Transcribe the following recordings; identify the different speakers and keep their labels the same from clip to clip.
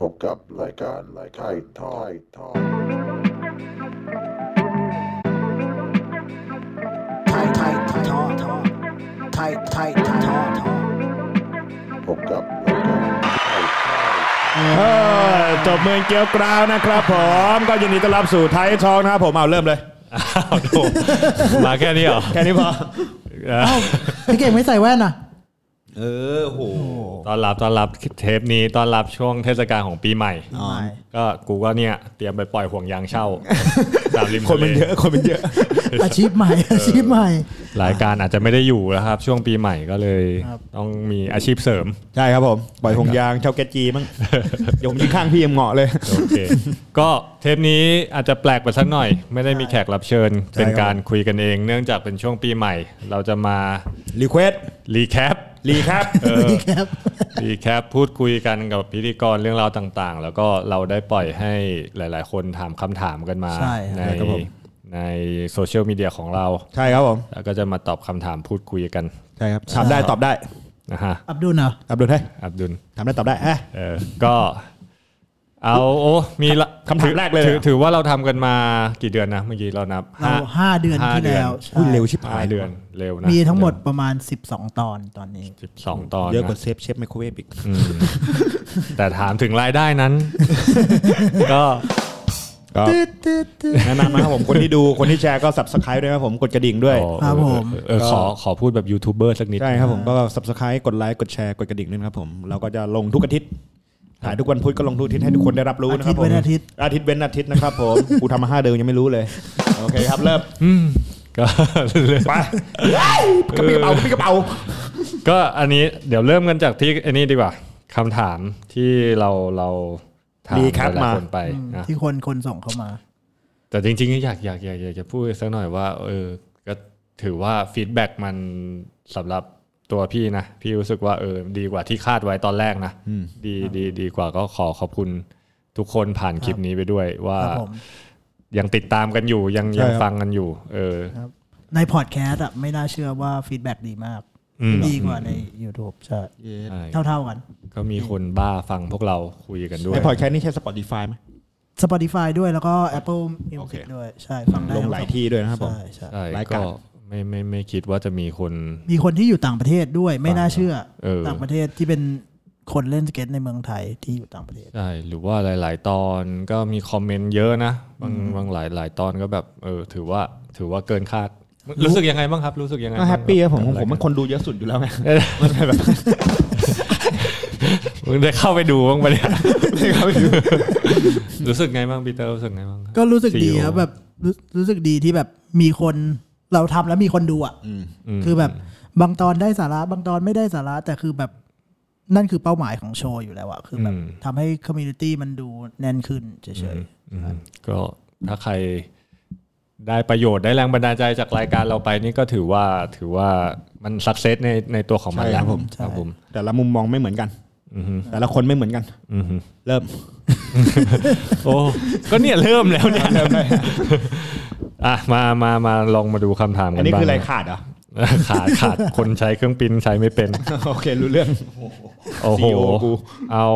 Speaker 1: พบกับรายการรายการทอยทอย
Speaker 2: tight tight talk talk tight tight talk talk
Speaker 1: พบกับรายการทอยทอย
Speaker 3: เออจบเมืองเกียวกราวนะครับผมก็ยินดีต้อนรับสู่ไทยทองนะครับผมเอาเริ่มเลย
Speaker 4: อ้าวโถ่มาแค่นี้เหรอ
Speaker 3: แค่นี้พอ
Speaker 5: พี่เก่งไม่ใส่แว่นอ่ะ
Speaker 4: เออโหตอนรับตอนรับเทปนี้ตอนรับช่วงเทศกาลของปีใหม่ ก็กูก็เนี่ย เตรียมไปปล่อยห่วงยางเช่ าตามริม
Speaker 3: คน
Speaker 4: ทะเล
Speaker 3: มันเยอะคนมันเยอะ
Speaker 5: อาชีพใหม่ อาชีพใหม่
Speaker 4: รายการอาจจะไม่ได้อยู่นะครับ ช่วงปีใหม่ก็เลย
Speaker 5: ครับ
Speaker 4: ต้องมีอาชีพเสริม
Speaker 3: ใช่ครับผมปล่อยหงยางชาวเกตจีมั้งเดี๋ยวผมยิงข้างพี่เอ็มเหงาะเลย
Speaker 4: โอเค ก็เทปนี้อาจจะแปลกไปสักหน่อย ไม่ได้มีแขกรับเชิญ
Speaker 3: ใช่ครับ
Speaker 4: เป็นการคุยกันเอง เนื่องจากเป็นช่วงปีใหม่ เราจะมา
Speaker 3: รีเควส
Speaker 4: รีแคป
Speaker 3: รีครับ
Speaker 4: เออ
Speaker 5: นี่ครับ
Speaker 4: ดีแคปพูดคุยกันกับพิธีกรเรื่องราวต่างๆ แล้วก็เราได้ปล่อยให้หลาย ๆ คนถามคำถามกันมา
Speaker 3: ใช่ค
Speaker 4: ใน
Speaker 3: รับครับผม
Speaker 4: ในโซเชียลมีเดียของเรา
Speaker 3: ใช่ครับผม
Speaker 4: แล้วก็จะมาตอบคำถามพูดคุยกัน
Speaker 3: ใช่ครับถามได้ตอบได้
Speaker 4: นะฮะ
Speaker 5: อับดุลเหรอ
Speaker 3: อับดุลให้
Speaker 4: อับดุล
Speaker 3: ถามได้ตอบได้อ่ะ
Speaker 4: เออก็เอาโอ้มีละ
Speaker 3: คำถามแรกเลยเหรอ
Speaker 4: ถือถือว่าเราทำกันมากี่เดือนนะ เมื่อกี้เรานับ
Speaker 5: เราห้าเดือนที่แล้วใช่
Speaker 3: อุ้ยเร็วชิบหา
Speaker 4: ห้าย เดือนเร็วนะ
Speaker 5: มีทั้งหมดประมาณ 12 ตอนตอนนี้
Speaker 4: สิบสองตอน
Speaker 3: เยอะกว่า
Speaker 4: นะ
Speaker 3: เซฟเชฟไมโครเวฟอีก
Speaker 4: อืมแต่ถามถึงรายได้นั้น ก็
Speaker 3: ก็
Speaker 5: ตืดตืดตืด
Speaker 3: แนะนำนะครับผมคนที่ดูคนที่แชร์ก็ subscribe ด้วยนะครับผมกดกระดิ่งด้วย
Speaker 4: อ๋อ
Speaker 5: ครับผม
Speaker 4: เออขอขอพูดแบบยูทูบเบอร์สักนิด
Speaker 3: ใช่ครับผมก็ subscribe กดไลค์กดแชร์กดกระดิ่งด้วยนะครับผมเราก็จะลงทุกอาทิตย์ถ่ายทุกวันพุธก็ลงทุกอาทิตย์ให้ทุกคนได้รับรู้นะครับ
Speaker 5: อาทิตย์
Speaker 3: ผม
Speaker 5: เว้นอาทิตย์
Speaker 3: อาทิตย์เว้นอาทิตย์นะครับผม กูทำมาห้าเดือนยังไม่รู้เลย โอเคครับเริ่ม
Speaker 4: ก็
Speaker 3: ไปกระปี้กระเป๋ากระปี้กระเป๋า
Speaker 4: ก็อันนี้เดี๋ยวเริ่มกันจากที่อันนี้ดีกว่าคำถามที่เราเราถาม
Speaker 3: ดี
Speaker 4: ห
Speaker 3: ครับ
Speaker 4: ลาย
Speaker 3: มา
Speaker 4: ๆคนไปนะ
Speaker 5: ที่คนคนส่งเข้ามา
Speaker 4: แต่จริงๆ อยากอยากอยากอยากจะพูดสักหน่อยว่าเออก็ถือว่าฟีดแบ็กมันสำหรับตัวพี่นะ พี่รู้สึกว่าเออดีกว่าที่คาดไว้ตอนแรกนะ ดีดีดีกว่าก็ขอขอบคุณทุกคนผ่านคลิปนี้ไปด้วยว่า
Speaker 5: ครับผม
Speaker 4: ยังติดตามกันอยู่ยัง
Speaker 3: ใช่
Speaker 4: ยัง
Speaker 3: ครับ
Speaker 4: ฟังกันอยู่ เออ
Speaker 5: ครับในพอดแคสต์อ่ะไม่น่าเชื่อว่าฟีดแบ็ดีมาก
Speaker 4: อืม
Speaker 5: ดีกว่าใน YouTube ใช่
Speaker 4: ใช่
Speaker 5: เท่าๆกัน
Speaker 4: ก็มีคนบ้าฟังพวกเราคุยกันด้วย
Speaker 3: ไอพอดแคสต์นี่ใช้ Spotify ไหม
Speaker 5: Spotify ด้วยแล้วก็ Apple
Speaker 3: โอเค
Speaker 5: Music ด้วยใช่ฟังได้
Speaker 3: ลง
Speaker 5: ทั้
Speaker 3: หลาย
Speaker 5: สอ
Speaker 3: ที่ด้วยนะครับผม
Speaker 5: ใช่ใช่
Speaker 4: ใช่
Speaker 3: รายกา
Speaker 4: ก็
Speaker 3: ร
Speaker 4: ไม่ไม่ไม่คิดว่าจะมีคน
Speaker 5: มีคนที่อยู่ต่างประเทศด้วยไม่น่าเชื่อ
Speaker 4: เออ
Speaker 5: ต่างประเทศที่เป็นคนเล่นสเก็ตในเมืองไทยที่อยู่ต่างประเทศ
Speaker 4: ใช่หรือว่าหลาย ๆ ตอนก็มีคอมเมนต์เยอะนะบางบางหลายหลายตอนก็แบบเออถือว่าถือว่าเกินคาด รู้สึกยังไงบ้างครับ รู้สึกยังไง
Speaker 3: ก็
Speaker 4: ง
Speaker 3: แฮปปี้ครับผมของผม
Speaker 4: กั
Speaker 3: มันคนดูเยอะสุดอยู่แล้วไง
Speaker 4: เออมึงได้เข้าไปดูบ้างปะเนี่ย รู้สึกไงบ้างปีเตอร์รู้สึกไงบ้างครับ
Speaker 5: ก็รู้สึกดี
Speaker 4: CEO
Speaker 5: ครับแบบรู้รู้สึกดีที่แบบมีคนเราทำแล้วมีคนดูอ่ะคือแบบบางตอนได้สาระบางตอนไม่ได้สาระ แต่คือแบบนั่นคือเป้าหมายของโชว์อยู่แล้วอะคือแบบ
Speaker 4: อืม
Speaker 5: ทำให้คอมมูนิตี้มันดูแน่นขึ้นเฉย
Speaker 4: อืมก็ถ้าใครได้ประโยชน์ได้แรงบันดาลใจจากรายการเราไปนี่ก็ถือว่าถือว่ามันสักเซสในในตัวของมัน
Speaker 3: ใช่
Speaker 4: แล้
Speaker 3: คว รับผม
Speaker 4: ครับผม
Speaker 3: แต่ละมุมมองไม่เหมือนกันแต่ละคนไม่เหมือนกันเริ่ม
Speaker 4: โอ้ก็เนี่ยเริ่มแล้วเนี่ยอ่ะมามามาลองมาดูคำถามกั
Speaker 3: อัน
Speaker 4: น
Speaker 3: นี้
Speaker 4: บ้าง
Speaker 3: คืออะไรขาดเหรอ
Speaker 4: ขาดขาดคนใช้เครื่องปริ้นใช้ไม่เป็น
Speaker 3: โอเครู้เรื่อง
Speaker 4: โอ้โห
Speaker 3: CEO กู
Speaker 4: เอา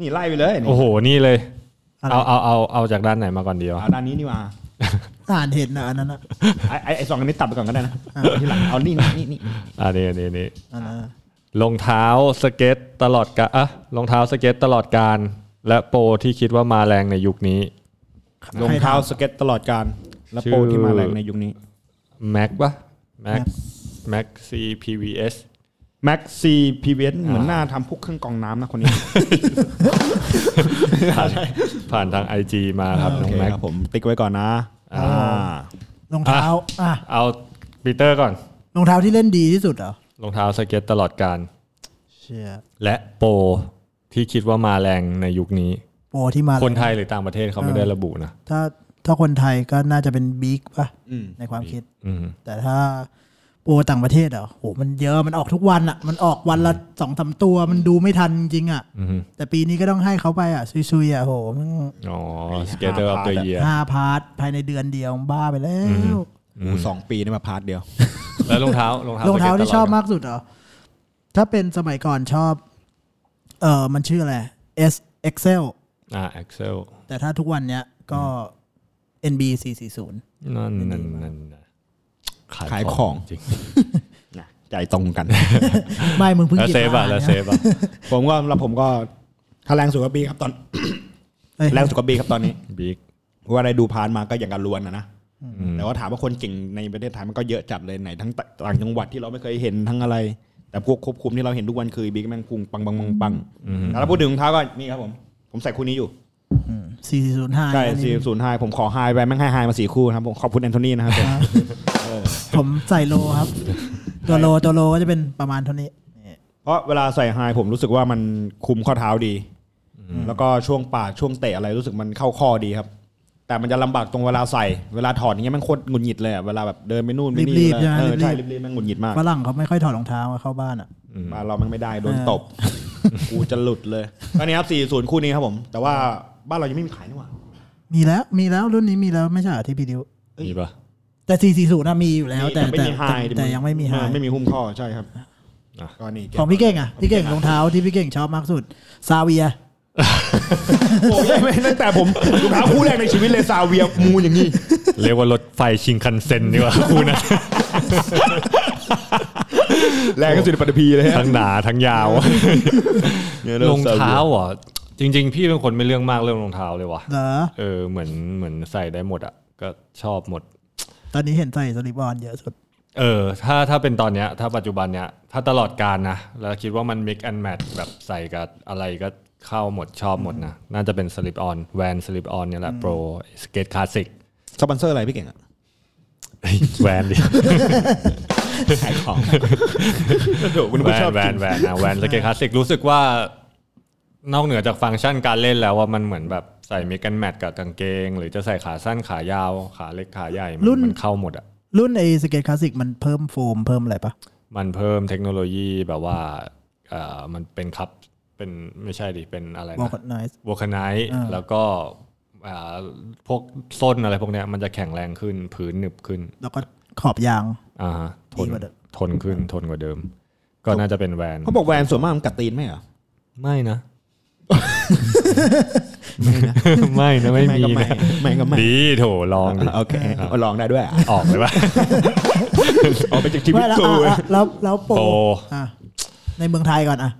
Speaker 3: นี่ไล่ไปเลยนี่
Speaker 4: โอ้โหนี่เลย เอาเอาเอาเอาจากด้านไหนมาก่อนดีวะ
Speaker 3: เอาด้านนี้นี่ว่า
Speaker 5: ๆอ่านเห็นนะอันนั้นอะ
Speaker 3: ไอ้ไอ้ไอ้สองอันนี้ตัดไปก่อนก็ได้นะเอาทีหลังเอานี่นี่นี่
Speaker 4: อันนี้อันนี้อันนี้
Speaker 5: อันนั้นอะ
Speaker 4: รองเท้าสเก็ตตลอดกาอะรองเท้าสเก็ตตลอดการ และโปรที่คิดว่ามาแรงในยุคนี้
Speaker 3: รองเท้าสเก็ตตลอดการและโปรที่มาแรงในยุคนี้
Speaker 4: แม็กปะแม็กแม็กซีพีวีเอส
Speaker 3: Max C P V S เหมือนหน้าทำพวกเครื่องกรองน้ำนะคนนี้
Speaker 4: ผ่านทาง IG มาครับ
Speaker 3: โอ
Speaker 4: น้อง
Speaker 3: เค
Speaker 4: แม็ก
Speaker 3: ครับผมติ๊กไว้ก่อนนะอ่าร
Speaker 5: องเท้าอ่ะ
Speaker 4: เอาปีเตอร์ก่อน
Speaker 5: รองเท้าที่เล่นดีที่สุดเหรอ
Speaker 4: รองเท้าสเก็ตตลอดการ
Speaker 5: เชี่ย
Speaker 4: และโปรที่คิดว่ามาแรงในยุคนี้
Speaker 5: โปรที่มา
Speaker 4: คนไทยหรือต่างประเทศเขาไม่ได้ระบุนะ
Speaker 5: ถ้าถ้าคนไทยก็น่าจะเป็นบิ๊กป่ะในความคิด
Speaker 4: อืม
Speaker 5: แต่ถ้าโปรต่างประเทศอ่ะโหมันเยอะมันออกทุกวันอ่ะ มันออกวันละสองสามตัวมันดูไม่ทันจริงอ่ะแต่ปีนี้ก็ต้องให้เขาไปอ่ะซุยๆอ่ะโหมัน
Speaker 4: อ๋อสเก็ตเตอร์ออฟเดอะเยีย
Speaker 5: ห้าพาร์ทภายในเดือนเดียวบ้าไปแล้ว
Speaker 3: โอ้โหสองปีนี่มาพาร์ทเดียว
Speaker 4: แล้วรองเท้ารองเท้าร
Speaker 5: องเท้าที่ชอบ
Speaker 4: สเตตลด
Speaker 5: มากสุดเหรอถ้าเป็นสมัยก่อนชอบ เออมันชื่ออะไร S Excel
Speaker 4: อ่า Excel
Speaker 5: แต่ถ้าทุกวันเนี้ยก็ NB 440
Speaker 4: นั่นนั่นนั่นนะ
Speaker 3: ขายของ
Speaker 4: จริง
Speaker 3: นะใจตรงกัน
Speaker 5: ไม่มึงเพิ่ง
Speaker 4: แล้ว
Speaker 5: กิน
Speaker 4: เซฟอะ
Speaker 5: มา
Speaker 4: แล้ว
Speaker 5: นี่ย
Speaker 4: เซฟอะ
Speaker 3: ผมก็สำหรับผมก็ถ้าแรงสุดก็บีครับตอน
Speaker 5: เอ้ย
Speaker 3: แรงสุดก็บีครับตอนนี้
Speaker 4: บิ๊ก
Speaker 3: เพราะว่าได้ดูพานมาก็อย่างกันล้วนนะนะแต่ว่าถามว่าคนเก่งในประเทศไทยมันก็เยอะจัดเลยไหนทั้งต่างจังหวัดที่เราไม่เคยเห็นทั้งอะไร แต่พวกควบคุมที่เราเห็นทุกวันคือบีกแมงพุงปังปังปังปังแต่ถ้าพูดถึงรองเท้าก็นี่ครับผม ผมใส่คู่นี้อยู่
Speaker 5: 4405
Speaker 3: ใช่
Speaker 5: อันนี้
Speaker 3: สี่ศูนย์ไฮผมขอไฮไปแม่งให้ไฮมาสี่คู่นะครับผมขอบคุณแอนโทนีนะครับผม
Speaker 5: ผมใส่โลครับ ตัวโลตัวโลก็จะเป็นประมาณเท่านี้นี่
Speaker 3: เพราะเวลาใส่ไฮผมรู้สึกว่ามันคุมข้อเท้าดี แล้วก็ช่วงปาดช่วงเตะอะไรรู้สึกมันเข้าข้อดีครับ แต่มันจะลำบากตรงเวลาใส่เวลาถอดอย่างเงี้ยแมันโคตรหงุดหงิดเลยอะเวลาแบบเดินไปนู่นไปนี่
Speaker 5: รีบๆ
Speaker 3: เวลา
Speaker 5: ใช่ไหม
Speaker 3: เออใช่
Speaker 5: รีบๆ
Speaker 3: รีบๆแม่งหงุดหงิดมาก
Speaker 5: ฝรั่งเขาไม่ค่อยถอดรองเท้าเข้าบ้านอ่ะ
Speaker 3: มานเราแมันไม่ได้โดน
Speaker 5: เออ
Speaker 3: ตบกูจะหลุดเลยก็นี่ครับสี่ศูนย์คู่นี้ครับผม แต่ว่าบ้านเรายังไม่มีขายนี่หว่า
Speaker 5: มีแล้วมีแล้วรุ่นนี้มีแล้วไม่ใช่เหรอที่พี่ดิว
Speaker 4: มีปะ
Speaker 5: แต่ 440นะมีอยู่แล้ว แต่
Speaker 3: ไม่
Speaker 5: แต่
Speaker 3: มีไฮ
Speaker 5: แต่แต่ยังไม่มีไฮ
Speaker 3: ไม่มีหุ้มข้อใช่ครับก็นี่บ
Speaker 5: ของพี่เก่งอ่ะพี่เก่งรองเท้าที่พี่เก่งชอบมากสุดซาเวีย
Speaker 3: โอ้ยไม่ตั้งแต่ผมรองเท้าคู่แรกในชีวิตเลยซาเวียมูนอย่างนี้
Speaker 4: เรียกว่ารถไฟชิงคันเซ็นดีกว่า คู่นะ
Speaker 3: แรงก็สุดในปัตตพีเลยฮะ
Speaker 4: ทั้งหนาทั้งยาวรองเท้าเหรอ่ะจริง ๆ พี่เป็นคนไม่เรื่องมากเรื่องรองเท้าเลยว่ะ
Speaker 5: เหรอ
Speaker 4: เออเหมือนเหมือนใส่ได้หมดอ่ะก็ชอบหมด
Speaker 5: ตอนนี้เห็นใส่สลิปออนเยอะสุด
Speaker 4: เออถ้าถ้าเป็นตอนเนี้ยถ้าปัจจุบันเนี้ยถ้าตลอดการนะ แล้วคิดว่ามัน mix and match แบบใส่กับอะไรก็เข้าหมดชอบหมดนะ น่าจะเป็นสลิปออนแวนสลิปออนเนี่ยแหละโปรสเกตคลาส สิก
Speaker 3: สปอนเซอร์อะไรพี่เก่งอะ
Speaker 4: แวนดิ
Speaker 3: ขายของโดคุณ
Speaker 4: แว
Speaker 3: ผู้ช
Speaker 4: น
Speaker 3: อบ
Speaker 4: แวนแวนนะแวนสเกตคลาสสิกรู้สึกว่านอกเหนือจากฟังก์ชันการเล่นแล้วว่ามันเหมือนแบบใส่ mix and match กับกางเกง หรือจะใส่ขาสั้นขายาวขาเล็กขาใหญ่มั
Speaker 5: รุ่น
Speaker 4: มันเข้าหมดอ่ะ
Speaker 5: รุ่นไอสเก็ตคลาสสิกมันเพิ่มโฟมเพิ่มอะไรปะ
Speaker 4: มันเพิ่มเทคโนโลยีแบบว่าเอ่อมันเป็นครับเป็นไม่ใช่ดิเป็นอะไร
Speaker 5: วอล
Speaker 4: นะ
Speaker 5: คอนไนส์
Speaker 4: วอลคไนท์แล้วก็อ่าพวกส้นอะไรพวกเนี้ยมันจะแข็งแรงขึ้นผืนหนึบขึ้น
Speaker 5: แล้วก็ขอบยาง
Speaker 4: อ่าฮะทน
Speaker 5: ดีกว่าเดิม
Speaker 4: ทนขึ้นทนกว่าเดิม ก็น่าจะเป็นแวน
Speaker 3: เขาบอกแวนส่วนมากมันกัดตีนไหมเหรอ
Speaker 4: ไม่นะ ไม่นะ ไม่มี
Speaker 3: ไม่
Speaker 4: นะ
Speaker 3: ไม่ก็ไม่
Speaker 4: ดีโถลองดิ
Speaker 3: โอเคเอาลองได้ด้วยอะ
Speaker 4: ออกเลยปะ
Speaker 3: เอาไปจากชีวิต
Speaker 5: ไม่แล้ว
Speaker 3: กู
Speaker 5: อ่ะอ่ะแล้วแล้วโปร
Speaker 4: โปร
Speaker 5: อ่ะในเมืองไทยก่อนอ่ะ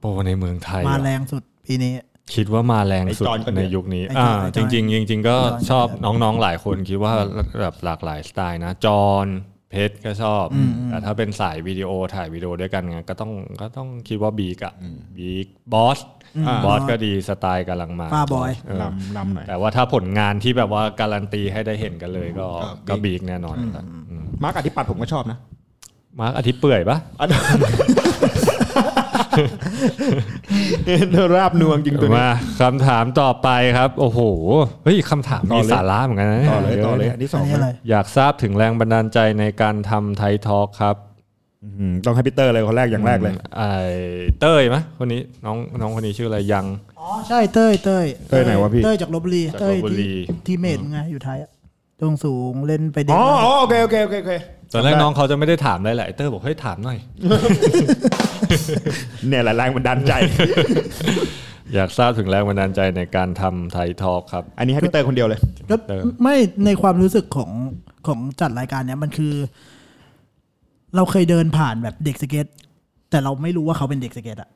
Speaker 4: โปรในเมืองไทย
Speaker 5: มา
Speaker 4: อะ
Speaker 5: แรงสุดปีนี้
Speaker 4: คิดว่ามาแรงสุดในยุคนี้
Speaker 5: ไอ้จอน
Speaker 4: อ่า
Speaker 5: ไอ้จ
Speaker 4: จ
Speaker 5: อน
Speaker 4: ริงๆจริง ๆ ก็
Speaker 5: ไอ้จอน
Speaker 4: ชอบ
Speaker 5: ไอ้จอน
Speaker 4: น้องๆหลายคนคิดว่าแบบหลากหลายสไตล์นะ จอนเพชรก็ชอบแต่ถ้าเป็นสายวิดีโอถ่ายวิดีโอด้วยกันไงก็ต้องก็ต้องคิดว่าบีกอะบีกบอสบอสก็ดีสไตล์กำลังมา
Speaker 5: ป้าบอย
Speaker 4: เ
Speaker 3: นำนำหน่อย
Speaker 4: แต่ว่าถ้าผลงานที่แบบว่าการันตีให้ได้เห็นกันเลยก็ก็บีกแน่นอนครับอืม
Speaker 3: มาร์กอธิปัตย์ผมก็ชอบนะ
Speaker 4: มาร์คอาทิตย์เปื่อยปะ
Speaker 3: เธอราบนวงจริงตัวนี้
Speaker 4: มาคำถามต่อไปครับ โอ้โหเฮ้ยคำถาม
Speaker 3: ต่อ
Speaker 4: มี
Speaker 3: เลย
Speaker 4: สาระเหมือนกันนะ
Speaker 3: ต่อเลย
Speaker 4: ะ
Speaker 3: ต่อเลย
Speaker 4: นี่
Speaker 3: อันที่ส
Speaker 5: อั
Speaker 3: อนง
Speaker 5: นี้อะไร
Speaker 4: อยากทราบถึงแรงบันดาลใจในการทำไททอล์กครับ
Speaker 3: อืมต้องให้พีเตอร์เลยคนแรกอย่างแรกเลย
Speaker 4: ไอเต้ยมะคนนี้น้องน้องคนนี้ชื่ออะไรยัง
Speaker 5: อ๋อใช่เต้ยเต้ย
Speaker 3: เต้ยไหนวะพี่
Speaker 5: เต้ยจากลบบุรี
Speaker 4: จาก
Speaker 5: เต้ย
Speaker 4: ลพบุรี
Speaker 5: ที่ที่เมดมึงไงอยู่ไทยอ่ะตรงสูงเล่นไปเด็ก
Speaker 3: อ๋ออ๋อโอเคโอเคโอเคโอเค
Speaker 4: ตอนแรกน้องเขาจะไม่ได้ถามเลยแหละไอ้เต้ยบอกเฮ้ยถามหน่อย
Speaker 3: เนี่ยแหละแรงบันดาลใจ
Speaker 4: อยากทราบถึงแรงบันดาลใจในการทำไททอล์กครับ
Speaker 3: อันนี้ให้พีเตอร์คนเดียวเลย
Speaker 5: แล้วไม่ในความรู้สึกของของจัดรายการเนี้ยมันคือ เราเคยเดินผ่านแบบเด็กสเก็ต แต่เราไม่รู้ว่าเขาเป็นเด็กสเก็ตอ่ะ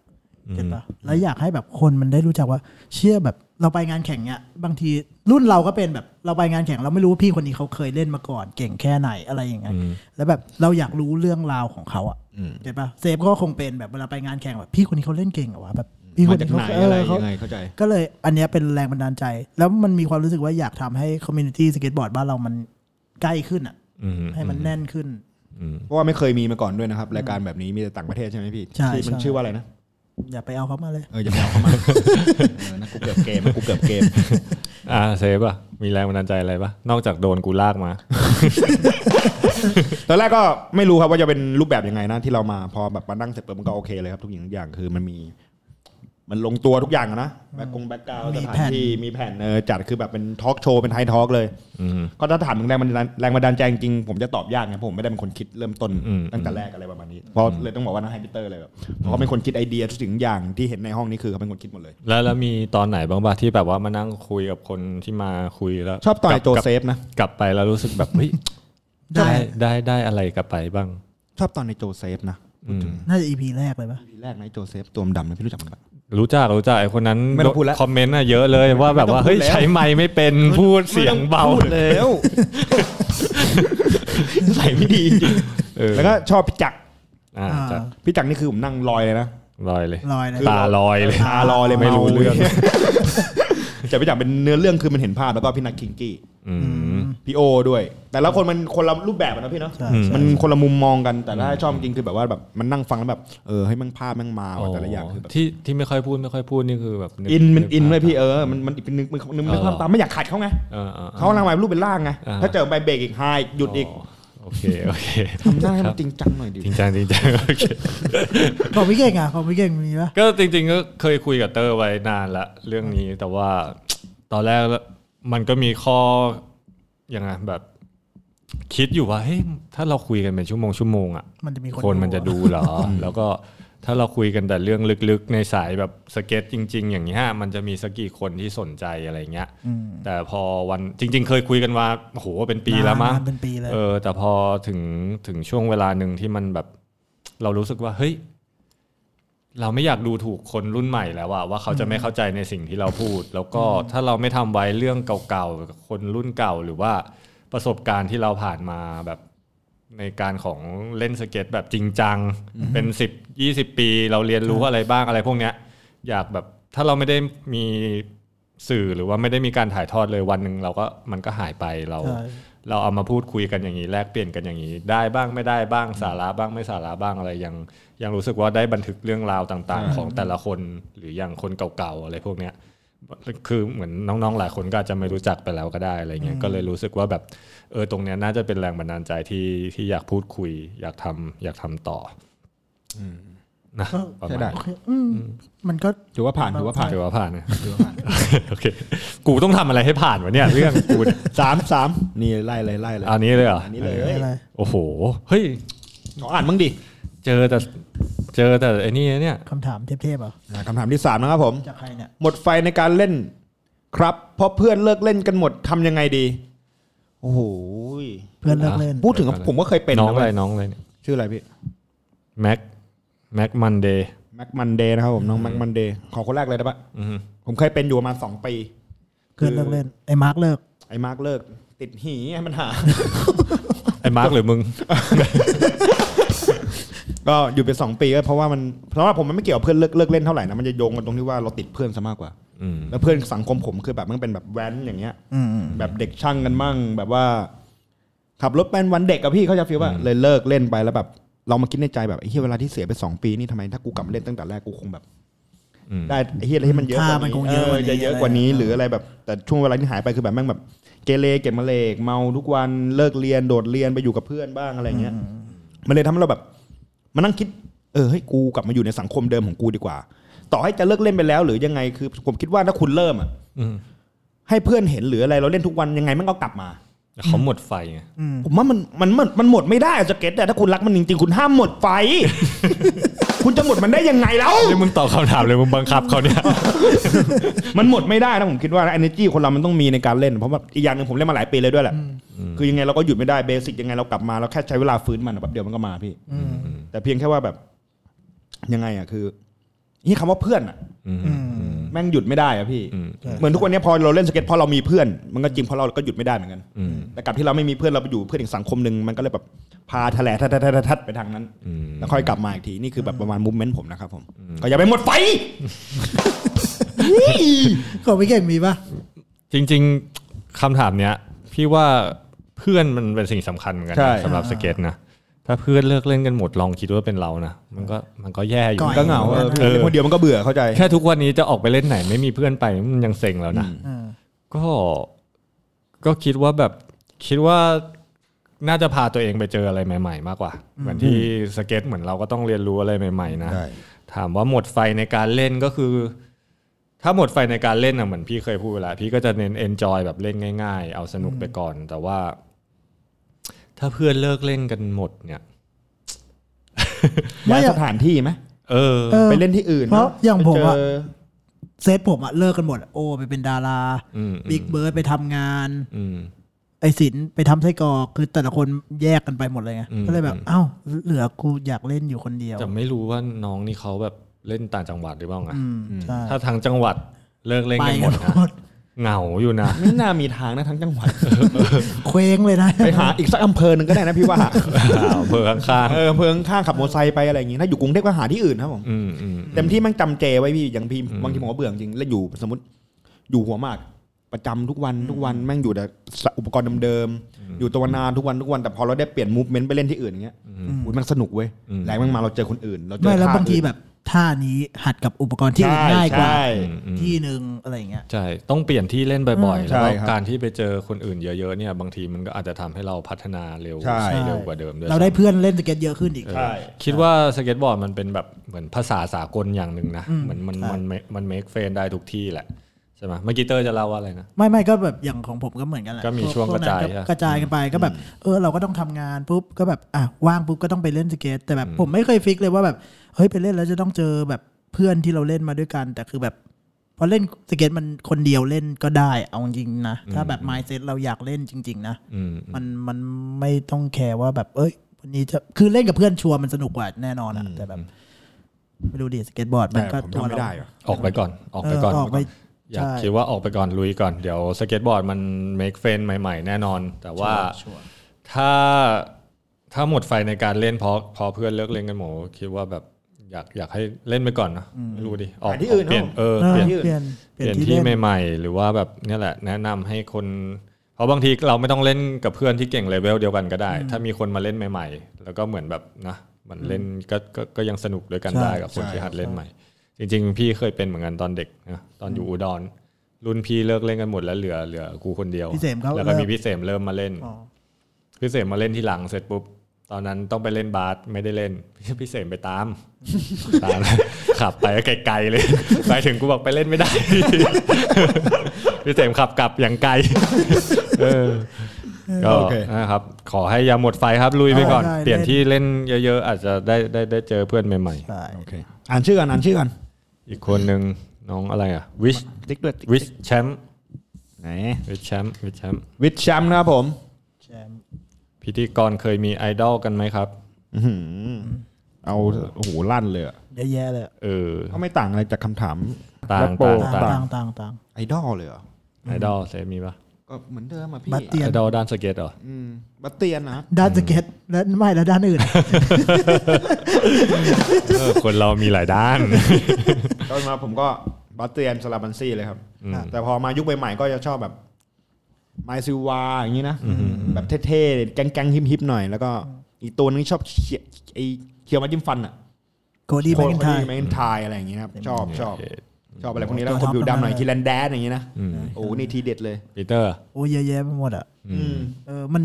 Speaker 5: เห็นปะแล้วอยากให้แบบคนมันได้รู้จักว่า เชื่อแบบเราไปงานแข่งเนี้ยบางทีรุ่นเราก็เป็นแบบเราไปงานแข่งเราไม่รู้ว่าพี่คนนี้เขาเคยเล่นมาก่อน เก่งแค่ไหนอะไรอย่างเงี้ยแล้วแบบเราอยากรู้เรื่องราวของเขาอ่ะเห็นปะเซฟก็คงเป็นแบบเวลาไปงานแข่งแบบพี่คนนี้เขาเล่นเก่งเหรอวะแบบพี่ค
Speaker 3: มาน จาก
Speaker 5: นี้
Speaker 3: ไห
Speaker 5: เขา
Speaker 3: น
Speaker 5: เอ
Speaker 3: อะไร
Speaker 5: อเขา
Speaker 3: ยังไงเข้าใจ
Speaker 5: ก็เลยอันเนี้ยเป็นแรงบันดาลใจ แล้วมันมีความรู้สึกว่าอยากทำให้คอมมูนิตี้สเก็ตบอร์ดบ้านเรามันใกล้ขึ้นอ่ะ
Speaker 4: อืม
Speaker 5: ให้มันแน่นขึ้น
Speaker 3: เพราะว่าไม่เคยมีมาก่อนด้วยนะครับ รายการแบบนี้มีแต่ต่างประเทศใช่ไหมพี่
Speaker 5: ใช่
Speaker 3: ที่มัน
Speaker 5: ใช่
Speaker 3: ชื่อว่าอะไรนะ
Speaker 5: อย่าไปเอาเขามาเลย
Speaker 3: เอออย่าไปเอาเข้ามา เออนะกูเกือบเกมกูเกือบเกม
Speaker 4: อ่าเซฟอะมีแรงบันดาลใจอะไรปะนอกจากโดนกูลากมา
Speaker 3: ตอนแรกก็ไม่รู้ครับว่าจะเป็นรูปแบบยังไงนะที่เรามาพอแบบมานั่งเสร็จปุ๊บมันก็โอเคเลยครับทุกอย่างทุกอย่างคือมันมี มันลงตัวทุกอย่างอะนะแบ็กกงแบ็กกราวด์
Speaker 5: มี
Speaker 3: สถาน
Speaker 5: แผ่น
Speaker 3: ที่มีแผ่นเออจัดคือแบบเป็นทอล์กโชว์เป็นไททอล์กเลย
Speaker 4: อืม
Speaker 3: ก็ถ้าถามถึงแรงบันดาลแรงบันดาลใจจริงๆผมจะตอบยากนะผมไม่ได้เป็นคนคิดเริ่มต้น
Speaker 4: อืม
Speaker 3: ตั้งแต่แรกอะไรประมาณนี้เพราะเลยต้องบอกว่านะไฮพิเตอร์เลยแบบเพราะเขาเป็นคนคิดไอเดียทุกสิ่งทุกอย่างที่เห็นในห้องนี้คือเขาเป็นคนคิดหมดเลย
Speaker 4: แล้วแล้วมีตอนไหนบ้างบ้าที่แบบว่ามานั่งคุยกับคนที่มาคุยแล้ว
Speaker 3: ชอบตอนไอ้โจ
Speaker 4: กลั
Speaker 3: เซฟนะ
Speaker 4: กลับไปแล้วรู้สึกแบบเฮ้ยได้ได้ได้อะไรกลับไปบ้าง
Speaker 3: ชอบตอนในโจเซฟนะ
Speaker 4: อืม
Speaker 5: น่าจะอีพีแรกเลยปะ
Speaker 3: ทีแรกนะไอ้โจเซฟตัวดำๆนะพี่รู้จักมันปะ
Speaker 4: รู้จักรู้จักไอคนนั้น
Speaker 3: ไม่ต้องพูดแล้ว
Speaker 4: คอมเมนต์อะเยอะเลยว่าแบบว่า
Speaker 3: ไม่ต้องพูด
Speaker 4: เฮ้ย
Speaker 3: แล้ว
Speaker 4: ใช้ไมค์ไม่เป็นพูดเสียงเบา
Speaker 3: พูดแล้วใส่ไม่ดีจริง
Speaker 4: เออ
Speaker 3: แล้วก็ชอบพี่จักร
Speaker 4: อ่าจะ
Speaker 3: พี่จักรนี่คือผมนั่งลอยเลยนะ
Speaker 4: ลอยเลย
Speaker 5: ลอยเลย
Speaker 3: คือ
Speaker 4: ตาลอยเลย
Speaker 3: ตาลอยเลย
Speaker 4: ไม่รู้เรื่อง
Speaker 3: แต่พี่จักรเป็นเนื้อเรื่องคือมันเห็นภาพแล้วก็พี่นักคิงกี้
Speaker 4: อืม
Speaker 3: พี่โอด้วย แต่ละคนมันคนละรูปแบบอะนะพี่เนาะ
Speaker 5: ใช่
Speaker 3: มันคนละมุมมองกันแต่ถ้าชอบจริงคือแบบว่าแบบมันนั่งฟังแล้วแบบเออให้มันภาพแมันมาว่ะแต่ละอย่างคือแบบ
Speaker 4: ที่ที่ไม่ค่อยพูดไม่ค่อยพูดนี่คือแบบก
Speaker 3: อินมัน
Speaker 4: ก
Speaker 3: อิน
Speaker 4: ภาพ
Speaker 3: เลยพี่เออมันมันมันนึกมันนึก
Speaker 4: เออ
Speaker 3: ภาพตามไม่อยากขัดเขาไง
Speaker 4: เออออออ
Speaker 3: เขากำลังมารูปเป็นร่างไง
Speaker 4: อ่า
Speaker 3: ถ้าเจอใบเบรกอีกไฮหยุดอีก
Speaker 4: โอเคโอเค
Speaker 3: ทำหน้าให้
Speaker 4: ค
Speaker 3: มั
Speaker 4: รับ
Speaker 3: นจริงจังหน่อยดิ
Speaker 4: จริงจังจริงจังโอเค
Speaker 5: ของพี่เก่งอ่ะของพี่เก่งมีปะ
Speaker 4: ก็จริง ๆ ก็เคยคุยกับเตอร์ไว้นานละเรื่องนี้แต่ว่าตอนแรกมันก็มีข้อยังไงแบบ คิดอยู่ว่าเฮ้ยถ้าเราคุยกันเป็นชั่วโมงชั่วโมงอ่ะ
Speaker 5: มันจะมีคน
Speaker 4: คนมันจะดูเหรอ แล้วก็ถ้าเราคุยกันแต่เรื่องลึกๆ ในสายแบบสเก็ตจริง ๆ อย่างนี้ยมันจะมีสักกี่คนที่สนใจอะไรเงี้ย
Speaker 5: อืม
Speaker 4: แต่พอวันจริง ๆ เคยคุยกันมาโอ้โหเป็นปีแล้วมั้ง
Speaker 5: นานเป็นปีเลย
Speaker 4: เออ แต่พอถึงถึงช่วงเวลาหนึ่งที่มันแบบ เรารู้สึกว่า เฮ้ย เราไม่อยากดูถูกคนรุ่นใหม่แล้วว่าว่าเขาจะไม่เข้าใจในสิ่งที่เราพูด แล้วก็ถ้าเราไม่ทำไว้เรื่องเก่าๆคนรุ่นเก่าหรือว่าประสบการณ์ที่เราผ่านมาแบบในการของเล่นสเก็ตแบบจริงจัง เป็นสิบยี่สิบปี เราเรียนรู้อะไรบ้างอะไรพวกเนี้ย อยากแบบถ้าเราไม่ได้มีสื่อหรือว่าไม่ได้มีการถ่ายทอดเลยวันหนึ่งเราก็มันก็หายไปเรา
Speaker 5: ใช่
Speaker 4: เราเอามาพูดคุยกันอย่างนี้แลกเปลี่ยนกันอย่างนี้ ได้บ้างไม่ได้บ้างสาระบ้างไม่สาระบ้างอะไรยังยังรู้สึกว่าได้บันทึกเรื่องราวต่างๆ ของแต่ละคนหรืออย่างคนเก่าๆอะไรพวกเนี้ยคือเหมือนน้องๆหลายคนก็อาจจะไม่รู้จักไปแล้วก็ได้อะไรเงี้ยก็เลยรู้สึกว่าแบบเออตรงเนี้ยน่าจะเป็นแรงบันดาลใจที่ที่อยากพูดคุย อยากทำอยากทำต่ออนะประ
Speaker 3: ใช่
Speaker 4: มาณ
Speaker 3: ได้
Speaker 4: นั้น
Speaker 5: อืมมันก็
Speaker 3: ถือว่าผ่านถือว่าผ่าน
Speaker 4: ถือว่าผ่านนะ โอเค กูต้องทำอะไรให้ผ่านวะเนี่ย เรื่องกูเนี่ย
Speaker 3: สามสามนี่ไล่เลยไล่เลย
Speaker 4: อันนี้เลยเหรอ
Speaker 3: อั
Speaker 4: อั
Speaker 3: นนี้เลย
Speaker 5: อะไร
Speaker 4: โอ้โห เฮ้ย
Speaker 3: ขออ่านบ้างดิ
Speaker 4: เจอแต่เจอแต่ไอ้นี่เนี่ย
Speaker 5: คำถามเทพๆเหรอ
Speaker 3: คำถามที่สามนะครับผม
Speaker 5: จากใครเนี่ย
Speaker 3: หมดไฟในการเล่นครับเพราะเพื่อนเลิกเล่นกันหมดทำยังไงดี โอ้โหย
Speaker 5: เพื่อนเลิกเล่น
Speaker 3: พูดถึง
Speaker 4: เดี๋ยวก่อน
Speaker 3: ผมก็เคยเป็น
Speaker 4: น้อง
Speaker 3: นะ
Speaker 4: อะไร
Speaker 3: เว้ย
Speaker 4: น้องอะไรเนี่ย
Speaker 3: ชื่ออะไรพี่
Speaker 4: แม็กแม็กมันเดย์
Speaker 3: แม็กมันเดย์นะครับผมน้องแม็กมันเดย์ขอคนแรกเลยได้ปะผมเคยเป็นอยู่ประมาณสองปี
Speaker 5: เพื่อนเลิกเล่นไอ้มาร์กเลิก
Speaker 3: ไอ้มาร์กเลิก ติดหีให้มันหา
Speaker 4: ไอ้มาร์กหรือมึง
Speaker 3: ก็อยู่ไปสองปีก็เพราะว่ามันเพราะว่าผมมันไม่เกี่ยวกับเพื่อนเลิกเลิกเล่นเท่าไหร่นะมันจะโยงกันตรงที่ว่าเราติดเพื่อนซะมากกว่า
Speaker 4: อืม
Speaker 3: แล้วเพื่อนสังคมผมคือแบบมันเป็นแบบแว้นอย่างเงี้ย
Speaker 5: อืม
Speaker 3: แบบเด็กช่างกันมั่ง แบบว่า ขับรถเป็นวันเด็กอะพี่เขาใจะฟีลว่าเลยเลิกเล่นไปแล้วแบบ เรามาคิดในใจแบบไอ้เฮียเวลาที่เสียไปสองปีนี่ทำไมถ้ากูกลับมาเล่นตั้งแต่แรกกูคงแบบ
Speaker 4: อืม
Speaker 3: ได้ไอ้เฮียอะไรที่มันเยอะก
Speaker 5: ค่า
Speaker 3: ว่า
Speaker 5: มัน
Speaker 3: นี้
Speaker 5: คงเยอะ
Speaker 3: เออจะเยอะกว่านี้หรือ
Speaker 5: อ
Speaker 3: อะไรแบบ แต่ช่วงเวลาที่หายไปคือแบบแม่งแบบ เกเรเก็บมะเลกเมาทุกวันเลิกเรียนโดดเรียนไปอยู่กับเพื่อนบ้างอะไรเงี้ย มันเลยทำให้เราแบบมานั่งคิด เออเฮ้ยกูกลับมาอยู่ในสังคมเดิมของกูดีกว่า ต่อให้จะเลิกเล่นไปแล้ว หรือยังไงคือ ผมคิดว่าถ้าคุณเริ่มอะ
Speaker 4: อืม
Speaker 3: ให้เพื่อนเห็นหรืออะไรเราเล่นทุกวันยังไงมันก็กลับมา
Speaker 4: เขาหมดไฟไง
Speaker 5: อืม
Speaker 3: ผมว่ามันมันมันมันหมดไม่ได้อะสเก็ตแต่ถ้าคุณรักมันจริงๆ คุณห้ามหมด ไฟ คุณจะหมดมันได้ยังไงแล้ว
Speaker 4: นี่มึงตอบคำถามเลยมึงบังคับเขาเนี่ย
Speaker 3: มันหมดไม่ได้นะผมคิดว่านะ energy คนเรามันต้องมีในการเล่นเพราะว่าอีกอย่างหนึ่งผมเล่นมาหลายปีเลยด้วยแหละคือยังไงเราก็หยุดไม่ได้เบสิกยังไงเรากลับมาเราแค่ใช้เวลาฟื้นมันแบบเดียวมันก็มาพี่
Speaker 5: อืม
Speaker 3: แต่เพียงแค่ว่าแบบ ยังไงอ่ะคือนี่คำว่าเพื่อนอ่ะ
Speaker 4: อืม
Speaker 5: อืม
Speaker 3: แม่งหยุดไม่ได้อ่ะพี่
Speaker 4: อืม
Speaker 3: เหมือนทุกวันนี้พอเราเล่นสเก็ตเพราะเรามีเพื่อน มันก็จริงเพราะเราก็หยุดไม่ได้เหมือนกัน
Speaker 4: อืม
Speaker 3: แต่กับที่เราไม่มีเพื่อนเราไปอยู่เพื่อนอีกสังคมหนึ่งมันก็เลยแบบพาแถลทัดๆๆๆไปทางนั้น
Speaker 4: อืม
Speaker 3: แล้วค่อยกลับมาอีกที นี่คือแบบประมาณมูฟเมนต์ผมนะครับผมก็อย่าไปหมดไฟ
Speaker 5: ของพี่เก่งมีปะ
Speaker 4: จริง ๆคำถามเนี้ย พี่ว่าเพื่อนมันเป็นสิ่งสำคัญเหมือนกันนะ
Speaker 3: ใช่
Speaker 4: สำหรับสเก็ตนะถ้าเพื่อนเลิกเล่นกันหมดลองคิดว่าเป็นเรานะมันก็มันก็แย่อยู่
Speaker 5: อย
Speaker 3: ก็เหงาเออ
Speaker 4: เออ
Speaker 3: เล่นคนเดียวมันก็เบื่อเข้าใจ
Speaker 4: แค่ทุกวันนี้จะออกไปเล่นไหนไม่มีเพื่อนไปมันยังเซ็งแล้วนะ
Speaker 5: เออ
Speaker 4: ก็ก็คิดว่าแบบคิดว่าน่าจะพาตัวเองไปเจออะไรใหม่ ๆ มากกว่า เหมือนที่สเก็ตเหมือนเราก็ต้องเรียนรู้อะไรใหม่ ๆ นะ
Speaker 3: ใช่
Speaker 4: ถามว่าหมดไฟในการเล่นก็คือ ถ้าหมดไฟในการเล่นอ่ะเหมือนพี่เคยพูดไปแล้วพี่ก็จะเน้นเอนจอยแบบเล่นง่ายๆ เอาสนุกไปก่อน แต่ว่า ถ้าเพื่อนเลิกเล่นกันหมดเนี่ย
Speaker 5: ไม่
Speaker 3: ย้าย
Speaker 5: อะ
Speaker 3: สถานที่ไหม
Speaker 4: เออ
Speaker 5: เออ
Speaker 3: ไปเล่นที่อื่น
Speaker 5: เพราะอย่างผมอะ
Speaker 3: เจอ
Speaker 5: เซตผมอะเลิกกันหมดอะโอไปเป็นดารา
Speaker 4: อืม
Speaker 5: บิ๊กเบิร์ดไปทำงาน
Speaker 4: อืม
Speaker 5: ไอศิลป์ไปทำไส้กรอกคือแต่ละคนแยกกันไปหมดเลยไง
Speaker 4: อืม
Speaker 5: ก็เลยแบบเอ้าเหลือกูอยากเล่นอยู่คนเดียว
Speaker 4: จะไม่รู้ว่าน้องนี่เขาแบบเล่นต่างจังหวัดหรือเปล่าไง
Speaker 5: อืมใช่
Speaker 4: ถ้าทางจังหวัดเลิกเล่น
Speaker 5: ไป
Speaker 4: กันหม
Speaker 5: กัน
Speaker 4: ดนะ
Speaker 5: หมด
Speaker 4: เหงาอยู่นะ
Speaker 3: ไม่น่ามีทางนะทั้งจังหวัด
Speaker 5: เคว้งเลยนะ
Speaker 3: ไปหาอีกสักอำเภอหนึ่งก็ได้นะพี่ว่า
Speaker 4: อำเภอข้าง
Speaker 3: เอออำเภอข้างๆขับมอเตอร์ไซค์ไปอะไรอย่างงี้ถ้าอยู่กรุงเทพก็หาที่อื่นครับผม
Speaker 4: ๆอืมอืม
Speaker 3: เต็มที่แมันจำเจไว้พี่อย่างพี่บางทีผมก็เบื่อจริงแล้วอยู่สมมติอยู่หัวหมาก ประจำทุกวันทุกวันแม่งอยู่แต่อุปกรณ์เดิมๆอยู่ตัวนานทุกวันทุกวันแต่พอเราได้เปลี่ยนมูฟเมนต์ไปเล่นที่อื่นอย่างเงี้ยอุ๊ยมันสนุกเว้ย
Speaker 4: อืม
Speaker 3: แรงมันมาเราเจอคนอื่น เราเจอ
Speaker 5: ไม่แล้ว
Speaker 3: ท่
Speaker 5: บางที
Speaker 3: อื่น
Speaker 5: แบบท่านี้หัดกับอุปกรณ์ที่อื่น
Speaker 3: ใช่
Speaker 5: ง่ายกว่า
Speaker 3: ใช่
Speaker 5: ที่หนึ่งอะไรอย่างเงี้ย
Speaker 4: ใช่ ต้องเปลี่ยนที่เล่นบ่อยๆ
Speaker 3: ใช่
Speaker 4: แล้ว
Speaker 3: ครับ
Speaker 4: การที่ไปเจอคนอื่นเยอะๆ เนี่ย บางทีมันก็อาจจะทำให้เราพัฒนาเร็ว
Speaker 3: ใช่
Speaker 4: เร็วกว่าเดิมด้วย
Speaker 5: เราได้เพื่อนเล่นสเก็ตเยอะขึ้นอีก
Speaker 3: ใช่
Speaker 4: คิดว่าสเก็ตบอร์ดมันเป็นแบบเหมือนภาษาสากลอย่างหนึ่งนะ
Speaker 5: อืม
Speaker 4: เหมือนมัน
Speaker 5: ใช่
Speaker 4: มันมันเมคเฟนได้ทุกที่แหละ ใช่ไหมเมื่อกี้เตอร์จะเล่าว่าอะไรนะ
Speaker 5: ไม่ไม่ก็แบบอย่างของผมก็เหมือนกันแหละ
Speaker 4: ก็มีช่วง
Speaker 5: พนั้น
Speaker 4: กระจาย
Speaker 5: ก็
Speaker 4: ใช่ปะ
Speaker 5: กระจายกันไปก็แบบ เออเราก็ต้องทำงานปุ๊บก็แบบอ่ะว่างปุ๊บก็ต้องไปเล่นสเก็ตแต่แบบผมไม่เคยฟิกเลยว่าแบบเฮ้ยไปเล่นแล้วจะต้องเจอแบบเพื่อนที่เราเล่นมาด้วยกัน แต่คือแบบพอเล่นสเก็ตมันคนเดียวเล่นก็ได้เอาจริงๆนะถ้าแบบ mindset เราอยากเล่นจริง ๆ นะ
Speaker 4: อืม
Speaker 5: มันมันไม่ต้องแคร์ว่าแบบ เอ้ยวันนี้จะคือเล่นกับเพื่อนชัวร์มันสนุกกว่าแน่นอนอะแต่แบบ ไม่รู้ดิสเก็ตบอร์ดมันก็
Speaker 3: แต่ผม
Speaker 5: ตัว
Speaker 3: ทำไม่
Speaker 5: เรา
Speaker 3: ได้ว่ะ
Speaker 4: ออกไปก่อน ออกไปก่อน
Speaker 5: เออออกไป
Speaker 4: อยาก
Speaker 5: ใช่
Speaker 4: คิดว่าออกไปก่อนลุยก่อน เดี๋ยวสเก็ตบอร์ดมันเมคเฟนใหม่ๆ แน่นอน แต่ว่าถ้าถ้าหมดไฟในการเล่นเพราะเพอเพื่อนเลิกเล่นกันหมดคิดว่าแบบอยากอยากให้เล่นไปก่อนนะไม่รู้ดิออก
Speaker 3: หาที่อื่น
Speaker 4: เปลี่ยน
Speaker 3: เนอะ
Speaker 4: เออ
Speaker 5: เออ
Speaker 4: เปลี่ยน
Speaker 5: เปลี่ยน
Speaker 4: เปลี่ยนที่
Speaker 5: เล่น
Speaker 4: ใหม่ๆ หรือว่าแบบเนี่ยแหละแนะนำให้คน เพราะบางทีเราไม่ต้องเล่นกับเพื่อนที่เก่งเลเวลเดียวกันก็ได้ ถ้ามีคนมาเล่นใหม่ๆ แล้วก็เหมือนแบบนะมันเล่นก็ก็ก็ยังสนุกด้วยกัน
Speaker 5: ใช่
Speaker 4: ได้กับคนที่หัดเล่นใหม่ จริง ๆ พี่เคยเป็นเหมือนกันตอนเด็กนะตอนอยู่อุดรรุ่นพี่เลิกเล่นกันหมดแล้วเหลือเหลือกูคนเดียว
Speaker 5: พี่เสมเขา
Speaker 4: แล้วก็มี
Speaker 5: เลิก
Speaker 4: พี่เสมเริ่มมาเล่น
Speaker 5: อ๋อ
Speaker 4: พี่เสมมาเล่นที่หลังเสร็จปุ๊บ ตอนนั้นต้องไปเล่นบาสไม่ได้เล่น พี่เสมไปตาม ตาม ขับไปไกลๆเลย ไปถึงกูบอกไปเล่นไม่ได้ พี่เสมขับกลับอย่างไกล เออก็
Speaker 3: โอเค
Speaker 4: นะครับ ขอให้อย่าหมดไฟครับลุยไปก่อน
Speaker 5: ได้ได้
Speaker 4: เปลี่ยนที่เล่นเยอะๆ อาจจะได้ได้ได้เจอเพื่อนใหม่
Speaker 5: ใช่
Speaker 3: โอเคอ่านชื่อกันอ่านชื่อกัน
Speaker 4: ๆ อีกคนหนึ่งน้องอะไรอ่ะวิช
Speaker 3: ติ๊กด้วย
Speaker 4: วิชแชมป์
Speaker 3: ไหน
Speaker 4: วิชแชมป์วิชแชมป์
Speaker 3: วิชแชมป์นะครับผม
Speaker 5: แชมป์
Speaker 4: พิธีกรเคยมีไอดอลกันไหมครับ
Speaker 3: อื้อหือเอาโอ้โหลั่นเลยอะ
Speaker 5: เยอะแย่ๆเลย
Speaker 4: เออ
Speaker 3: ก็ไม่ต่างอะไรจากคำถาม
Speaker 4: ต่าง
Speaker 3: และโปร
Speaker 4: ต่
Speaker 5: ต่าง
Speaker 3: ต่า
Speaker 5: ต่าง งต่างต่าง
Speaker 3: ไอดอลเลยเหรอ
Speaker 4: ไอดอลเซมีปะ
Speaker 3: ก็เหมือนเดิมอ่ะพี่
Speaker 5: บัตเตีย
Speaker 4: ไอน ดอลด้านสเก็ตเหรอ
Speaker 3: อืมบัตเตียนนะ
Speaker 5: ด้านสเก็ตและไม่และด้านอื่น
Speaker 4: เออคนเรามีหลาย ด้าน
Speaker 3: ตอนมาผมก็บัตเตียนสลาบันซี่เลยครับ
Speaker 4: อืม
Speaker 3: แต่พอมายุคใหม่ๆก็จะชอบแบบไมซิวาอย่างนี้นะ แบบเท่ๆ แก๊งๆ ฮิปๆ หน่อย แล้วก็อีกตัวนึงชอบเขียไอเคียวมาจิ้มฟันอ่ะ
Speaker 5: โกดี้แมค
Speaker 3: โคล
Speaker 5: กิน
Speaker 3: ค
Speaker 5: ไท
Speaker 3: นี
Speaker 5: ย
Speaker 3: แมนทายอะไรอย่างนี้นะครับชอบชอบ
Speaker 4: โอเค
Speaker 3: ชอบอะไรพวกนี้แล้ว
Speaker 5: ตัว
Speaker 3: คนผิวดำหน่อย
Speaker 5: ท็อปๆ
Speaker 3: ทีแลนแดนอย่างนี้นะ
Speaker 4: อืม
Speaker 3: โอ้นี่ทีเด็ดเลย
Speaker 4: ปีเตอร์
Speaker 5: โอ้เยอะแยะไปหมดอ่ะ
Speaker 3: อืม
Speaker 5: เออมัน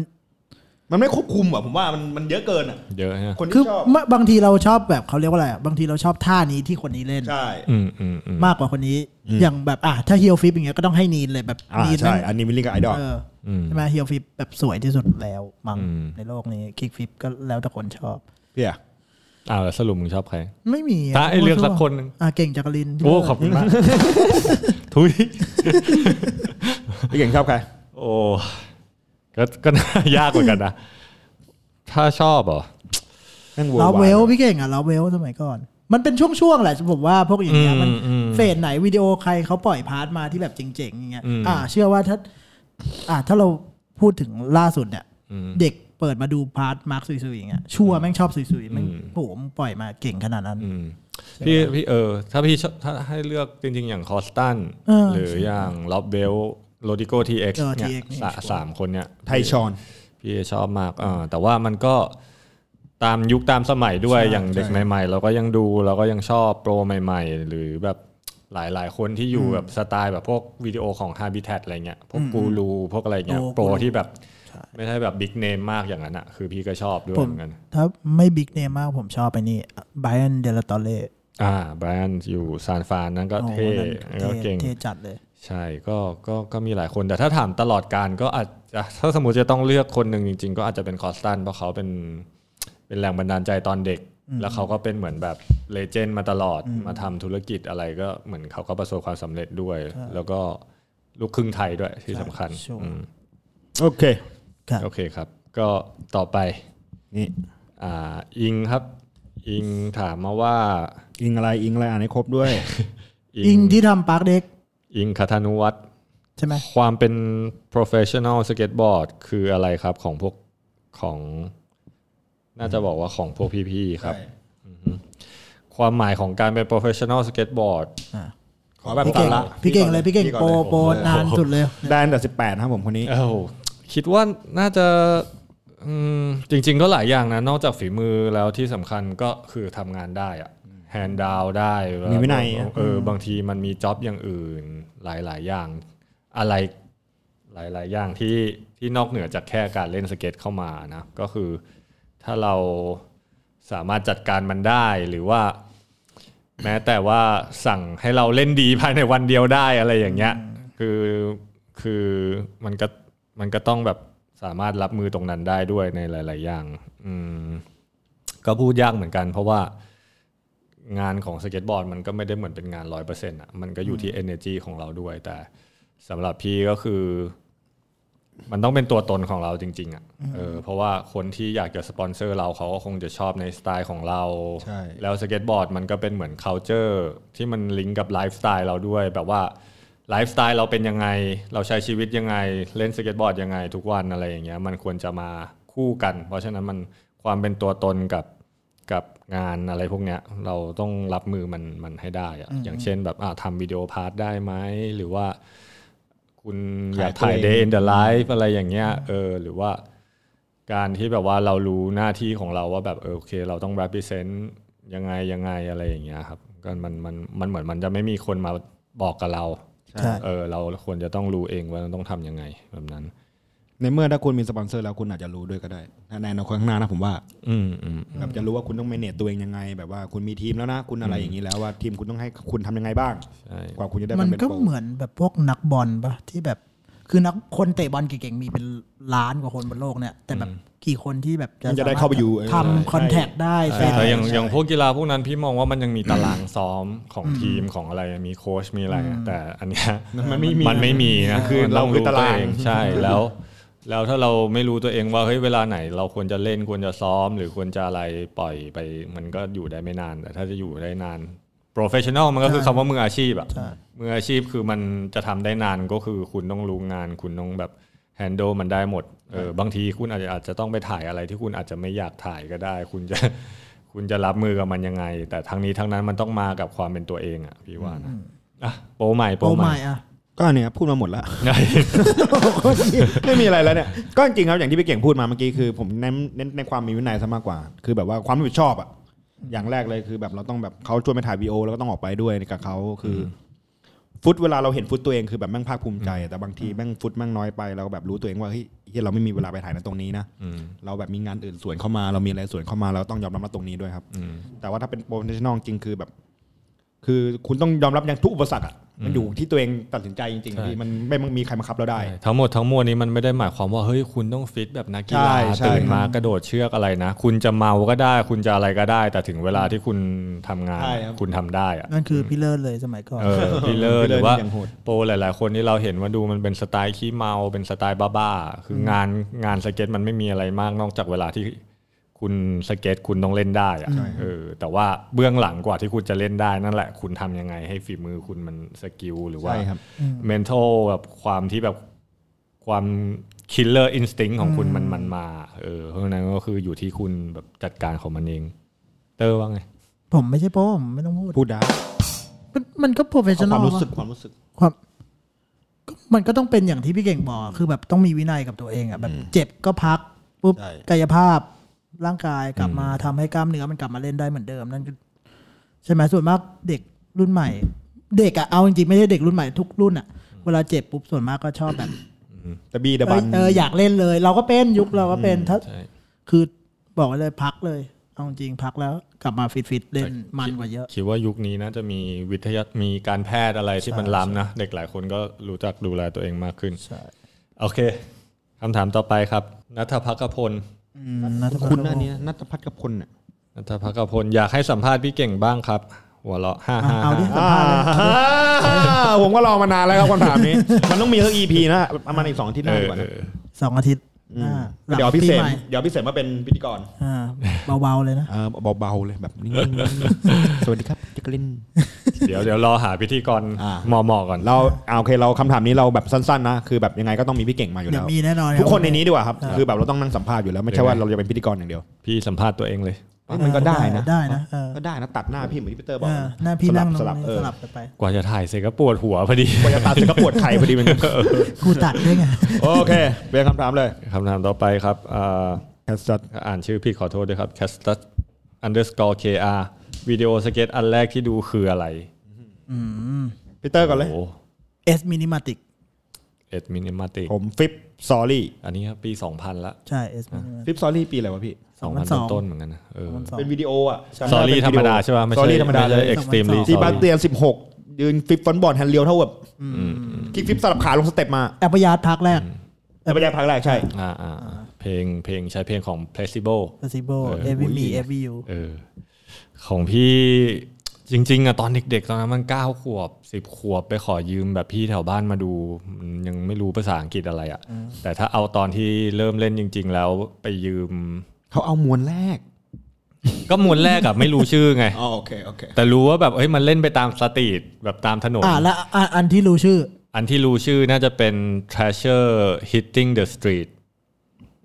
Speaker 3: มันไม่ควบคุมอ่ะผมว่ามันมันเยอะเกินอ่ะ
Speaker 4: เยอะฮะ
Speaker 3: คน
Speaker 5: คือ
Speaker 3: ที่ชอบ
Speaker 5: มะบางทีเราชอบแบบเขาเรียกว่าอะไรอะบางทีเราชอบท่านี้ที่คนนี้เล่น
Speaker 3: ใช่
Speaker 4: อืมอืมอืม
Speaker 5: มากกว่าคนนี้อย่างแบบอ่ะถ้าเฮียฟิปอย่างเงี้ยก็ต้องให้นีนเลยแบบ
Speaker 3: อ่า
Speaker 5: นีน
Speaker 3: ใช่
Speaker 5: นั้น
Speaker 3: อันนี้มิลลิกับไอดอล
Speaker 5: เออ
Speaker 4: อืม
Speaker 5: ใช่ไหมเฮียฟิปแบบสวยที่สุดแล้วมั้ง
Speaker 4: อืม
Speaker 5: ในโลกนี้คิกฟิปก็แล้วแต่คนชอบ
Speaker 3: เพีย
Speaker 4: อ้าวแล้วสรุปมึงชอบใคร
Speaker 5: ไม่มีะ
Speaker 4: ถ้าให้เลือกสักคนหนึ่ง
Speaker 5: อ่ะเก่งจักริน
Speaker 4: โอ้ขอบคุณมาก ทุย
Speaker 3: พี่เก่งชอบใคร
Speaker 4: โอ้ก็ก็น่ายากเหมือนกันนะ ถ้าชอบเหรอ
Speaker 3: นั่งเวอ
Speaker 5: เรา
Speaker 3: ร์
Speaker 5: เว
Speaker 3: วาย
Speaker 5: ลพี่เก่งอ่ะเราเวลสมัยก่อน มันเป็นช่วงๆแหละผมว่าพวกอย่างเงี้ย
Speaker 4: อืม
Speaker 5: มัน
Speaker 4: อืม
Speaker 5: เฟสไหนวิดีโอใครเขาปล่อยพาร์ทมาที่แบบเจ๋งๆอย่างเงี้ย
Speaker 4: อืม
Speaker 5: อ่า เชื่อว่าถ้า อ่าถ้าเราพูดถึงล่าสุดเนี่ย
Speaker 4: อืม
Speaker 5: เด็กเปิดมาดูพาร์ทมาร์คซุยๆอย่างเงี้ยชัวร์แม่งชอบซุยๆแม่งโหมงปล่อยมาเก่งขนาดนั้น
Speaker 4: อืมพี่พี่เออ ถ้าพี่ชอบถ้าให้เลือกจริงๆ อย่างคอสตัน
Speaker 5: เออ
Speaker 4: หรืออย่างล็อบเบลโรดิโกทีเอ็กซ์
Speaker 5: เออ
Speaker 4: เนี่ย
Speaker 5: TX
Speaker 4: สะสามคนเนี่ย
Speaker 3: ไทยชอน
Speaker 4: พี่ชอบมากเออแต่ว่ามันก็ตามยุคตามสมัยด้วย
Speaker 5: ใช่
Speaker 4: อย่างเด็ก
Speaker 5: ใช่
Speaker 4: ใหม่ๆ เราก็ยังดูเราก็ยังชอบโปรใหม่ๆ หรือแบบหลายๆ คนที่อยู่แบบสไตล์แบบพวกวิดีโอของ Habitat อะไรเงี้ย พวกกูรูพวกอะไรเงี้ย โปรที่แบบไม่ใช่แบบบิ๊กเนมมากอย่างนั้นอ่ะ คือพี่ก็ชอบด้วย
Speaker 5: ผม
Speaker 4: เหมือนกัน
Speaker 5: ถ้าไม่บิ๊กเนมมากผมชอบไปนี่ไบรอันเดลตอเล่
Speaker 4: อ่าไบรอันอยู่ซานฟรานนั่นก็
Speaker 5: โอ้
Speaker 4: เท่
Speaker 5: นั่น
Speaker 4: นั่นก็เก่ง
Speaker 5: เท่จัดเลย
Speaker 4: ใช่ก็ก็ก็มีหลายคนแต่ถ้าถามตลอดการก็อาจจะถ้าสมมติจะต้องเลือกคนหนึ่งจริง ๆ ก็อาจจะเป็นคอสตันเพราะเขาเป็นเป็นแรงบันดาลใจตอนเด็ก แล้วเขาก็เป็นเหมือนแบบเลเจนด์มาตลอดมาทำธุรกิจอะไรก็เหมือนเขาก็ประสบความสำเร็จด้วย แล้วก็ลูกครึ่งไทยด้วยที่สำคัญ
Speaker 5: ใช่ชัวร์
Speaker 4: อืม
Speaker 3: โอเค
Speaker 5: ครับ
Speaker 4: โอเคครับ ก็ต่อไป
Speaker 3: นี่
Speaker 4: อ่าอิงครับ อิงถามมาว่า
Speaker 3: อิงอะไรอิงอะไรอ่านให้ครบด้วย
Speaker 5: อิงที่ทำปาร์คเด็ก
Speaker 4: อิงคาทานุวัฒน์
Speaker 5: ใช่ไหม
Speaker 4: ความเป็น professional skateboard คืออะไรครับของพวกของ น่าจะบอกว่าของพวกพี่ๆครับอือฮึความหมายของการเป็น professional skateboard
Speaker 5: อ่า
Speaker 3: ขอแบบ
Speaker 5: พี่
Speaker 3: สา
Speaker 5: เก่ง
Speaker 3: ระ
Speaker 5: พี่เก่งเลยพี่เก่งโปรโปรนานสุดเลย
Speaker 3: ได้อันดับสิบแปดครับผมคนนี้
Speaker 4: เอ้าคิดว่าน่าจะอืมจริง ๆ ก็หลายอย่างนะ นอกจากฝีมือแล้วที่สำคัญก็คือทำงานได้อะแฮนด์ดาวได้
Speaker 3: มีวินัยอะ
Speaker 4: เออบางทีมันมีจ็อบอย่างอื่น หลายๆ อย่างอะไรหลาย ๆ อย่างที่ที่นอกเหนือจากแค่การเล่นสเก็ตเข้ามานะ ก็คือถ้าเราสามารถจัดการมันได้หรือว่า แม้แต่ว่าสั่งให้เราเล่นดีภายในวันเดียวได้อะไรอย่างเงี้ย คือคือมันก็มันก็ต้องแบบสามารถรับมือตรงนั้นได้ด้วยในหลาย ๆ อย่าง อืมก็พูดยากเหมือนกัน เพราะว่างานของสเก็ตบอร์ดมันก็ไม่ได้เหมือนเป็นงานร้อยเปอร์เซ็นต์อ่ะมันก็อยู่ที่ energy ของเราด้วย แต่สำหรับพี่ก็คือ มันต้องเป็นตัวตนของเราจริง ๆ อ่ะเออเพราะว่าคนที่อยากจะสปอนเซอร์เราเขาก็คงจะชอบในสไตล์ของเรา
Speaker 3: ใช่
Speaker 4: แล้วสเก็ตบอร์ดมันก็เป็นเหมือน c u l t u r e ที่มันลิงก์กับไลฟ์สไตล์เราด้วย แบบว่าไลฟ์สไตล์เราเป็นยังไง เราใช้ชีวิตยังไง เล่นสเก็ตบอร์ดยังไงทุกวันอะไรอย่างเงี้ยมันควรจะมาคู่กัน เพราะฉะนั้นมันความเป็นตัวตนกับกับงานอะไรพวกเนี้ยเราต้องรับมือมันมันให้ได้อะอย่างเช่นแบบอ่ะทำวิดีโอพาร์ทได้ไหมหรือว่า คุณอยากถ่าย
Speaker 3: ขายตัวเอ
Speaker 4: day
Speaker 3: ง
Speaker 4: in the life อะไรอย่างเงี้ยเออหรือว่า การที่แบบว่าเรารู้หน้าที่ของเราว่าแบบเออโอเค เราต้อง represent ยังไงยังไงอะไรอย่างเงี้ยครับก็มันมันมันเหมือนมันจะไม่มีคนมาบอกกับเรา
Speaker 5: ใช่
Speaker 4: เออเราควรจะต้องรู้เองว่าเราต้องทำยังไงแบบนั้น
Speaker 3: ในเมื่อถ้าคุณมีสปอนเซอร์แล้วคุณอาจจะรู้ด้วยก็ได้ในอนาคตข้างหน้านะผมว่า
Speaker 4: อืมอืม
Speaker 3: แบบจะรู้ว่าคุณต้อง manage ตัวเองยังไง แบบว่าคุณมีทีมแล้วนะคุณอะไรอย่างนี้แล้วว่าทีมคุณต้องให้คุณทำยังไงบ้าง
Speaker 4: ใช่
Speaker 3: กว่าคุณจะได้
Speaker 5: มัน
Speaker 3: เป็น
Speaker 5: ก็
Speaker 3: โปร
Speaker 5: เหมือนแบบพวกนักบอลปะที่แบบ คือนักคนเตะบอลเก่งๆมีเป็นล้านกว่าคนบนโลกเนี่ย แต่แบบกี่คนที่แบบจะ
Speaker 3: มันจะได้เข้าไปอยู่เ
Speaker 5: ทำคอนแทคได้
Speaker 4: ใช่
Speaker 5: เซ็น
Speaker 4: แต่อย่างอย่างพวกกีฬาพวกนั้นพี่มองว่ามันยังมีตารางซ้อมของทีมของอะไรมีโค้ชมีอะไรอะแต่อันเนี้ย
Speaker 3: มันไม่มี
Speaker 4: มันไม่มีนะ
Speaker 3: คือ
Speaker 4: มัน
Speaker 3: เรา
Speaker 4: ต้ง
Speaker 3: คือตารา
Speaker 4: ว
Speaker 3: ง
Speaker 4: เอง ใช่แล้ว แล้วถ้าเราไม่รู้ตัวเองว่าเฮ้ยเวลาไหน เราควรจะเล่นควรจะซ้อม หรือควรจะอะไรปล่อยไป มันก็อยู่ได้ไม่นาน แต่ถ้าจะอยู่ได้นาน professional มันก็คือคำว่ามืออาชีพอะมืออาชีพคือมันจะทำได้นานก็คือคุณต้องรู้งาน คุณต้องแบบ handle มันได้หมดเออบางทีคุณอาจจะอาจจะต้องไปถ่ายอะไรที่คุณอาจจะไม่อยากถ่ายก็ได้ คุณจะ คุณจะรับมือกับมันยังไง แต่ทั้งนี้ทั้งนั้นมันต้องมากับความเป็นตัวเองอะพี่ว่านะอ่ะโปรใหม่โป
Speaker 5: โป
Speaker 4: ร
Speaker 5: ร
Speaker 4: ให
Speaker 5: ให
Speaker 4: ม่
Speaker 5: ม่อะ
Speaker 3: ก็เนี่ยพูดมาหมดแล้ว ไม่มีอะไรแล้วเนี่ยก็จริงครับอย่างที่พี่เก่งพูดมาเมื่อกี้คือผมเน้นเน้นในความมีวินัยซะมากกว่า คือแบบว่าความรับผิดชอบอ่ะอย่างแรกเลยคือแบบเราต้องแบบเขาชวนไปถ่ายวีโอแล้วก็ต้องออกไปด้วยกับเขาคือ ฟุตเวลาเราเห็นฟุตตัวเองคือแบบแม่งภาคภูมิใจ แต่บางทีแม่งฟุตแม่งน้อยไปเราก็แบบรู้ตัวเองว่าเฮ้ยเหี้ยเราไม่มีเวลาไปถ่ายนะตรงนี้นะ
Speaker 4: อืม
Speaker 3: เราแบบมีงานอื่นสวนเข้ามาเรามีอะไรสวนเข้ามาเราต้องยอมรับมาตรงนี้ด้วยครับ
Speaker 4: อืม
Speaker 3: แต่ว่าถ้าเป็นโปรเฟชชั่นอลจริงคือแบบ คือคุณต้องยอมรับอย่างทุกอุปสรรคอ่ะมันอยู่ที่ตัวเองตัดสินใจจริง
Speaker 4: ใช่
Speaker 3: ๆที่มันไม่มีใครบังคับเราได้
Speaker 4: ทั้งหมดทั้งมวลนี้มันไม่ได้หมายความว่าเฮ้ยคุณต้องฟิตแบบนักกีฬา
Speaker 3: ใช่ใช่
Speaker 4: ตื่นมากระโดดเชือกอะไรนะ คุณจะเมาก็ได้ คุณจะอะไรก็ได้ แต่ถึงเวลาที่คุณทำงาน
Speaker 3: ใช่ครับ
Speaker 4: คุณทำได้อะ
Speaker 5: นั่นคือพี่เลิศเลยสมัยก่อน
Speaker 4: เออพิเลอร์
Speaker 3: พิ
Speaker 4: ห
Speaker 3: เลอร์
Speaker 4: รือว่า
Speaker 3: อย่างโหด
Speaker 4: โปรหลาย ๆ คนที่เราเห็นว่าดูมันเป็นสไตล์ขี้เมาเป็นสไตล์บ้าๆคืองานงานสเก็ตมันไม่มีอะไรมากนอกจากเวลาที่คุณสเก็ตคุณต้องเล่นได้อะเออแต่ว่าเบื้องหลังกว่าที่คุณจะเล่นได้นั่นแหละ คุณทำยังไงให้ฝีมือคุณมันสกิลหรือว่า
Speaker 3: ใช่ครับ
Speaker 4: mental แบบความที่แบบความ killer instinct ของคุณมันมันมา เออ เพราะฉะนั้นก็คืออยู่ที่คุณแบบจัดการของมันเอง เตอร์ว่าไง
Speaker 5: ผมไม่ใช่โปรผมไม่ต้องพูด
Speaker 3: พูดได้
Speaker 5: มันมันก็โปรเฟชชั่
Speaker 3: เอา
Speaker 5: นอ
Speaker 3: ค
Speaker 5: ล
Speaker 3: วามรู้สึกความรู้สึก
Speaker 5: ความก็มันก็ต้องเป็นอย่างที่พี่เก่งบอกอะคือแบบต้องมีวินัยกับตัวเองอ่ะแบบเจ็บก็พักปุ๊บ
Speaker 3: ใช่
Speaker 5: กายภาพร่างกายกลับมาทำให้กล้ามเนื้อมันกลับมาเล่นได้เหมือนเดิมนั่นคือใช่ไหมส่วนมากเด็กรุ่นใหม่ เด็กอะเอาจริงๆไม่ใช่เด็กรุ่นใหม่ทุกรุ่นอะเวลาเจ็บปุ๊บส่วนมากก็ชอบแบบ
Speaker 3: แต่บีดะบั
Speaker 5: เอ้ย
Speaker 3: น
Speaker 5: เอออยากเล่นเลย เราก็เป็นยุคเราก็เป็นถ้า
Speaker 4: ใช่
Speaker 5: คือบอกไว้เลยพักเลย เอาจริงๆพักแล้วกลับมาฟิตๆเล่นมันกว่าเยอะ
Speaker 4: คิดว่ายุคนี้น่าจะมีวิทยามีการแพทย์อะไรที่มันล้ำนะ เด็กหลายคนก็รู้จักดูแลตัวเองมากขึ้น
Speaker 5: ใช่
Speaker 4: โอเคคำถามต่อไปครับนัทพักกพล
Speaker 5: นัทพล
Speaker 3: คุณหน้านี้นัทพัฒน์กับคนน่ะ
Speaker 4: นัทพักกพลอยากให้สัมภาษณ์พี่เก่งบ้างครับ หัวเราะห้า
Speaker 5: อ่ะ
Speaker 4: ห้า
Speaker 5: เอาดิสัมภาษณ์เลย
Speaker 3: ผมก็รอมานานแล้วครับคำ ถามนี้ มันต้องมีทั้ง EP นะประมาณอีกสองอาที่ห
Speaker 4: เอ
Speaker 3: น้า
Speaker 4: อก
Speaker 3: ดีว่า
Speaker 4: เออ
Speaker 3: นะ
Speaker 5: สองอาทิตย์หน้าหลัง
Speaker 3: เดี๋ยวพิเศษ
Speaker 5: ปีใหม่
Speaker 3: เดี๋ยวพิเศษมาเป็นพิธีกร
Speaker 5: อ่าเบาๆเลยนะ
Speaker 3: เออเบาๆเลยแบบนี้ สวัสดีครับจักริน
Speaker 4: เดี๋ยวเดี๋ยวรอหาพิธีกร
Speaker 3: อ่า
Speaker 4: มอมอก่อน
Speaker 3: เราอ่าโอเคเราคำถามนี้เราแบบสั้นๆนะคือแบบยังไงก็ต้องมีพี่เก่งมาอยู่
Speaker 5: เดี๋
Speaker 3: แล้
Speaker 5: ยว
Speaker 3: ว
Speaker 5: มีแน่นอน
Speaker 3: ทุกคนในนี้ดีกว่าครับ
Speaker 5: ใช่
Speaker 3: คือแบบเราต้องนั่งสัมภาษณ์อยู่แล้วไม่ใช่ว่าเราจะเป็นพิธีกรอย่างเดียว
Speaker 4: พี่สัมภาษณ์ตัวเองเลย
Speaker 3: เอ้ยมันก็ได้นะ
Speaker 5: ได้นะเออ
Speaker 3: ก็ได้นะตัดหน้าพี่เหมือนที่พีเตอร์บอก
Speaker 5: อ่าหน้าพี่นั่ง
Speaker 3: สลับสลับเอ
Speaker 5: ส
Speaker 3: อ
Speaker 5: ลับกันไป
Speaker 4: กว่าจะถ่ายเสร็จก็ปวดหัวพอ ดี
Speaker 3: ปวดตาสึกก็ปวดไข่พอดีมัน
Speaker 5: กูตัดด้วยไง
Speaker 3: โอเคเปลี่ยนคำถามเลย
Speaker 4: คำถามต่อไปครับอ่า
Speaker 3: แคสตัด
Speaker 4: อ่านชื่อพี่ขอโทษด้วยครับ castus underscore kr วิดีโอสเก็ตอันแรกที่ดูคืออะไร
Speaker 5: อืม
Speaker 3: พีเตอร์ก่อนเลย
Speaker 4: โอ้
Speaker 5: เอสมินิมาติก
Speaker 4: เอ็ดมินิมาติก
Speaker 3: ผมฟิปซอรี่
Speaker 4: อันนี้ครับปี 2000 ละ
Speaker 5: ใช่เอสมินิมาติก
Speaker 3: ฟิปซอรี่ปีอะไรวะพี่
Speaker 5: สองพันสอง
Speaker 4: 2000 ต้นๆเหมือนกันนะเออ
Speaker 5: สอง
Speaker 3: เป็นวิดีโออ่ะ
Speaker 4: sorry ธรรมดาใช่ป่ะไม่
Speaker 3: ซอ
Speaker 4: ใช่
Speaker 3: รี่ธรรมดาเลย
Speaker 4: ไใช่ extremely
Speaker 5: 2000
Speaker 3: ซีบา
Speaker 4: sorry
Speaker 3: เตียน16 ยืนฟิปฟอนบอลแฮนด์เลียวเท่าแบบคลิกฟิปสลับขาลงสเต็ปมา
Speaker 5: แอปยาร์ดพักแรก
Speaker 3: แต่ไม่ได้พักแรกใช่
Speaker 4: อ่าอ่าอ่าเพลงเพลงใช้เพลงของ placebo
Speaker 5: ซิโบเอวีมีเอวียู
Speaker 4: เออของพี่จริง ๆอะตอนเด็กๆ ตอนนั้นมัน 9 ขวบ 10 ขวบไปขอยืมแบบพี่แถวบ้านมาดูมันยังไม่รู้ภาษาอังกฤษอะไรอะแต่ถ้าเอาตอนที่เริ่มเล่นจริง ๆ แล้วไปยืม
Speaker 3: เขาเอามวนแรก
Speaker 4: ก็มวนแรกอะไม่รู้ชื่อไง
Speaker 3: อ๋อโอเคโอเค
Speaker 4: แต่รู้ว่าแบบเอ้ยมันเล่นไปตามสตรีทแบบตามถนน
Speaker 5: อ่าและอ่ะอันที่รู้ชื่อ
Speaker 4: อันที่รู้ชื่อน่าจะเป็น treasure hitting the street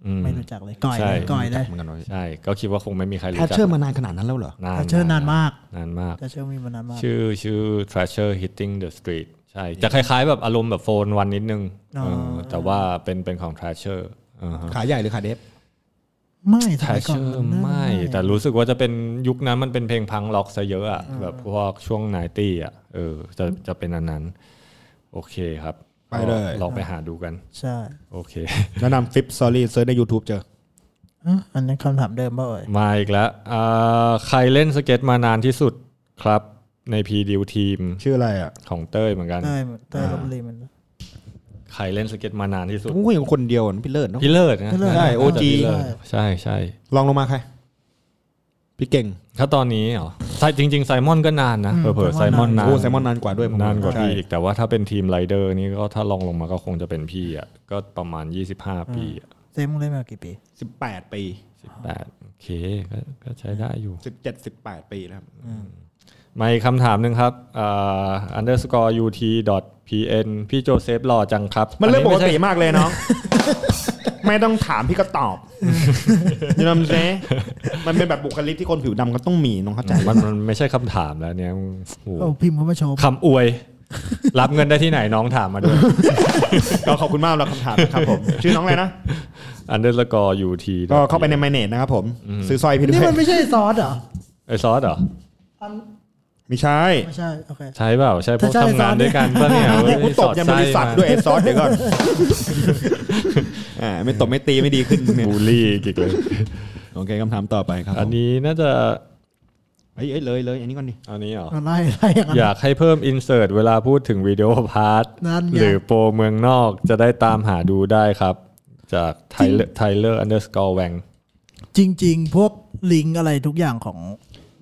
Speaker 4: อืม
Speaker 5: ไม่รู้จักเลยก่อย
Speaker 4: ใช่
Speaker 5: เลยก่อยเลย
Speaker 3: เหมือนกันเลย
Speaker 4: ใช่ ก็คิดว่าคงไม่มีใคร
Speaker 3: แพ
Speaker 4: รู้
Speaker 3: ท
Speaker 4: จัก
Speaker 3: เชอร์มานานขนาดนั้นแล้วเหรอ
Speaker 4: นาน
Speaker 5: แต่เชื่อนานมาก
Speaker 4: นานมาก
Speaker 5: แต่เชื่อมีมานานมาก
Speaker 4: ชื่อชื่อ Treasure Hitting the Street ใช่ จะคล้ายๆแบบอารมณ์แบบโฟนวันนิดนึง
Speaker 5: อ๋อ
Speaker 4: เออแต่ว่าเป็นเป็นของ Treasure อ่าฮะ
Speaker 3: ขาใหญ่หรือขาเดฟ
Speaker 5: ไม่ส
Speaker 4: แท
Speaker 5: มัย
Speaker 4: ช
Speaker 5: ก่อน
Speaker 4: เชอ
Speaker 5: น
Speaker 4: ร์
Speaker 5: น่า
Speaker 4: ไม่แต่รู้สึกว่าจะเป็นยุคนั้นมันเป็นเพลงพังล็อกซะเยอะอะแบบพวกช่วงไนตี้อ่ะเออจะจะเป็นอันนั้น โอเคครับ
Speaker 3: ไปเลย
Speaker 4: ลองไปหาดูกัน
Speaker 5: ใช่
Speaker 4: โอเค
Speaker 3: แนะนำฟิปซอรี่เซิร์ชใน YouTube เจอ
Speaker 5: อ่ะอันนั้นคำถามเดิมป่ะเอ่ย
Speaker 4: มาอีกแล้วอ่าใครเล่นสเก็ตมานานที่สุดครับในพีดิวทีม
Speaker 3: ชื่ออะไรอ่ะ
Speaker 4: ของเต้ยเหมือนกัน
Speaker 5: เต้ยเต้ยลพบุรีมัน
Speaker 4: ใครเล่นสเก็ตมานานที่สุด
Speaker 3: โอ้ยคนเดียวนะพี่เลิศเนาะ
Speaker 4: พี่เลิศนะ
Speaker 5: พี่เลิศ
Speaker 3: ใช่
Speaker 4: น่าจะ
Speaker 3: OG
Speaker 4: พี่เลิศ
Speaker 5: ใช่
Speaker 4: ใช่ใช่
Speaker 3: ลองลงมาใคร พี่เก่ง
Speaker 4: ถ้าตอนนี้เหรอใช่จริงๆไซมอนก็นานนะเผลอๆไซมอนนาน
Speaker 3: โอ้ไซมอนนานกว่าด้วยผม
Speaker 4: นานกว่า
Speaker 3: ใช่
Speaker 4: พี่อีกแต่ว่าถ้าเป็นทีมไรเดอร์นี่ก็ถ้าลองลงมาก็คงจะเป็นพี่อ่ะก็ประมาณ 25 ปีอะ
Speaker 5: เซมมึงเล่นมากี่ปี
Speaker 3: สิบแปดปี
Speaker 4: 18โอเคก็ก็ใช้ได้อยู่
Speaker 3: สิบเจ็ดสิบแปดปีนะครับ
Speaker 4: มาอีกคำถามหนึ่งครับอ่า underscore ut dot pn พี่โจเซฟหล่อจังครับ
Speaker 3: มันเรื่องป
Speaker 4: อั
Speaker 3: ก
Speaker 4: ไใช่
Speaker 3: ติมากเลยน้อง ไม่ต้องถามพี่ก็ต อบยูนมเซมันเป็นแบบบุคลิกที่คนผิวดำก็ต้องมีน้องเข้าใจ
Speaker 4: มันมันไม่ใช่คำถามแล้วเนี่ยโอ้โห
Speaker 5: โอ้พิมพ์เข้ามาชม
Speaker 4: คำอวย รับเงินได้ที่ไหนน้องถามมาด้วย
Speaker 3: เราขอบคุณ มากเราคำถามนะครับผม ชื่อน้องอะไรนะ
Speaker 4: underscore ut
Speaker 3: ก็เข้าไปในไมเนตนะครับผมซื้อสร้อยพี่ด้ว
Speaker 5: นี่มัน
Speaker 3: ย
Speaker 5: ไม่ใช่ซอสเหรอ
Speaker 4: ไอซอสเหรอ
Speaker 5: อัน
Speaker 3: ไม่ใช่
Speaker 5: ไม่ใช่โอเค
Speaker 4: ใช่เปล่า ใช่พวก
Speaker 5: ถ้าใช่
Speaker 4: ทำงานด้วยกันป่ะเนี่ย
Speaker 3: เดี๋ยวกู
Speaker 4: เว้ย
Speaker 3: ตบยันบริษัทด้วยไอ้ซอสเดี๋ยว ก่อนอ่าไม่ตบไม่ตีไม่ดีขึ้นเนี่ย
Speaker 4: บูลลี่อีกิกเลย
Speaker 3: โอเคคำถามต่อไปครับ
Speaker 4: อันนี้น่าจะ
Speaker 3: เอ้ยเอ้ยเลยเลยอันนี้ก่อนดิ
Speaker 4: อันนี้เหรอ
Speaker 5: อะไรอะไรอย่างนั้น
Speaker 4: อยากให้เพิ่มอินเสิร์ตเวลาพูดถึงวิดีโอพาร์ท
Speaker 5: นั่นไง
Speaker 4: หรือโปรเมืองนอกจะได้ตามหาดูได้ครับ จากไทเลอร์อันเดอร์สกอร์แวง
Speaker 5: จริง ๆ พวกลิงก์อะไรทุกอย่างของ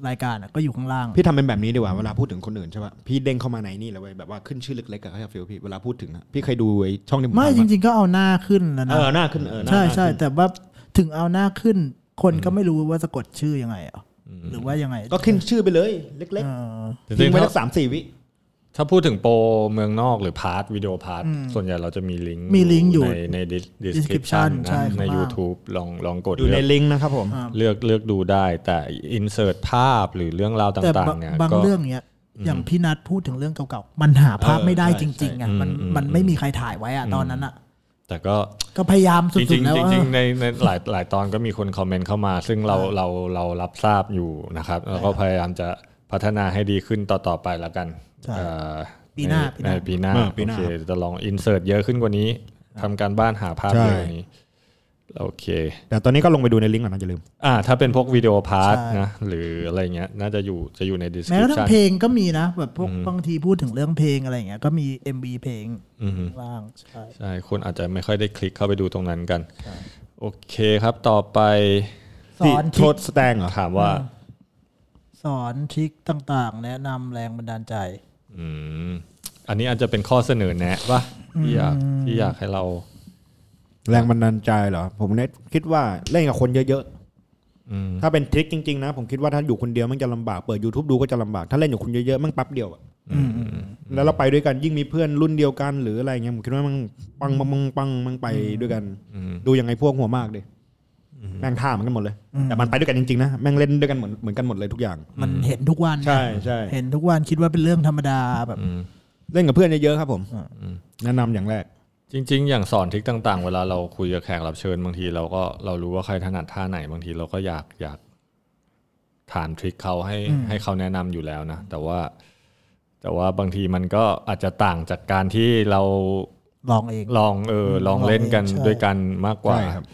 Speaker 5: รายการอะก็อยู่ข้างล่าง
Speaker 3: พี่ทำเป็นแบบนี้ดีกว่าเวลาพูดถึงคนอื่นใช่ป่ะพี่เด้งเข้ามาในนี่เลยเว้ยแบบว่าขึ้นชื่อเล็กๆอะเขาจะฟีลพี่เวลาพูดถึงอะพี่เคยดูไอ้ช่องที่ผ
Speaker 5: ไม่
Speaker 3: ทำอะ
Speaker 5: จริง ๆ ก็เอาหน้าขึ้นแล้ว
Speaker 3: เอ
Speaker 5: นะ
Speaker 3: อหน้าขึ้นเออหน้า
Speaker 5: ใช่
Speaker 3: หน้า
Speaker 5: ใช่
Speaker 3: ขึ้น
Speaker 5: แต่ว่าถึงเอาหน้าขึ้น คนก็ไม่รู้ว่าสะกดชื่อยังไงอ่ะหรือว่ายังไง
Speaker 3: ก็ขึ้นชื่อไปเลยเล็ก
Speaker 5: เออ
Speaker 4: จ
Speaker 3: ๆทิ้
Speaker 4: ริ
Speaker 3: ง
Speaker 4: ง
Speaker 3: ไว้สัก
Speaker 4: ๆ
Speaker 3: สามสี่วิ
Speaker 4: ถ้าพูดถึงโปรเมืองนอกหรือพาร์ทวิดีโอพาร์ทส่วนใหญ่เราจะมีลิงก์
Speaker 5: มีลิงก์อยู่
Speaker 4: ในใน
Speaker 5: description
Speaker 4: description
Speaker 5: ใช่
Speaker 4: นะ
Speaker 5: ข้าง
Speaker 4: ใน
Speaker 5: ล่าง
Speaker 4: YouTube ลองลองกด
Speaker 3: อยู่ใน
Speaker 4: เลือก
Speaker 3: ลิงก์นะครับผม
Speaker 5: อ่า
Speaker 4: เลือกเลือกดูได้แต่อินเสิร์ตภาพหรือเรื่องราวต
Speaker 5: แต่
Speaker 4: ่าง
Speaker 5: บา
Speaker 4: ๆ
Speaker 5: ง
Speaker 4: เนี่ย
Speaker 5: บาง
Speaker 4: ก็
Speaker 5: เรื่องเนี้ยอย่างพี่นัทพูดถึงเรื่องเก่าๆมันหาภาพไม่ได้
Speaker 3: เออใช่
Speaker 5: จริงๆอ่ะมัน
Speaker 4: อืม
Speaker 5: มันไม่มีใครถ่ายไว้อ่ะตอนนั้นอ่ะ
Speaker 4: แต่ก็
Speaker 5: ก็พยายามสุ
Speaker 4: จริ
Speaker 5: ด
Speaker 4: ง
Speaker 5: ๆแล้ว
Speaker 4: ๆจ
Speaker 5: ว่า
Speaker 4: ริงๆในในหลายหลายตอนก็มีคนคอมเมนต์เข้ามา ซึ่งเราเราเรารับทราบอยู่นะครับ แล้วก็พยายามจะพัฒนาให้ดีขึ้นต่อต่อๆไปแล้วกัน
Speaker 5: ใช่
Speaker 4: เอ่อ
Speaker 5: ปีหน้า
Speaker 4: ใ
Speaker 5: ปีหน้า
Speaker 4: ปีหน้า
Speaker 3: เออปี
Speaker 4: โอ
Speaker 3: หน้า
Speaker 4: เคจะลองอินเสิร์ตเยอะขึ้นกว่านี้ทำการบ้านหาภาพ
Speaker 3: ใช่
Speaker 4: เยอะกว่านี้ โอเค
Speaker 3: แต่ตอนนี้ก็ลงไปดูในลิงก์ก่อนนะอย่าลืม
Speaker 4: อ่า ถ้าเป็นพวกวิดีโอพาร์ท
Speaker 5: ใช่
Speaker 4: นะ หรืออะไรเงี้ย น่าจะอยู่จะอยู่ใน
Speaker 5: แม้กระทั่
Speaker 4: description
Speaker 5: งเพลงก็มีนะ แบบพวกบางทีพูดถึงเรื่องเพลงอะไรอย่างเงี้ยก็มี MV เพลง
Speaker 4: อือฮึ
Speaker 5: บ้างใช่
Speaker 4: ใช่คนอาจจะไม่ค่อยได้คลิกเข้าไปดูตรงนั้นกัน โอเคครับต่อไป
Speaker 5: สอน
Speaker 3: ที่
Speaker 5: ทริ
Speaker 3: โท
Speaker 5: ค
Speaker 3: ษแสดงเหรอ
Speaker 4: ถามว่า
Speaker 5: สอนทริคต่างๆ แนะนำแรงบันดาลใจ
Speaker 4: อืม อันนี้อาจจะเป็นข้อเสนอแนะปะที่อยากที่อยากให้เรา
Speaker 3: แรงบันดาลใจเหรอ ผมเนี่ยคิดว่าเล่นกับคนเยอะ
Speaker 4: อืม
Speaker 3: ๆ ถ้าเป็นทริคจริงๆนะ ผมคิดว่าถ้าอยู่คนเดียวมันจะลำบาก เปิด YouTube ดูก็จะลำบาก ถ้าเล่นอยู่คนเยอะๆมันแปั๊บเดียวอะแล้วเราไปด้วยกันยิ่งมีเพื่อนรุ่นเดียวกันหรืออะไรเงี้ยผมคิดว่ามันปังปังปังปังมันไปด้วยกัน
Speaker 4: อืม
Speaker 3: ดูยังไงพวกหัวมากดิแม่งท่าเหมือนกันหมดเลย แต่มันไปด้วยกันจริงๆนะแม่งเล่นด้วยกันเหมือนเหมือนกันหมดเลยทุกอย่าง
Speaker 5: มันเห็นทุกวัน
Speaker 3: ใช่ใช่
Speaker 5: เห็นทุกวันคิดว่าเป็นเรื่องธรรมดาแบบ
Speaker 4: อืม
Speaker 3: เล่นกับเพื่อนเยอะๆครับผม
Speaker 5: อืม
Speaker 3: แนะนำอย่างแรก
Speaker 4: จริง ๆ อย่างสอนทริคต่าง ๆ เวลาเราคุยกับแขกรับเชิญบางทีเราก็เรารู้ว่าใครถนัดท่าไหนบางทีเราก็อยากอยากถามทริคเขาให้ให้เขาแนะนำอยู่แล้วนะ แต่ว่า แต่ว่าบางทีมันก็อาจจะต่างจากการที่เรา
Speaker 5: ลองเอง
Speaker 4: ลองเออลอง
Speaker 5: ลอง
Speaker 4: เล่นกัน
Speaker 5: เองใช่
Speaker 4: ด้วยกันมากกว่า
Speaker 3: ใช่ครับ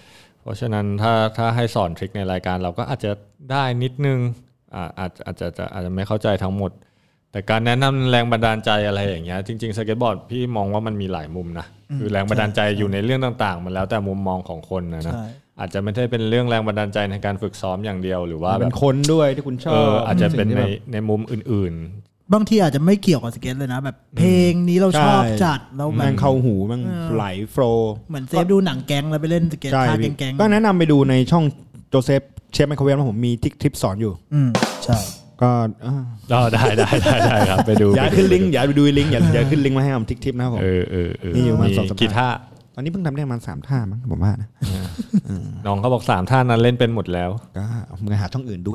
Speaker 4: เพราะฉะนั้นถ้าถ้าให้สอนทริคในรายการเราก็อาจจะได้นิดนึงอ่าอาจอาจจะจะอาจจะไม่เข้าใจทั้งหมด แต่การแนะนำแรงบันดาลใจอะไรอย่างเงี้ยจริงๆสเก็ตบอร์ดพี่มองว่ามันมีหลายมุมนะคือแรงบันดาลใจอยู่ในเรื่องต่างๆ มันแล้วแต่มุมมองของคนนะนะ
Speaker 5: ใช่
Speaker 4: อาจจะไม่ได้เป็นเรื่องแรงบันดาลใจในการฝึกซ้อมอย่างเดียวหรือว่าแบ
Speaker 3: เป็
Speaker 4: บ
Speaker 3: นคนด้วยที่คุณชอ
Speaker 4: เอบ ออาจจะเป็นใน
Speaker 3: สิ่งที่แบบ
Speaker 4: ในมุมอื่น
Speaker 5: บางทีอาจจะไม่เกี่ยวกับสเก็ตเลยนะ แบบเพลงนี้เราช
Speaker 3: ใช่
Speaker 5: อบจัดเราแบ
Speaker 3: แม่
Speaker 5: บ
Speaker 3: งเข้าหูแม่งไหลโฟลว์
Speaker 5: เหมือนเซฟดูหนังแก๊งแล้วไปเล่นสเก็ต
Speaker 3: ใช่
Speaker 5: ท่า
Speaker 3: พี่
Speaker 5: แก๊ง
Speaker 3: ก็แนะนำไปดูในช่องโจเซฟเชฟไมโครเวฟนะผมมีทิกทิปสอนอยู่
Speaker 5: ๆอืมใช่
Speaker 3: ก็อ่า
Speaker 4: ๆ เราได้ได้ได้ได้ครับไปดู
Speaker 3: อย่าขึ้นลิ งก์อย่าไปดูลิงก์อย่าอย่าขึ้นลิงก์มาให้ผมทิกทิปนะครับผม
Speaker 4: เออเออเออ
Speaker 3: มีอยู่ประมาณ
Speaker 4: มี
Speaker 3: สองสาม
Speaker 4: กีตาร์
Speaker 3: ตอนนี้เพิ่งทำได้ประมาณสามท่ามั้งผมว่านะ
Speaker 4: น้องเขาบอกสามท่านนั้นเล่นเป็นหมดแล้ว
Speaker 3: ก็มึงหาช่องอื่นดู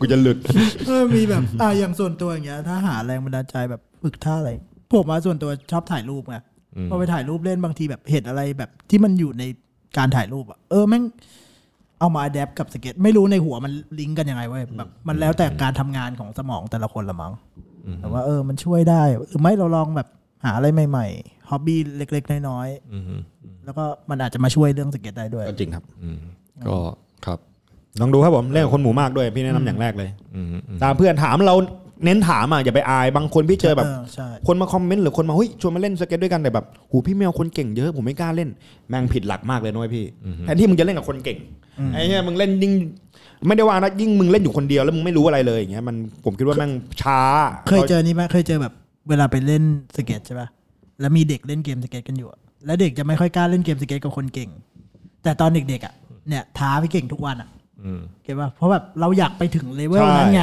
Speaker 3: กูจะหลุด
Speaker 5: เออมีแบบ อ่าอย่างส่วนตัวอย่างเงี้ยถ้าหาแรงบันดาลใจแบบฝึกท่าอะไรผมว่าส่วนตัวชอบถ่ายรูปไงพอไปถ่ายรูปเล่นบางทีแบบเห็นอะไรแบบที่มันอยู่ในการถ่ายรูปอะเออแม่งเอามาอัดแอปกับสเก็ตไม่รู้ในหัวมันลิงก์กันยังไงเว้ยแบบมันแล้วแต่การทำงานของสมองแต่ละคนละมั้ง แต่ว่าเออ มันช่วยได้ หรือไม่เราลองแบบหาอะไรใหม่ๆ ฮอบบี้เล็กๆ น้อย
Speaker 4: อือฮึ
Speaker 5: ๆ แล้วก็มันอาจจะมาช่วยเรื่องสเก็ตได้ด้วย
Speaker 3: ก็จริงครับ
Speaker 4: อืมก็ครับ
Speaker 3: ลองดูครับผมเล่นกับคนหมู่มากด้วยพี่แนะนำอย่างแรกเลย
Speaker 4: อืมอืม
Speaker 3: ตามเพื่อนถามเราเน้นถามอ่ะอย่าไปอายบางคนพี่เจอแบบ
Speaker 5: เออใช่
Speaker 3: คนมาคอมเมนต์หรือคนมาเฮ้ยชวนมาเล่นสเก็ตด้วยกันแต่แบบหูพี่แมวคนเก่งเยอะผมไม่กล้าเล่นแม่งผิดหลักมากเลยนะเว้อยพี่แทนที่มึงจะเล่นกับคนเก่งไอ้เนี่ยมึงเล่นยิ่งไม่ได้ว่านะยิ่งมึงเล่นอยู่คนเดียวแล้วมึงไม่รู้อะไรเลยอย่างเงี้ยมันผมคิดว่าแม่งช้า
Speaker 5: เคยเจอนี่ไหมเคยเจอแบบเวลาไปเล่นสเก็ตใช่ป่ะ แล้วมีเด็กเล่นเกมสเก็ตกันอยู่อะแล้วเด็กจะไม่ค่อยกล้าเล่นเกมสเก็ตกับคนเก่ง แต่ตอนเด็กๆอ่ะเนี่ยท้าพี่เก่งทุกวันอ่ะ
Speaker 4: อืม
Speaker 5: เก็ตป่ะเพราะแบบเราอยากไปถึงเลเวลนั้นไง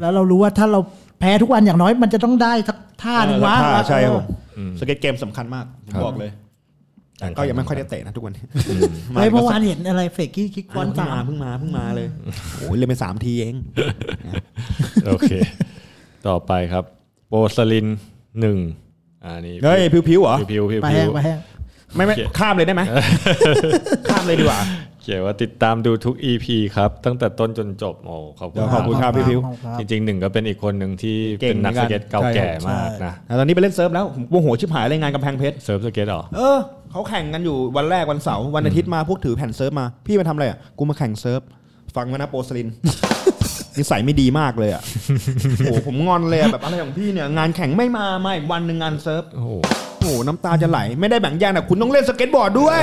Speaker 5: แล้วเรารู้ว่าถ้าเราแพ้ทุกวันอย่างน้อย มันจะต้องได้สักท่าหนึงวะ
Speaker 3: เออท่าใช่ครับผม
Speaker 5: เออ
Speaker 3: สเก็ตเกมสำคัญมากผมบอกเลยแต่ก็ยังไม่ค่อยได้เตะนะทุกวันนี้
Speaker 5: เฮ้ยเมื่อวานเห็นอะไรเฟกกี้คิกบ
Speaker 3: วั
Speaker 5: อน ล
Speaker 3: เพิ่
Speaker 5: สาม
Speaker 3: งามเพิ่งมาเพิ่งมาเลยโอ้ยเล่นไปสามทีเอง
Speaker 4: โอเค ต่อไปครับ โปรสลินหนึ่งอันนี้
Speaker 3: เฮ้ยพิวๆเหรอ
Speaker 4: พิวพิวพิว
Speaker 5: ปลา
Speaker 4: พิ
Speaker 5: แห้
Speaker 4: ว
Speaker 5: งปลาแห้ง
Speaker 3: ไม่ไม่
Speaker 4: โอเค
Speaker 3: ข้ามเลยได้ไหม ข้ามเลยดีกว่า
Speaker 4: เขียนว่าติดตามดูทุก EP ครับ ตั้งแต่ต้นจนจบ โอ้ขอบคุณ
Speaker 3: ขอบคุณครับพี่พิว
Speaker 4: จริงๆหนึ่งก็เป็นอีกคนหนึ่งที่
Speaker 3: เก่ง
Speaker 4: เป็นนัก
Speaker 3: เห
Speaker 4: ส
Speaker 3: มือนกัน
Speaker 4: เก็ตเก่า
Speaker 3: ใช่
Speaker 4: แก่มาก
Speaker 5: ใช่
Speaker 4: นะ
Speaker 3: แต่ตอนนี้ไปเล่นเซิร์ฟแล้วผมโมโหชิบหายเลยงานกำแพงเพชร
Speaker 4: เซิร์ฟสเก็ตเหรอ
Speaker 3: เออเขาแข่งกันอยู่วันแรกวันเสาร์วันอาทิตย์มาพวกถือแผ่นเซิร์ฟมา พี่มาทำอะไรอ่ะ กูมาแข่งเซิร์ฟ ฟังไว้นะโปรสลิน นิสัยไม่ดีมากเลยอ่ะ โอ้โหผมงอนเลยอะแบบอะไรของพี่เนี่ย งานแข่งไม่มามาอีกวันหนึ่งงานเซิร์ฟ
Speaker 4: โอ้โห
Speaker 3: โอ้โหน้ำตาจะไหล ไม่ได้แบ่งแยกนะคุณต้องเล่นสเก็ตบอร์ดด้วย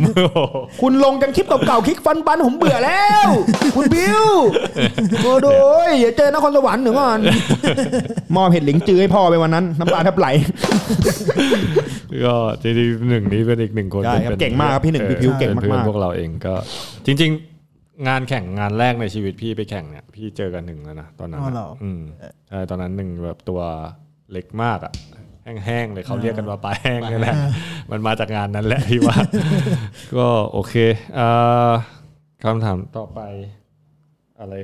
Speaker 3: คุณลงกันคลิปเก่าๆคลิกฟันปันผมเบื่อแล้ว คุณบิวโอ้โดยอย่าเจอนครสวรรค์หนึ่งก่อน มอบเห็ดหลิงจือให้พ่อไปวันนั้น น้ำตาแทบไหล
Speaker 4: ก็จริงๆหนึ่งนี้เป็นอีกหนึ่งคน
Speaker 3: ได้ครับ
Speaker 4: ป็น
Speaker 3: เก่งมากครับพี่หนึ่ง
Speaker 4: ออ
Speaker 3: พี่พิวเก่งมา
Speaker 4: ป็
Speaker 3: กๆ
Speaker 4: นพื่อนพวกเราเองก็ จริง ๆ งานแข่งงานแรกในชีวิตพี่ไปแข่งเนี่ย พี่เจอกันหนึ่งแล้วนะตอนนั้น
Speaker 5: อ๋อ
Speaker 4: อะ
Speaker 5: เหรออื
Speaker 4: มใช่ตอนนั้นหนึ่งแบบตัวเล็กมากอ่ะแห้งๆเลยเขาเรียกกันว่าปลาแห้งนี่แหละ มันมาจากงานนั้นแหละพี่ว่า ก็โอเคเอ่อคำถามต่อไป อะไร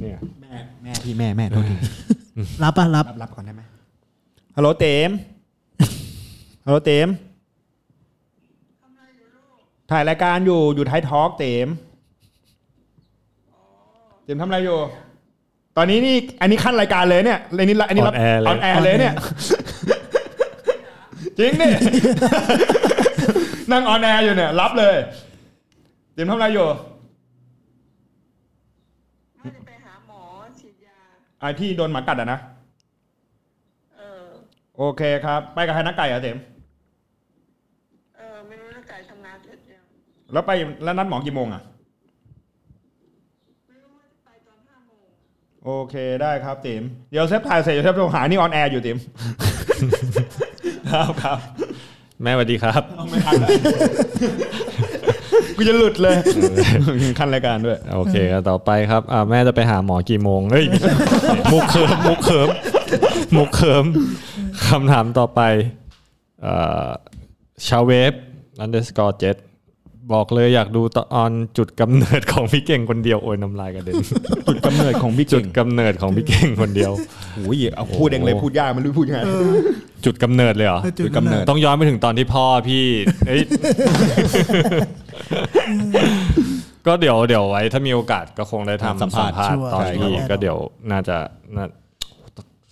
Speaker 4: เนี่ย
Speaker 3: แม่แม่พี่แม่แม่โทษที
Speaker 5: รับป่ะรับ
Speaker 3: รับรับก่อนได้ไหมฮัลโหลเต็ม ฮัลโหลเต็มถ่ายรายการอยู่ อยู่ท้ายทอล์กเต็มเต็มทำอะไรอยู่ ตอนนี้นี่ อันนี้ขั้นรายการเลยเนี่ยอันนี้อันนี้รับ
Speaker 4: On air เลย
Speaker 3: on air เลยเนี่ย จริงดิ นั่งออนแอร์อยู่เนี่ย รับเลยเตรียมทำอะไรอยู่
Speaker 6: น่าจะไปหาหมอฉีดยา
Speaker 3: ไอ้ที่โดนหมากัดอะนะ
Speaker 6: เออ
Speaker 3: โอเคครับ ไปกับใครนักไก่เหรอเต็ม
Speaker 6: เออ ไม่รู้นักไก่ทำงานเสร็จยัง
Speaker 3: แล้วไปแล้วนัดหมอกี่โมงอ่ะ
Speaker 6: ไม่รู้ว่าจะไปตอนห้าโมง
Speaker 3: โอเคได้ครับเต็มเดี๋ยวเซฟถ่ายเสร็จเดี๋ยวเซฟลงหานี่ออนแอร์อยู่เต็มครับครับ
Speaker 4: แม่สวัสดีครับ
Speaker 3: ไม่ทันแล้วกูจะหลุดเลยขั้นรายการด้วย
Speaker 4: โอเคครับต่อไปครับอ่าแม่จะไปหาหมอกี่โมง เอ้ยไม่ใช่มุกเขิมมุกเขิมมุกเขิมคำถามต่อไปเอ่อชาวเวฟ underscore เจ็ดบอกเลยอยากดูตอนจุดกำเนิดของพี่เก่งคนเดียวโอยน้ำลายกระเด็น
Speaker 3: จุดกำเนิดของพี่
Speaker 4: จุ
Speaker 3: เก่
Speaker 4: ด
Speaker 3: ง
Speaker 4: กำเนิดของพี่เก่งคนเดียว
Speaker 3: โอ้ยเอาพูดเองเลยพูดยากมันรู้พูดยังไง
Speaker 4: จุดกำเนิดเลยเหรอ
Speaker 5: เออจุด
Speaker 3: กำเนิด
Speaker 4: ต้องย้อนไปถึงตอนที่พ่อพี่เอ้ย ก็เดี๋ยวเดี๋ยวไว้ ถ้ามีโอกาสก็คงได้ทำ
Speaker 3: สั
Speaker 4: สัม
Speaker 3: ม
Speaker 4: ภา
Speaker 3: ภา
Speaker 4: ษ
Speaker 3: ษณ์
Speaker 4: ณ์ตอน
Speaker 5: ใช่ครับ
Speaker 4: นี้ก็เดี๋ยวน่าจะน่า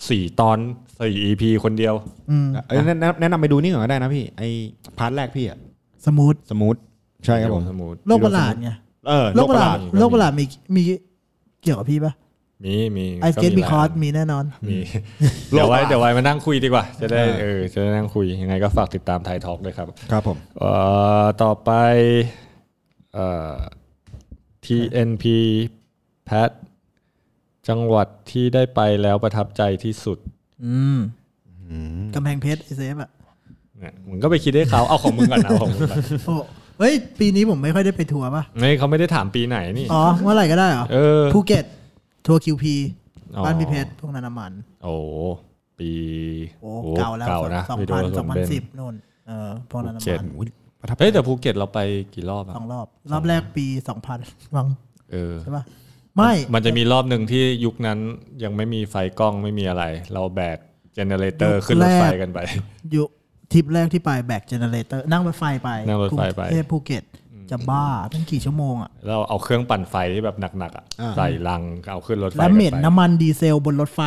Speaker 4: สี่ตอนสี่ EP คนเดียว
Speaker 5: อืม
Speaker 3: เอ้ยแนะนำแนะนำไปดูนี่ก่อนก็ได้นะพี่ไอพาร์ทแรกพี่อะ
Speaker 5: สมูท
Speaker 3: สมูทใช่ครับผม
Speaker 4: สมูท
Speaker 5: โลกประหลาดไง
Speaker 3: เออ
Speaker 5: โลกประหลาด
Speaker 3: โ
Speaker 5: โลกประหลาดมีมีเกี่ยวกับพี่ปะ
Speaker 4: มีมี
Speaker 5: ไอสเก็ต
Speaker 4: มี
Speaker 5: บีคอร์ส
Speaker 4: มี
Speaker 5: มีแน่นอน
Speaker 4: มีเดี๋ยวไว้
Speaker 3: โลกประหลาด
Speaker 4: เดี๋ยวไว้มานั่งคุยดีกว่า จะได้
Speaker 3: เออ
Speaker 4: เออจะได้นั่งคุยยังไงก็ฝากติดตามไทยทอล์กด้วยครับ
Speaker 3: ครับผม
Speaker 4: เอ่อต่อไปเอ่อ TNP แพทจังหวัดที่ได้ไปแล้วประทับใจที่สุด
Speaker 5: อืมกำแพงเพชรไอเซฟอ่ะ
Speaker 4: เนี่ยมึงก็ไปคิดให้เขาเอาของมึงก่อนนะเอาของมึงก่อน
Speaker 5: โอ้เฮ้ย ปีนี้ผมไม่ค่อยได้ไปทัวร์ป่ะ
Speaker 4: นี่เขาไม่ได้ถามปีไหนนี่
Speaker 5: อ๋อ เมื่อไหร่ก็ได้เหรอ
Speaker 4: เออ
Speaker 5: ภูเก็ต ทัวร์คิวพี
Speaker 4: อ๋อ
Speaker 5: บ้านพี่เพชรพวกนันน้ำมัน
Speaker 4: โอ้ปี
Speaker 5: โอ้เก่าแล้ว
Speaker 4: เก่านะ
Speaker 5: สอง
Speaker 4: วิดี
Speaker 5: พันสองพัน
Speaker 4: โเบ
Speaker 5: สิบนู่นเออพวกนันน้ำ
Speaker 4: เจ็ด
Speaker 5: มัน
Speaker 3: ประทับใจ
Speaker 4: เฮ้ยแต่ภูเก็ตเราไปกี่รอบอะ
Speaker 5: สองรอบ รอบแรกปีสองพันมั้ง
Speaker 4: เออ
Speaker 5: ใช่ป่ะ ไม่
Speaker 4: มันจะมีรอบหนึ่งที่ยุคนั้นยังไม่มีไฟกล้องไม่มีอะไร เราแบกเจเนเรเตอร์ขึ้นรถไฟกันไป
Speaker 5: อยู่ทริปแรกที่ไปแบกเจเนเรเตอร์นั่งรถไฟไป
Speaker 4: นั่งรถไฟไป
Speaker 5: กงเทพภูเก็ต จะบ้าเป็นกี่ชั่วโมงอ่ะ
Speaker 4: เราเอาเครื่องปั่นไฟที่แบบหนักๆอะใส่ลังเอาขึ้นรถไฟ
Speaker 5: และเหม็น
Speaker 4: กันไป
Speaker 5: น้ำมันดีเซลบนรถไฟ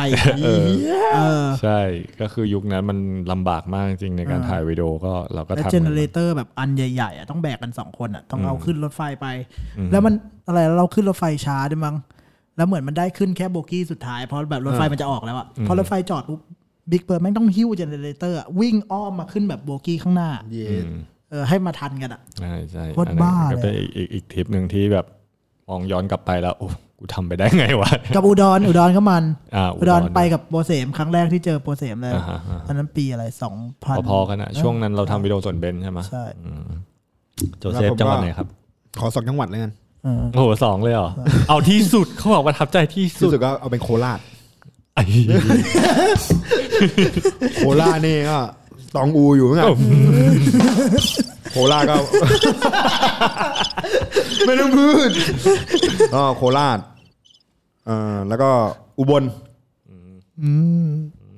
Speaker 5: เออ
Speaker 4: ใช่ก็คือยุคนั้นมันลำบากมากจริงในการถ่ายวิดีโอก็เราก็
Speaker 5: และ
Speaker 4: ทำ
Speaker 5: เจเน
Speaker 4: มัน
Speaker 5: เรเตอร์แบบอันใหญ่ๆอ่ะต้องแบกกันสองคนอ่ะต้องเอาขึ้นรถไฟไป แล้วมันอะไรเราขึ้นรถไฟช้าด้วยมั้งแล้วเหมือนมันได้ขึ้นแค่โบกี้สุดท้ายเพราะแบบรถไฟมันจะออกแล้วอ่ะพอรถไฟจอดปุ๊บบิ๊กเปิดแม่งต้องหิ้วเจเนเรเตอร์อะวิ่งอ้อมมาขึ้นแบบโบกี้ข้างหน้า
Speaker 3: เย็น
Speaker 5: เออให้มาทันกัน อ่ะ
Speaker 4: ใช่ใช่
Speaker 5: โคตรบ้า
Speaker 4: อันนั้นก็เป็น
Speaker 5: เลย
Speaker 4: อีกอีกอีกทริปหนึ่งที่แบบมองย้อนกลับไปแล้วโอ้กูทำไปได้ไงวะ
Speaker 5: กับอุดรอุดรก็มัน
Speaker 4: อ่าอุ
Speaker 5: อุ
Speaker 4: ด
Speaker 5: ด
Speaker 4: ร
Speaker 5: รไปกับโปรเสมครั้งแรกที่เจอโปรเสมเลย
Speaker 4: อ่าฮะอ่าฮะ
Speaker 5: อันนั้นปีอะไรสองพัน
Speaker 4: พอๆกันอะช่วงนั้นเราทำวิดีโอส่วนเบนใช่ไหม
Speaker 5: ใช่
Speaker 4: โจเซฟจังหวัดไหนครับ
Speaker 3: ขอสองจังหวัดเลยกัน
Speaker 5: เออ
Speaker 4: โอ้โหสองเลยเหรอเอาที่สุดเขาบอกประทับใจที่สุ
Speaker 3: รู้
Speaker 4: ด
Speaker 3: สึกว่าเอาเป็นโคราช
Speaker 4: ไอ้
Speaker 3: โคราชนี่ก็ตองอูอยู่ไงโคราชก็ ไม่ต้องพูดก็โคราชเอ่อแล้วก็อุบล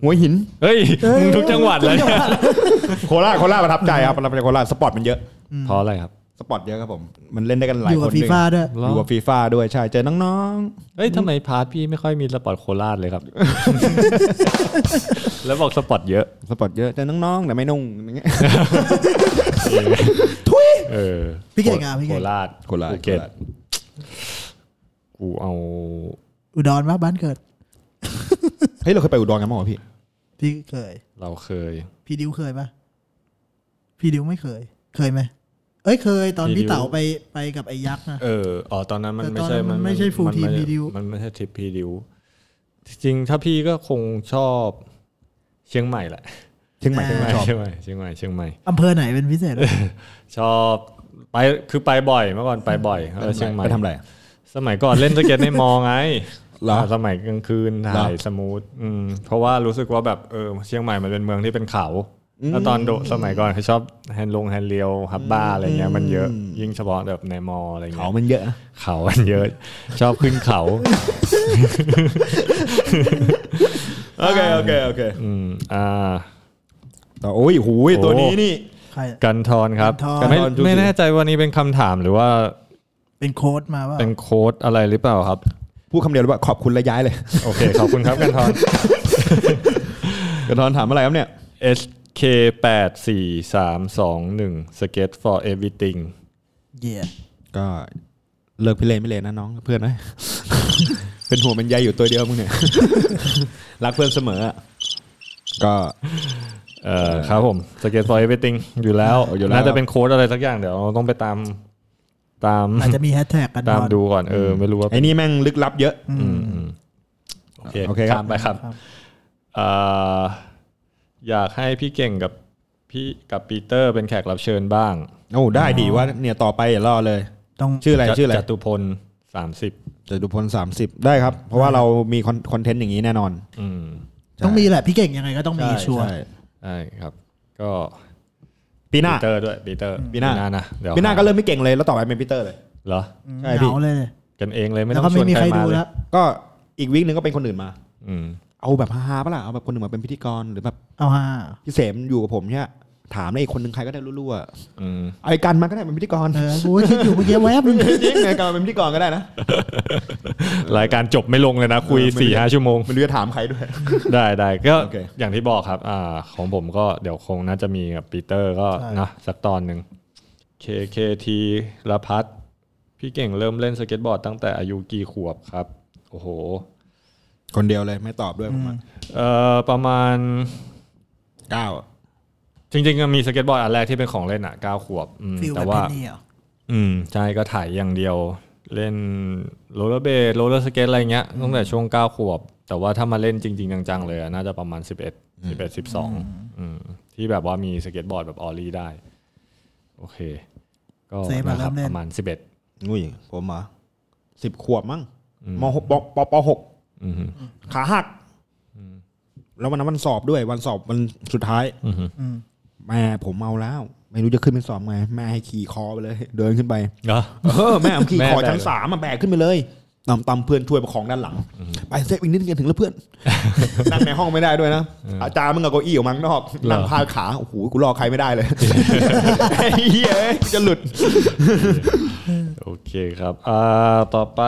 Speaker 3: หัวหิน
Speaker 4: เฮ้ยมึงทุกจังหวัดเลยเนี่ย
Speaker 3: โคราชโคราชประทับใจครับประทับใจโคราชสปอร์ตมันเยอะ
Speaker 4: เพราะอะไรครับ
Speaker 3: สปอร์ตเยอะครับผม มันเล่นได้กันหลา
Speaker 5: อย ยู่
Speaker 3: ค
Speaker 5: กับ
Speaker 3: น
Speaker 5: ฟี
Speaker 3: ด้วย
Speaker 5: ฟ่าด้วย
Speaker 3: อยู่กับฟีฟ่าด้วยใช่เจอน้อง
Speaker 4: เอ้ยทำไมพาร์ทพี่ไม่ค่อยมีสปอร์ตโคราชเลยครับ แล้วบอกสปอร์ตเยอะ
Speaker 3: ๆสปอร์ตเยอะเจอน้องๆแต่ไม่นุ่งอย่างเงี้ย
Speaker 4: เออ
Speaker 5: พี่เก่งอ่ะพี่เก่ง
Speaker 4: โคราช
Speaker 3: โคราช
Speaker 4: ภูเก็ต
Speaker 3: โคราช
Speaker 4: กูเอา
Speaker 5: อุดรว่าบ้านเกิด
Speaker 3: เฮ้ยเราเคยไปอุดรกันมั้างเหรอพี่
Speaker 5: พี่เคย
Speaker 4: เราเคย
Speaker 5: พี่ดิวเคยปะพี่ดิวไม่เคย เคยไหมเอ้ยเคยตอน
Speaker 4: พี่
Speaker 5: พี่
Speaker 4: ดิว
Speaker 5: เต๋าไปไปกับไอ้ยักษ์นะ
Speaker 4: เอออ๋อตอนนั้นมัน
Speaker 5: แต่
Speaker 4: ไม่
Speaker 5: ตอน
Speaker 4: ใช่
Speaker 5: นั้นมันไม่ใช่ full
Speaker 4: น
Speaker 5: team
Speaker 4: ไม่
Speaker 5: พีดิว
Speaker 4: มันไม่ใช่ทริปพีดิวจริงๆถ้าพี่ก็คงชอบเชียงใหม่แหละ
Speaker 3: เชียงใหม่เชียงใหม่ชอบ
Speaker 4: เชียงใหม่เชียงใหม่เชียงใหม่
Speaker 5: อำเภอไหนเป็นพิเศษ วะ
Speaker 4: ชอบไปคือไปบ่อยเมื่อก่อนไปบ่อยเออเชียงใหม่
Speaker 3: ไปทำอะไรอะ
Speaker 4: สมัยก่อนเล่นสเก็ตในมอไง
Speaker 3: เหรอ
Speaker 4: สมัยกลางคืนถ่ายสมูทอืมเพราะว่ารู้สึกว่าแบบเออเชียงใหม่มันเป็นเมืองที่เป็นเขา แล้วตอนโดสมัยก่อนเขาชอบแฮนด์ลงแฮนด์เรียวฮับบ้าอะไรเงี้ยมันเยอะ
Speaker 3: อืม
Speaker 4: ยิ่งเฉพาะแบบในมออะไรเงี้ย
Speaker 3: เขามันเยอะนะ
Speaker 4: เขามันเยอะ ชอบขึ้น เขา
Speaker 3: โอเคโอเคโอเค
Speaker 4: อืมอ่า
Speaker 3: แต่โอ้ยหูย
Speaker 4: โอ้
Speaker 3: ตัวนี้นี่
Speaker 5: ใคร
Speaker 4: กันทรครับ
Speaker 5: กันทร
Speaker 4: ไม่
Speaker 3: กันทร
Speaker 4: ไม่แน่ใจวันนี้เป็นคำถามหรือว่า
Speaker 5: เป็นโค้ดมาว่า
Speaker 4: เป็นโค้ดอะไรหรือเปล่าครับ
Speaker 3: พูดคำเดียวเลยว่าขอบคุณและย้ายเลย
Speaker 4: โอเค ขอบคุณครับกันทร
Speaker 3: กระทอนถามอะไรครับเนี่ย
Speaker 4: S K 8 4 3 2 1 Skate for everything
Speaker 5: เย่
Speaker 3: ก็เลิกพิเรนพิเรนนะน้องเพื่อนนะ เป็นห่วงเป็นใยอยู่ตัวเดียวมึงเนี่ย รักเพื่อนเสมออะก็
Speaker 4: เอ่อครับผม Skate for everything อยู่แล้ว
Speaker 3: อยู่แล้ว
Speaker 4: น่าจะเป็นโค้ดอะไรสักอย่างเดี๋ยวเราต้องไปตามตาม
Speaker 5: อาจจะมีแฮชแท็กกัน
Speaker 4: ตา
Speaker 5: ก่อ
Speaker 4: ม
Speaker 5: น
Speaker 4: ดูก่อนเออไม่รู้ว่า
Speaker 3: ไอ้นี่แม่งลึกลับเยอะ
Speaker 4: อืมอืมโอเค
Speaker 3: โอเคครับ
Speaker 4: ข้ามไปครับเอ่ออยากให้พี่เก่งกับพี่กับปีเตอร์เป็นแขกรับเชิญบ้าง
Speaker 3: โอ้ได้ดีว่าเนี่ยต่อไปอย่ารอเลย
Speaker 5: ต้อง
Speaker 3: ชื่ออะไรชื่ออะไร
Speaker 4: จตุพลสามสิบ
Speaker 3: จตุพลสามสิบได้ครับ เพราะว่าเรามีคอนคอนเทนต์อย่างนี้แน่นอน
Speaker 4: อืม
Speaker 5: ต้องมีแหละพี่เก่งยังไงก็ต้องมี
Speaker 3: ใช่
Speaker 5: ชัวร์
Speaker 3: ใช่
Speaker 4: ใช่ครับ ก็
Speaker 3: ปีหน้า
Speaker 4: ปีเตอร์ด้วยปีเตอร์
Speaker 3: ปีหน้า
Speaker 4: นะเดี๋ยว
Speaker 3: ปีหน้าก็เริ่มไม่เก่งเลยแล้วต่อไปเป็นปีเตอร์เลย
Speaker 4: เหรอ
Speaker 3: ใช่
Speaker 5: เห
Speaker 3: พี่
Speaker 5: งาเลย
Speaker 4: กันเองเลยไม่
Speaker 5: แล้
Speaker 4: ต้
Speaker 5: ว
Speaker 4: อง
Speaker 5: ก็
Speaker 4: ช
Speaker 5: ไม่
Speaker 4: วน
Speaker 5: มี
Speaker 4: ใค
Speaker 5: ใค
Speaker 4: ร
Speaker 5: ร
Speaker 4: มา
Speaker 5: ดู
Speaker 4: เลย
Speaker 5: แล้ว
Speaker 3: ก็อีกวิกหนึ่งก็เป็นคนอื่นมา
Speaker 4: อืม
Speaker 3: เอาแบบฮาๆปะล่ะเอาแบบคนอื่นมาเป็นพิธีกรหรือแบบ
Speaker 5: เอาฮะ
Speaker 3: พี่เสมอยู่กับผมเนี่ยถามเลยอีกคนหนึ่งใครก็ได้รั่วๆอะ
Speaker 4: อืม
Speaker 3: เอาไอ้กันมาก็ได้เป็นพิธีกร
Speaker 5: เออกูก็คิดอยู่เมื่อกี้แวบนึง
Speaker 3: จริงไงกันมาเป็นพิธีกรก็ได้นะ
Speaker 4: รายการจบไม่ลงเลยนะ คุย
Speaker 3: เออไม่
Speaker 4: สี่ห้าชั่วโมง
Speaker 3: ไม่รู้จะถามใครด้วย
Speaker 4: ได้ได้ก็
Speaker 3: โอเค
Speaker 4: อย่างที่บอกครับ อ่า ของผมก็เดี๋ยวคงน่าจะมีกับปีเตอร์ก็
Speaker 5: ใช่
Speaker 4: นะสักตอนหนึ่ง KKT ละพัฒน์พี่เก่งเริ่มเล่นสเก็ตบอร์ดตั้งแต่อายุกี่ขวบครับ โอ้โห
Speaker 3: คนเดียวเลยไม่ตอบด้วยผมอะ
Speaker 4: เอ่อประมาณ
Speaker 3: เก้าอะ
Speaker 4: จริงๆก็มีสเก็ตบอร์ดอันแรกที่เป็นของเล่นอ่ะเก้าขวบอืม
Speaker 5: ฟิลแบ
Speaker 4: แต่
Speaker 5: บ
Speaker 4: ว่า
Speaker 5: เพนนี่เหรอ
Speaker 4: อืมใช่ก็ถ่ายอย่างเดียว เล่นโรลเลอร์เบดโรลเลอร์สเก็ตอะไรเงี้ยตั้งแต่ช่วงเก้าขวบ แต่ว่าถ้ามาเล่นจริง ๆ จังๆเลยอะน่าจะประมาณสิบเอ็ดสิบเอ็ดสิบสองที่แบบว่ามีสเก็ตบอร์ดแบบออลลี่ได้ โอเค ก็นะครับประมาณสิบเอ็ด
Speaker 3: งุ้ยผมเหรอสิบขวบมั้ง
Speaker 4: อืม
Speaker 3: มหกปปปหกขาหักแล้ววันนั้นวันสอบด้วย วันสอบวันสุดท้าย
Speaker 5: อืม
Speaker 3: แม่ผมเมาแล้ว ไม่รู้จะขึ้นไปสอบไงแม่ให้ขี่คอไปเลย เดินขึ้นไป
Speaker 4: เหรอ
Speaker 3: เออแม่ผมขี่
Speaker 4: แม่
Speaker 3: คอ
Speaker 4: แบก
Speaker 3: ชั้นสามมาแบกขึ้นไปเลยตำตำเพื่อนช่วยประคองด้านหลัง ไปเซฟอีกนิดนึงจะถึงแล้วเพื่อน นั่ง ในห้องไม่ได้ด้วยนะ อาจารย์มึงกับเก้าอี้ออกมาข้างนอกนั่งพาดขาโอ้โหกูรอใครไม่ได้เลย ไอ้เหี้ยเอ้ยกูจะหลุด
Speaker 4: โอเคครับ อ่า ต่อไป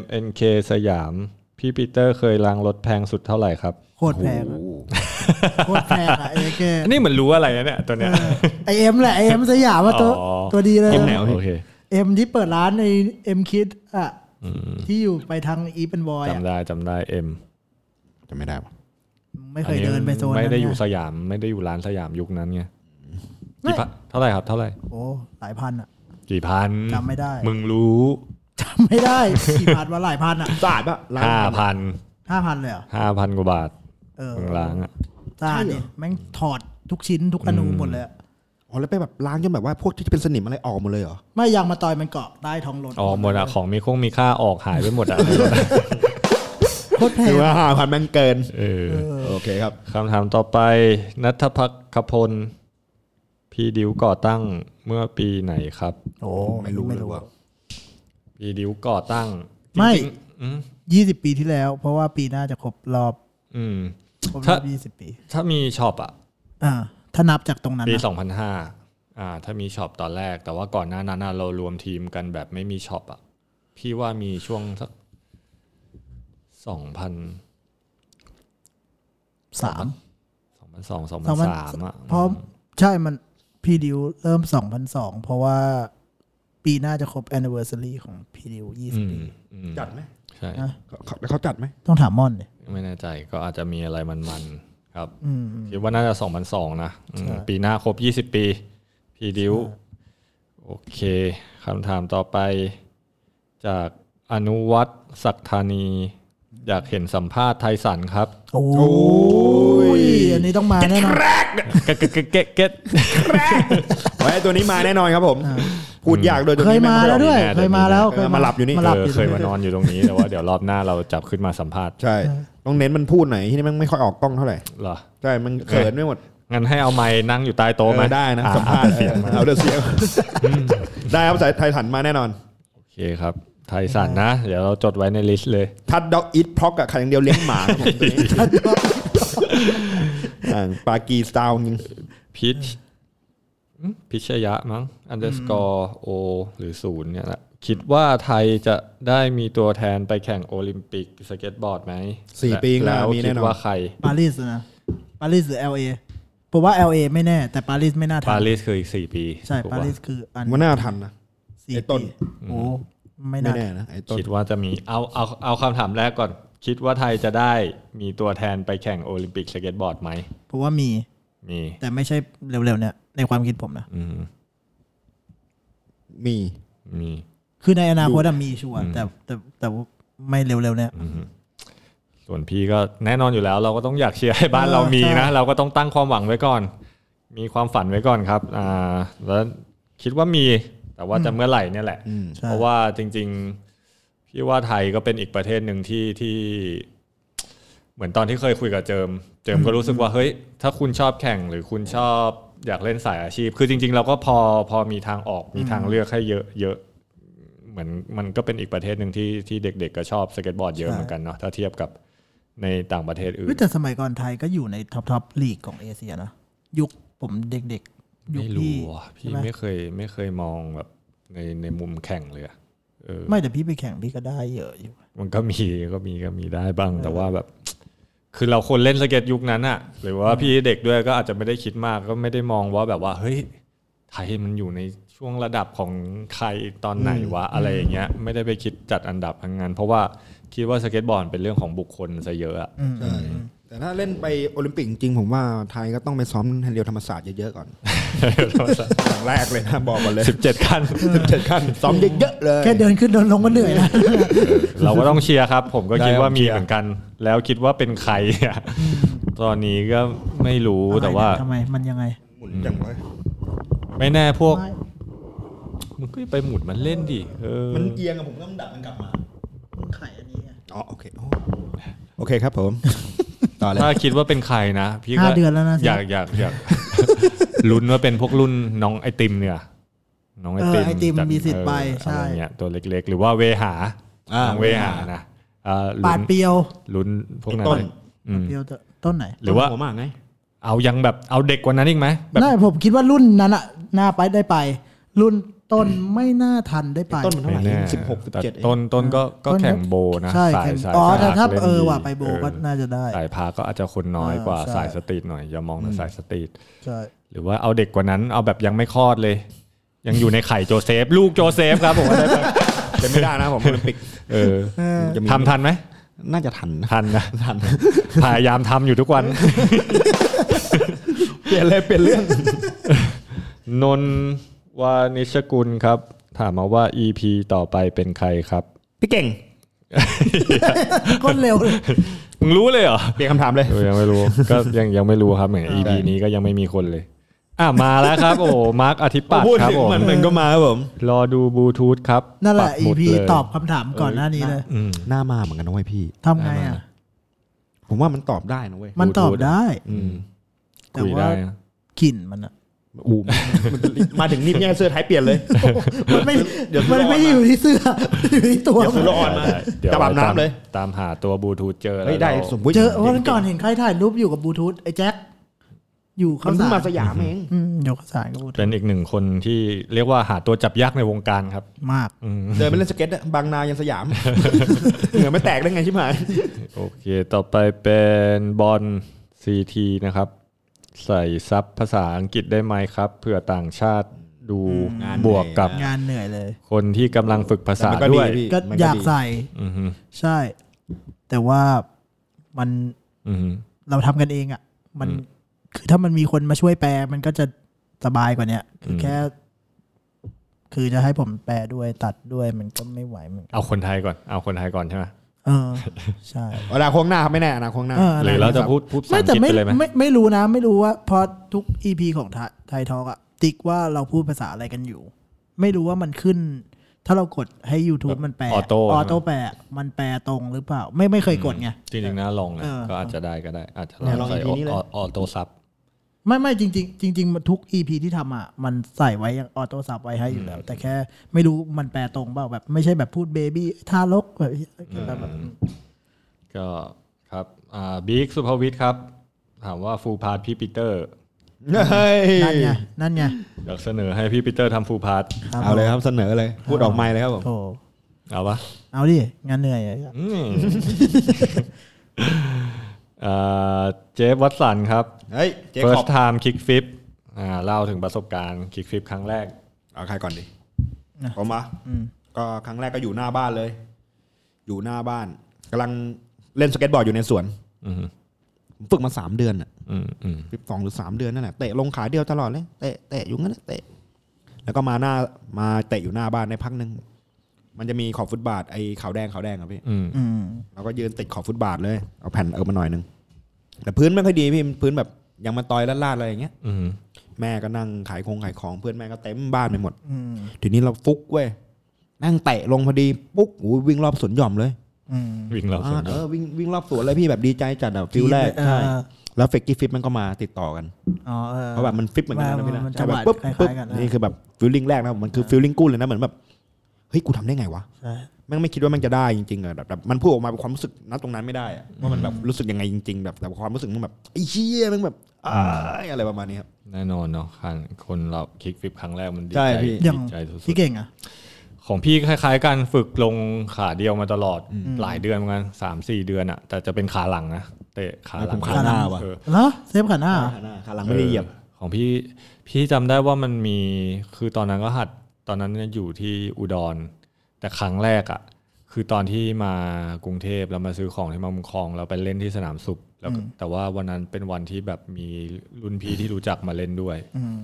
Speaker 4: MNK สยาม พี่ปีเตอร์เคยล้างรถแพงสุดเท่าไหร่ครับ
Speaker 5: โคตรแพงอะโคตรแพงอะเอเก
Speaker 4: อันนี้เหมือนรู้อะไรนะเนี่ยตัวเนี้ย
Speaker 5: ไอเอ็มแหละไอเอ็มสยามอะตัว
Speaker 4: อ๋อ
Speaker 5: ตัวดีเลย
Speaker 4: เอ็มแนวโอเค
Speaker 5: เอ็มที่เปิดร้านในเอ็มคิดอะที่อยู่ไปทางอีเป็นบอยอะ
Speaker 4: จำได้จำได้เอ็ม
Speaker 3: จะไม่ได้ปะ
Speaker 5: ไม่เคยเดินไปโซน
Speaker 4: ไม่
Speaker 5: นั้น
Speaker 4: ได้อยู่
Speaker 5: นะ
Speaker 4: สยามไม่ได้อยู่ร้านสยามยุคนั้นไง
Speaker 5: ไม่
Speaker 4: กี่พันเท่าไหร่ครับเท่าไหร่
Speaker 5: โอ้หลายพันอะ
Speaker 4: กี่พัน
Speaker 5: จำไม่ได้
Speaker 4: มึงรู้
Speaker 5: จำไม่ ได้กี่พันว่าหลายพันอะ
Speaker 3: สะอาดปะร้น
Speaker 4: ห้าพัน
Speaker 5: ห้าพันเลยเหรอ
Speaker 4: ห้าพันกว่าบาท
Speaker 5: เออ
Speaker 4: มึงล้างอ่ะ
Speaker 5: ตาเนี่ยแม่งถอดทุกชิ้นทุกอนูหมดเลยอะ
Speaker 3: อ๋อแล้วไปแบบล้างจนแบบว่าพวกที่เป็นสนิมอะไรออกหมดเลยเหรอ
Speaker 5: ไม่ยางมาตอยมันเกาะใต้ท้องรถ
Speaker 4: ออกหมดอะของมีคงมีค่าออกหายไปหมดอะ
Speaker 5: โคตรแพ
Speaker 3: คื
Speaker 5: ง
Speaker 3: อว่าห้าพันแม่งเกิน
Speaker 4: เออ
Speaker 3: โอเคครับ
Speaker 4: คำถามต่อไปนัทพักขพล พี่ดิวก่อตั้งเมื่อปีไหนครับ
Speaker 5: โอ้
Speaker 3: ไม่รู้เลยว่า
Speaker 4: พี่ดิวก่อตั้ง
Speaker 5: ไม่
Speaker 4: จริงๆอืม
Speaker 5: ยี่สิบปีที่แล้ว เพราะว่าปีหน้าจะครบรอบ
Speaker 4: อืม
Speaker 5: ครบร
Speaker 4: ถ้า
Speaker 5: อบยี่สิบปี
Speaker 4: ถ้ามีช็อปอะ
Speaker 5: อ่า ถ้านับจากตรงนั้น
Speaker 4: ปี
Speaker 5: นะ
Speaker 4: 2005อ่า ถ้ามีช็อปตอนแรก แต่ว่าก่อนหน้านั้นน่ะเรารวมทีมกันแบบไม่มีช็อปอ่ะ พี่ว่ามีช่วงสัก2,000
Speaker 5: สาม
Speaker 4: 2002
Speaker 5: สองพัน
Speaker 4: 2003อ่ะ
Speaker 5: เพราะใช่มันพี่ดิวเริ่มสองพันสองเพราะว่าปีหน้าจะครบ anniversary ของพี่ดิวยี่สิ
Speaker 4: อื
Speaker 5: บ
Speaker 4: ม
Speaker 5: ปี
Speaker 4: อืม
Speaker 3: จัดไหม
Speaker 4: ใช่
Speaker 5: อ่ะ
Speaker 3: เขาแล้วเขาจัดไหม
Speaker 5: ต้องถามม่อนเลย
Speaker 4: ไม่แน่ใจก็อาจจะมีอะไรมันๆครับ
Speaker 5: อืม
Speaker 4: คิดว่าน่าจะ 2002 นะอืม
Speaker 5: ใช่
Speaker 4: ปีหน้าครบ 20 ปี พี่ดิวโอเคคำถามต่อไป จากอนุวัฒน์ศักธานี อยากเห็นสัมภาษณ์ไทสันครับ
Speaker 5: โอ้ยอันนี้ต้องมาแน่นอน
Speaker 4: เก็ตเก็ตเก็ตเก็ต
Speaker 3: ไว้ตัวนี้มาแน่นอนครับผม พูดยากโดยตัว
Speaker 5: เคย
Speaker 3: นี้
Speaker 5: มา
Speaker 3: ไค่อ
Speaker 5: แล้
Speaker 3: อ
Speaker 5: ว
Speaker 3: ก
Speaker 5: ด้วย
Speaker 4: แน่ๆ
Speaker 5: เคย
Speaker 4: แต่
Speaker 5: มาแล้ว
Speaker 3: เออมาหลับอยู่นี่
Speaker 5: มาหลับ
Speaker 4: เอ
Speaker 5: อ
Speaker 4: อยู่ เคยมานอนอยู่ตรงนี้ แต่ว่าเดี๋ยวรอบหน้าเราจับขึ้นมาสัมภาษณ์
Speaker 3: ใช่ ต้องเน้นมันพูดหน่อยที่นี่แม่งไม่ค่อยออกกล้องเท่าไหร่
Speaker 4: เหรอ
Speaker 3: ใช่ มันเขินไม่หมด
Speaker 4: งั้นให้เอาไม้นั่งอยู่ใต้โต๊ะ
Speaker 3: เอ
Speaker 4: มา
Speaker 3: อได้นะ
Speaker 4: อ่
Speaker 3: สัมภาษณ์
Speaker 4: เสียงมา
Speaker 3: เอาเดือเสียง ได้ครับสายไทยถันมาแน่นอน
Speaker 4: โอเคครับ ไทยสันนะ เดี๋ยวเราจดไว้ในลิสต์เลย
Speaker 3: ทัดด็อกอีทพร็อกกับใครอย่างเดียวเลี้ยงหมาครับผมตัวนี้ อ่าปากีสไตล์จริง
Speaker 4: พิชอืมพิชยะมั้ง underscore o หรือศูนย์เนี่ยแหละคิดว่าไทยจะได้มีตัวแทนไปแข่งโอลิมปิกสเก็ตบอร์ดไหม
Speaker 3: สี่ปีข้างห
Speaker 4: แล้
Speaker 3: น้าว มี
Speaker 4: คิ
Speaker 3: แน่
Speaker 4: ด
Speaker 3: นอน
Speaker 4: ว่าใคร
Speaker 5: ปารีสนะปารีสหรือ LA ผมว่า LA ไม่แน่ แต่ปารีสไม่น่าทั
Speaker 4: ปาน รีสคืออีกสี่ปี
Speaker 5: ใช่
Speaker 4: ถูก
Speaker 5: ปา
Speaker 4: ปะ
Speaker 5: รีสคืออัน
Speaker 3: มันน่าทันนะ
Speaker 5: สี่
Speaker 3: ไอ้ต้น
Speaker 5: ปีโอ้ไม่
Speaker 3: ไม่
Speaker 5: น่า
Speaker 3: แน่นะไอ้ต้น
Speaker 4: คิดว่าจะมีเอาเอาเอาคำถามแรกก่อน คิดว่าไทยจะได้มีตัวแทนไปแข่งโอลิมปิกสเก็ตบอร์ดไหม
Speaker 5: ผมว่ามี
Speaker 4: มี
Speaker 5: แต่ไม่ใช่เร็วๆเนี่ยในความคิดผมนะ
Speaker 4: อืม
Speaker 3: มี
Speaker 4: มี
Speaker 5: คือในอนาคตอะมีชัวร์แต่แต่แต่ว่าไม่เร็วๆเนี่ย
Speaker 4: ส่วนพี่ก็แน่นอนอยู่แล้ว เราก็ต้องอยากเชียร์ให้บ้าน
Speaker 5: เออ
Speaker 4: เรามีนะ
Speaker 5: ใช่
Speaker 4: เราก็ต้องตั้งความหวังไว้ก่อน มีความฝันไว้ก่อนครับอ่าแล้วคิดว่ามีแต่ว่าจะเมื่อไหร่เนี่ยแหละ
Speaker 5: ใช่
Speaker 4: เพราะว่าจริงๆพี่ว่าไทยก็เป็นอีกประเทศหนึ่งที่ที่ เหมือนตอนที่เคยคุยกับเจิม เจิมก็รู้สึกว่าเฮ้ย ถ้าคุณชอบแข่งหรือคุณชอบอยากเล่นสายอาชีพ คือจริง ๆ เราก็พอพอมีทางออกมีทางเลือกให้เยอะเยอะเหมือนมันก็เป็นอีกประเทศหนึ่งที่ที่เด็ก ๆ ก็ชอบสเก็ตบอร์ดเยอะเหมือนกันเนาะถ้าเทียบกับในต่างประเทศอื่น
Speaker 5: เฮ้ยแต่สมัยก่อนไทยก็อยู่ในท็อปท็อปลีกของเอเชียนะ ยุคผมเด็กๆ ยุค
Speaker 4: ไม่
Speaker 5: พี่
Speaker 4: รู้ว่ะพี่
Speaker 5: ใช่ไหม
Speaker 4: ไม่เคยไม่เคยมองแบบในในมุมแข่งเลยอะเออ
Speaker 5: ไม่แต่พี่ไปแข่งพี่ก็ได้เยอะอยู่
Speaker 4: มันก็มี ก็มีก็มีได้บ้าง แต่ว่าแบบ คือเราคนเล่นสเก็ตยุคนั้นอะหรือว่าพี่เด็กด้วยก็อาจจะไม่ได้คิดมากก็ไม่ได้มองว่าแบบว่า เฮ้ยไทยมันอยู่ในช่วงระดับของใครตอนไหนวะอะไรอย่างเงี้ย ไม่ได้ไปคิดจัดอันดับทั้งนั้นเพราะว่าคิดว่าสเก็ตบอร์ดเป็นเรื่องของบุคคลซะเยอะ อะ
Speaker 3: ใช่แต่ถ้าเล่นไปโอลิมปิกจริงๆผมว่าไทยก็ต้องไปซ้อมแฮนเดียวธรรมศาสตร์เยอะๆก่อน อย่างแรกเลยนะ บอกก่อนเลย
Speaker 4: สิบเจ็ด ขั้น
Speaker 3: เจ็ดขั้นซ้อมเยอะๆเลย
Speaker 5: แค่เดินขึ้นเดินลงก็เหนื่อยแล้ว
Speaker 4: เราก็ต้องเชียร์ครับ ผมก็คิดว่า
Speaker 3: ได้ครับ
Speaker 4: มี
Speaker 3: เชียร์
Speaker 4: เหมือนกัน แล้วคิดว่าเป็นใคร อะตอนนี้ก็ไม่รู้แต่ว่า
Speaker 5: ทำไมมันยังไง
Speaker 3: หมุนจังเลย
Speaker 4: ไม่แน่พวก
Speaker 5: ไม่
Speaker 4: มึงก็ไปหมุดมันเล่นดิเออ
Speaker 3: มันเอียงอะผมต้องดับมันกลับมา
Speaker 5: มึงไขอันนี้ไง
Speaker 3: อ๋อโอเคโอ้โอเคครับผม ต่อเลย
Speaker 4: ถ้าคิดว่าเป็นใครนะ พี่
Speaker 5: ห้า
Speaker 4: ก็
Speaker 5: เดือนแล้วนะ
Speaker 4: อยากอยากอ ยาก ลุ้นว่าเป็นพวกรุ่นน้องไอติมเนี่ยน้องไอ
Speaker 5: เออ
Speaker 4: ติม
Speaker 5: ไอติม
Speaker 4: จาก
Speaker 5: มีสิทธิ์ไป
Speaker 4: เออ
Speaker 5: ใช่
Speaker 4: อะไรเงี้ยตัวเล็กๆ หรือว่าเวหา
Speaker 3: อ่า
Speaker 4: น้องเวหานะอ่า
Speaker 5: ปา
Speaker 4: ลุ้
Speaker 5: ด
Speaker 4: น
Speaker 5: เปรียว
Speaker 4: ลุ้นพวกนั้
Speaker 3: ไอ้ต้
Speaker 4: น
Speaker 3: น
Speaker 4: อืม
Speaker 5: เปรียวต้นไหน
Speaker 4: หรือว่า
Speaker 3: หัวหมากไง
Speaker 4: เอายังแบบเอาเด็กกว่านั้นอีกไหมแบบ
Speaker 5: น่าผมคิดว่ารุ่นนั้นอะน่าไปได้ไป รุ่นต้นไม่น่าทันได้ไป
Speaker 3: ต้นมันเท่าไหร่
Speaker 4: ไม่แน่
Speaker 3: สิบหกสิบเจ็ด
Speaker 4: แต่ต้นต้นก็ก็
Speaker 5: ต้นก็
Speaker 4: แข่งโบนะ
Speaker 5: ใช่
Speaker 4: สาย
Speaker 5: แข่ง
Speaker 4: สาย
Speaker 5: อ๋อ
Speaker 4: พก
Speaker 5: แต่ถ้า
Speaker 4: ล่น
Speaker 5: เออ
Speaker 4: ดี
Speaker 5: ว่ะไปโบก็น่าจะได้
Speaker 4: สายพาก็อาจจะคนน้อยกว่า
Speaker 5: เออใช่
Speaker 4: สายสตรีทหน่อย อย่ามองแต่สายสตรีท
Speaker 5: ใช่
Speaker 4: หรือว่าเอาเด็กกว่านั้นเอาแบบยังไม่คลอดเลย ยังอยู่ในไข่โจเซฟ ลูกโจเซฟครับผมว่าได้ปะ
Speaker 3: เป็นไม่ได้นะผมโอลิมปิก
Speaker 4: เออ
Speaker 3: จะมี
Speaker 4: ทำทันไหม
Speaker 3: น่าจะทันนะ
Speaker 4: ทันนะ
Speaker 3: ทัน
Speaker 4: พยายามทำอยู่ทุกวัน
Speaker 3: เปลี่ยนเลยเปลี่ยนเรื่อง
Speaker 4: นนท์วานิชกุลครับ ถามมาว่า EP ต่อไปเป็นใครครับ
Speaker 3: พี่เก่ง
Speaker 5: ก้นเร็วเลย
Speaker 4: มึงรู้เลยเหรอ
Speaker 3: เปลี่ยนคำถามเลย
Speaker 4: เออยังไม่รู้ ก็ยังยังไม่รู้ครับเหมือน EP นี้ก็ยังไม่มีคนเลย อ่ะมาแล้วครับ โอ้มาร์คอธิปัตย์
Speaker 3: พูด
Speaker 4: ครับ
Speaker 3: ถึง
Speaker 4: ผม
Speaker 3: มันมันก็มาครับผม
Speaker 4: รอดูบลูทูธครับ
Speaker 5: นั่นแหละ
Speaker 4: ปักมุด
Speaker 5: EP
Speaker 4: เย
Speaker 5: ตอบคำถามก่อนหน้านี้เลย
Speaker 4: อืม
Speaker 3: หน้ามาเหมือนกันนะเว้ยพี่
Speaker 5: ทำไงอ่ะ
Speaker 3: ผมว่ามันตอบได้นะเว้ย
Speaker 5: มันตอบ
Speaker 4: พูดๆอะ
Speaker 5: ได้
Speaker 4: อืม
Speaker 5: แต่
Speaker 4: คุย
Speaker 5: ว่า
Speaker 4: ได้นะ
Speaker 5: กลิ่นมันอะ
Speaker 3: อูมมาถึงนี่เนี่ยเสื้อไทยเปลี่ยนเลย
Speaker 5: มันไม่
Speaker 3: เดี๋ยว
Speaker 5: มันไม่ได้อยู่ที่เสื้อ มันอยู่ที่ตัว
Speaker 3: เดี๋ยวซื้อละออนมา
Speaker 4: ได้เดี๋ยว
Speaker 3: จะอาบน้ำเลย
Speaker 4: ตามหาตัวบลูทูธเจอแล้ว
Speaker 3: เฮ้ยได้
Speaker 4: เรา
Speaker 3: สมมุติ
Speaker 5: เจอวันก่อนเห็นใครถ่ายรูปอยู่กับบลูทูธไอ้แจ็คอยู่
Speaker 3: มั
Speaker 5: ข้าน ว
Speaker 3: เพิ่
Speaker 5: สางร
Speaker 3: มาสยามเอง
Speaker 5: อืมอยู่ข้าวสารกับบลูทูธ
Speaker 4: เป็นอีกหนึ่งคนที่เรียกว่าหาตัวจับยากในวงการครับ
Speaker 5: มาก
Speaker 4: อืม
Speaker 3: เดินไปเล่นสเก็ตอะบางนายังสยาม เหงื่อไม่แตกได้ไงชิบหาย
Speaker 4: โอเค ต่อไปเป็นบอลซีทีนะครับ ใส่ซับภาษาอังกฤษได้ไหมครับเผื่อต่างชาติดูบวกกับ
Speaker 5: งานเหนื่อยเลย
Speaker 4: คนที่กำลังฝึกภาษา
Speaker 3: แต่มันก็
Speaker 4: ด้วย
Speaker 3: พี่
Speaker 5: ก็
Speaker 3: มัน
Speaker 5: อยาก
Speaker 3: ดี
Speaker 5: ใส่
Speaker 4: อือฮึ
Speaker 5: ใช่ แต่ว่ามัน
Speaker 4: อือฮึ
Speaker 5: เราทำกันเองอ่ะ มัน
Speaker 4: อืม
Speaker 5: คือถ้ามันมีคนมาช่วยแปลมันก็จะสบายกว่าเนี้ยคืออ
Speaker 4: ม
Speaker 5: แค่ คือจะให้ผมแปลด้วยตัดด้วยมันก็ไม่ไหวเหมือนกัน
Speaker 4: เอาคนไทยก่อน เอาคนไทยก่อนใช่ไหม
Speaker 5: เออ ใช่
Speaker 3: อนาคตข้างหน้าครับไม่แน่อนาคตข้างหน้า
Speaker 5: เออ
Speaker 4: หรือเราจะพูดพูดภาษา
Speaker 5: ไม่
Speaker 4: อัง
Speaker 5: แต่
Speaker 4: กฤษ
Speaker 5: ไม่
Speaker 4: ไปเลยไหม
Speaker 5: ไม่ไม่รู้นะ ไม่รู้ว่าเพอทุกอีพีของไทยทอกอะติ๊กว่าเราพูดภาษาอะไรกันอยู่ ไม่รู้ว่ามันขึ้น ถ้าเรากดให้ YouTube มันแปล
Speaker 4: ออโต้
Speaker 5: ออโต้แปลมันแปลตรงหรือเปล่า ไม่ไม่เคยกดไง
Speaker 4: จริงๆนะลองนะ
Speaker 5: เออ
Speaker 4: ก็อาจจะได้ก็ได้ อาจจะ
Speaker 3: เนี่ยลอง
Speaker 4: ใส่
Speaker 3: EP นี้เลย
Speaker 4: ออโต้ซับ
Speaker 5: ไม่ไม่จริงๆจริงๆทุก EP ที่ทำอ่ะ มันใส่ไว้ออโต้ซับไว้ให้อยู่แล้ว แต่แค่ไม่รู้มันแปลตรงเปล่าแบบ ไม่ใช่แบบพูดเบบี้ทารกแบบแบบ
Speaker 4: ก็ครับอ่าบิ๊กสุภวิทย์ครับ ถามว่าฟูลพาร์ทพี่ปีเตอร์
Speaker 3: เฮ้ย
Speaker 5: นั่นไงนั่นไง
Speaker 4: อยากเสนอให้พี่ปีเตอร์ทำฟูลพาร์ท
Speaker 5: ครับ
Speaker 3: เอาเลยครับเสนอเลยพูดออกไม้เลยครับผม
Speaker 5: โอ้
Speaker 4: เอาปะ
Speaker 5: เอาดิงานเหนื่อยอะ
Speaker 4: อืม เอ่อเจฟวัตสันครับ
Speaker 3: เฮ้ยเจ๊ขอบ
Speaker 4: first time kick flip อ่าเล่าถึงประสบการณ์ kick flip ครั้งแรก
Speaker 3: เอาใครก่อนดี
Speaker 5: นะ
Speaker 3: ผมเหรอ่ะก็ครั้งแรกก็อยู่หน้าบ้านเลย อยู่หน้าบ้านกำลังเล่นสเก็ตบอร์ดอยู่ในสวน
Speaker 4: อืม
Speaker 3: ผมฝึกมาสามเดือนอ่ะ
Speaker 4: อืมอืม
Speaker 3: สิบสองหรือสามเดือนนั่นแหละเตะลงขาเดียวตลอดเลยเตะเตะอยู่งั้นน่ะเตะ แล้วก็มาหน้ามาเตะอยู่หน้าบ้านในพักหนึ่งมันจะมีขอบฟุตบาทไอ้ขาวแดงขาวแดงอะพี่
Speaker 4: อืม
Speaker 5: อืม
Speaker 3: เราก็ยืนติดขอบฟุตบาทเลย เอาแผ่นเออมาหน่อยหนึง แต่พื้นไม่ค่อยดีพี่พื้นแบบยังมาตอยลาดๆอะไรอย่างเงี้ย
Speaker 4: อืม
Speaker 3: แม่ก็นั่งขายคงขายของเพื่อนแม่ก็เต็มบ้านไปหมด
Speaker 5: อืม
Speaker 3: ทีนี้เราฟุกเว้ยนั่งเตะลงพอดีปุ๊บอู้ยวิ่งรอบสวนหย่อมเลย
Speaker 5: อืม
Speaker 4: วิ่งเราส
Speaker 3: อ่า
Speaker 4: วน
Speaker 3: เออวิ่งวิ่งรอบสวนเลยพี่แบบดีใจจัดอะฟิลแรก
Speaker 5: เออ
Speaker 3: ใช่แล้วเฟกกี้ฟิปมันก็มาติดต่อกัน
Speaker 5: อ๋อเออ
Speaker 3: เพราะแบบมันฟิปเหมือนกันนะพี่นะ
Speaker 5: มันจั
Speaker 3: ใช่
Speaker 5: งห
Speaker 3: แบ
Speaker 5: วะ
Speaker 3: บปุ๊บ
Speaker 5: คล้ายๆ
Speaker 3: ปุ๊บ
Speaker 5: กันนะ
Speaker 3: นี่คือแบบฟิลลิ่งแรกนะมันคือฟิลลิ่งกู้เลยนะเหมือนแบบเฮ้ยกูทำได้ไงวะ
Speaker 5: ใช่
Speaker 3: แม่งไม่คิดว่าแมันจะได้จริงๆอะแบบแบบมันพูดออกมาเป็นความรู้สึกณตรงนั้นไม่ได้อะว่ามันแบบรู้สึกยังไงจริง ๆ แบบแต่ความรู้สึกมันแบบไอ้เชี่ยมันแบบอ้ายอะไรประมาณนี้ครับ
Speaker 4: แน่นอนเนาะคันคนเรา kick flip ครั้งแรกมันดี
Speaker 3: ใช่
Speaker 4: ใจ
Speaker 3: พี่
Speaker 5: อย่าง
Speaker 4: ดีใจสุด
Speaker 5: พี่เก่งอ่ะ
Speaker 4: ๆของพี่คล้าย ๆกันฝึกลงขาเดียวมาตลอดหลายเดือนเหมือนกันสามสี่เดือนอะแต่จะเป็นขาหลังนะเตะขาหลัง
Speaker 3: ผมขาหน้าว่ะ
Speaker 4: เออ
Speaker 5: เหรอเซฟขันหน้าเหรอ
Speaker 3: ขาหน้าขาหลังไม่ได้เหยียบ
Speaker 4: ออของพี่พี่จำได้ว่ามันมีคือตอนนั้นก็หัดตอนนั้นเนี่ยอยู่ที่อุดร แต่ครั้งแรกอะ่ะ คือตอนที่มากรุงเทพแล้วมาซื้อของที่มามุงคลองแล้วไปเล่นที่สนามสุขแล้วก็แต่ว่าวันนั้นเป็นวันที่แบบมีรุ่นพี่ที่รู้จักมาเล่นด้วย
Speaker 5: อืม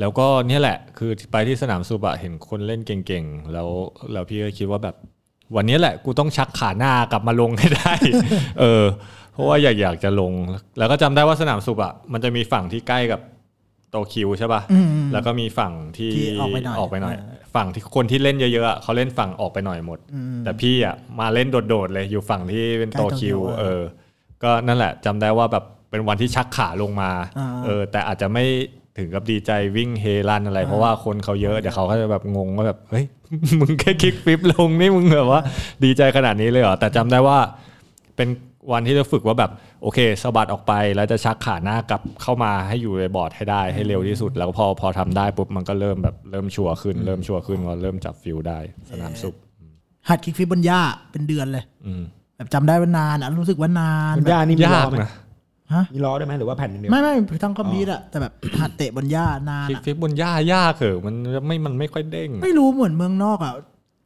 Speaker 4: แล้วก็เนี่ยแหละ คือไปที่สนามสุบะเห็นคนเล่นเก่งๆ แล้วแล้วพี่ก็คิดว่าแบบ วันนี้แหละกูต้องชักขาหน้ากลับมาลงให้ได้ เออ เพราะว่าอยากอยากจะลง แล้วก็จำได้ว่าสนามสุบะมันจะมีฝั่งที่ใกล้กับโตคิวใช่ป่ะ
Speaker 5: อืมอืม
Speaker 4: แล้วก็มีฝั่งที่
Speaker 5: ที่ออกไปหน่อย
Speaker 4: อย
Speaker 5: เออ
Speaker 4: ฝั่งที่คนที่เล่นเยอะๆอะเขาเล่นฝั่งออกไปหน่อยหมด
Speaker 5: อืม
Speaker 4: แต่พี่อ่ะมาเล่นโดดๆเลยอยู่ฝั่งที่เป็น
Speaker 5: ใกล้
Speaker 4: โต
Speaker 5: โตคิ
Speaker 4: คิว
Speaker 5: วอะ
Speaker 4: เออ ก็นั่นแหละจำได้ว่าแบบเป็นวันที่ชักขาลงมา
Speaker 5: อ่า
Speaker 4: เออ แต่อาจจะไม่ถึงกับดีใจวิ่งเฮลันอะไร
Speaker 5: อ่า
Speaker 4: เพราะว่าคนเขาเยอะเดี๋ยวเขาก็จะแบบงงว่าแบบเฮ้ย มึงแค่คลิกปิ๊บลงนี่มึงแบบว่า ดีใจขนาดนี้เลยเหรอแต่จำได้ว่า เป็นวันที่จะฝึกว่าแบบโอเคสะบัดออกไปแล้วจะชักขาหน้ากลับเข้ามาให้อยู่ในบอร์ดให้ได้ให้เร็วที่สุด แล้วพอพอทำได้ปุ๊บมันก็เริ่มแบบเริ่มชัวร์ขึ้น เริ่มชัวร์ขึ้นว่าเริ่มจับฟิลได้สนามสุข
Speaker 5: หัดคิกฟิตบนหญ้าเป็นเดือนเลย
Speaker 4: อืม
Speaker 5: แบบจำได้ว่านานอ่ะรู้สึกว่านาน
Speaker 3: คุณย่า
Speaker 5: แบบ
Speaker 3: นี่มีล้อไห
Speaker 4: ยา
Speaker 3: ม
Speaker 4: กนะ
Speaker 5: ฮะ
Speaker 3: มีล้อได้วยไหมหรือว่าแผ่นอย่างเดียว
Speaker 5: ไม่ไม่ทั้งคอมพิวต์อะแต่แบบ หัดเตะบนหญ้านาน
Speaker 4: ทิก
Speaker 5: อะ
Speaker 4: ฟิกบนหญ้ายากเหรอมันไม่มันไม่ค่อยเด้ง อะ
Speaker 5: ไม่รู้เหมือนเมืองนอกอ่ะ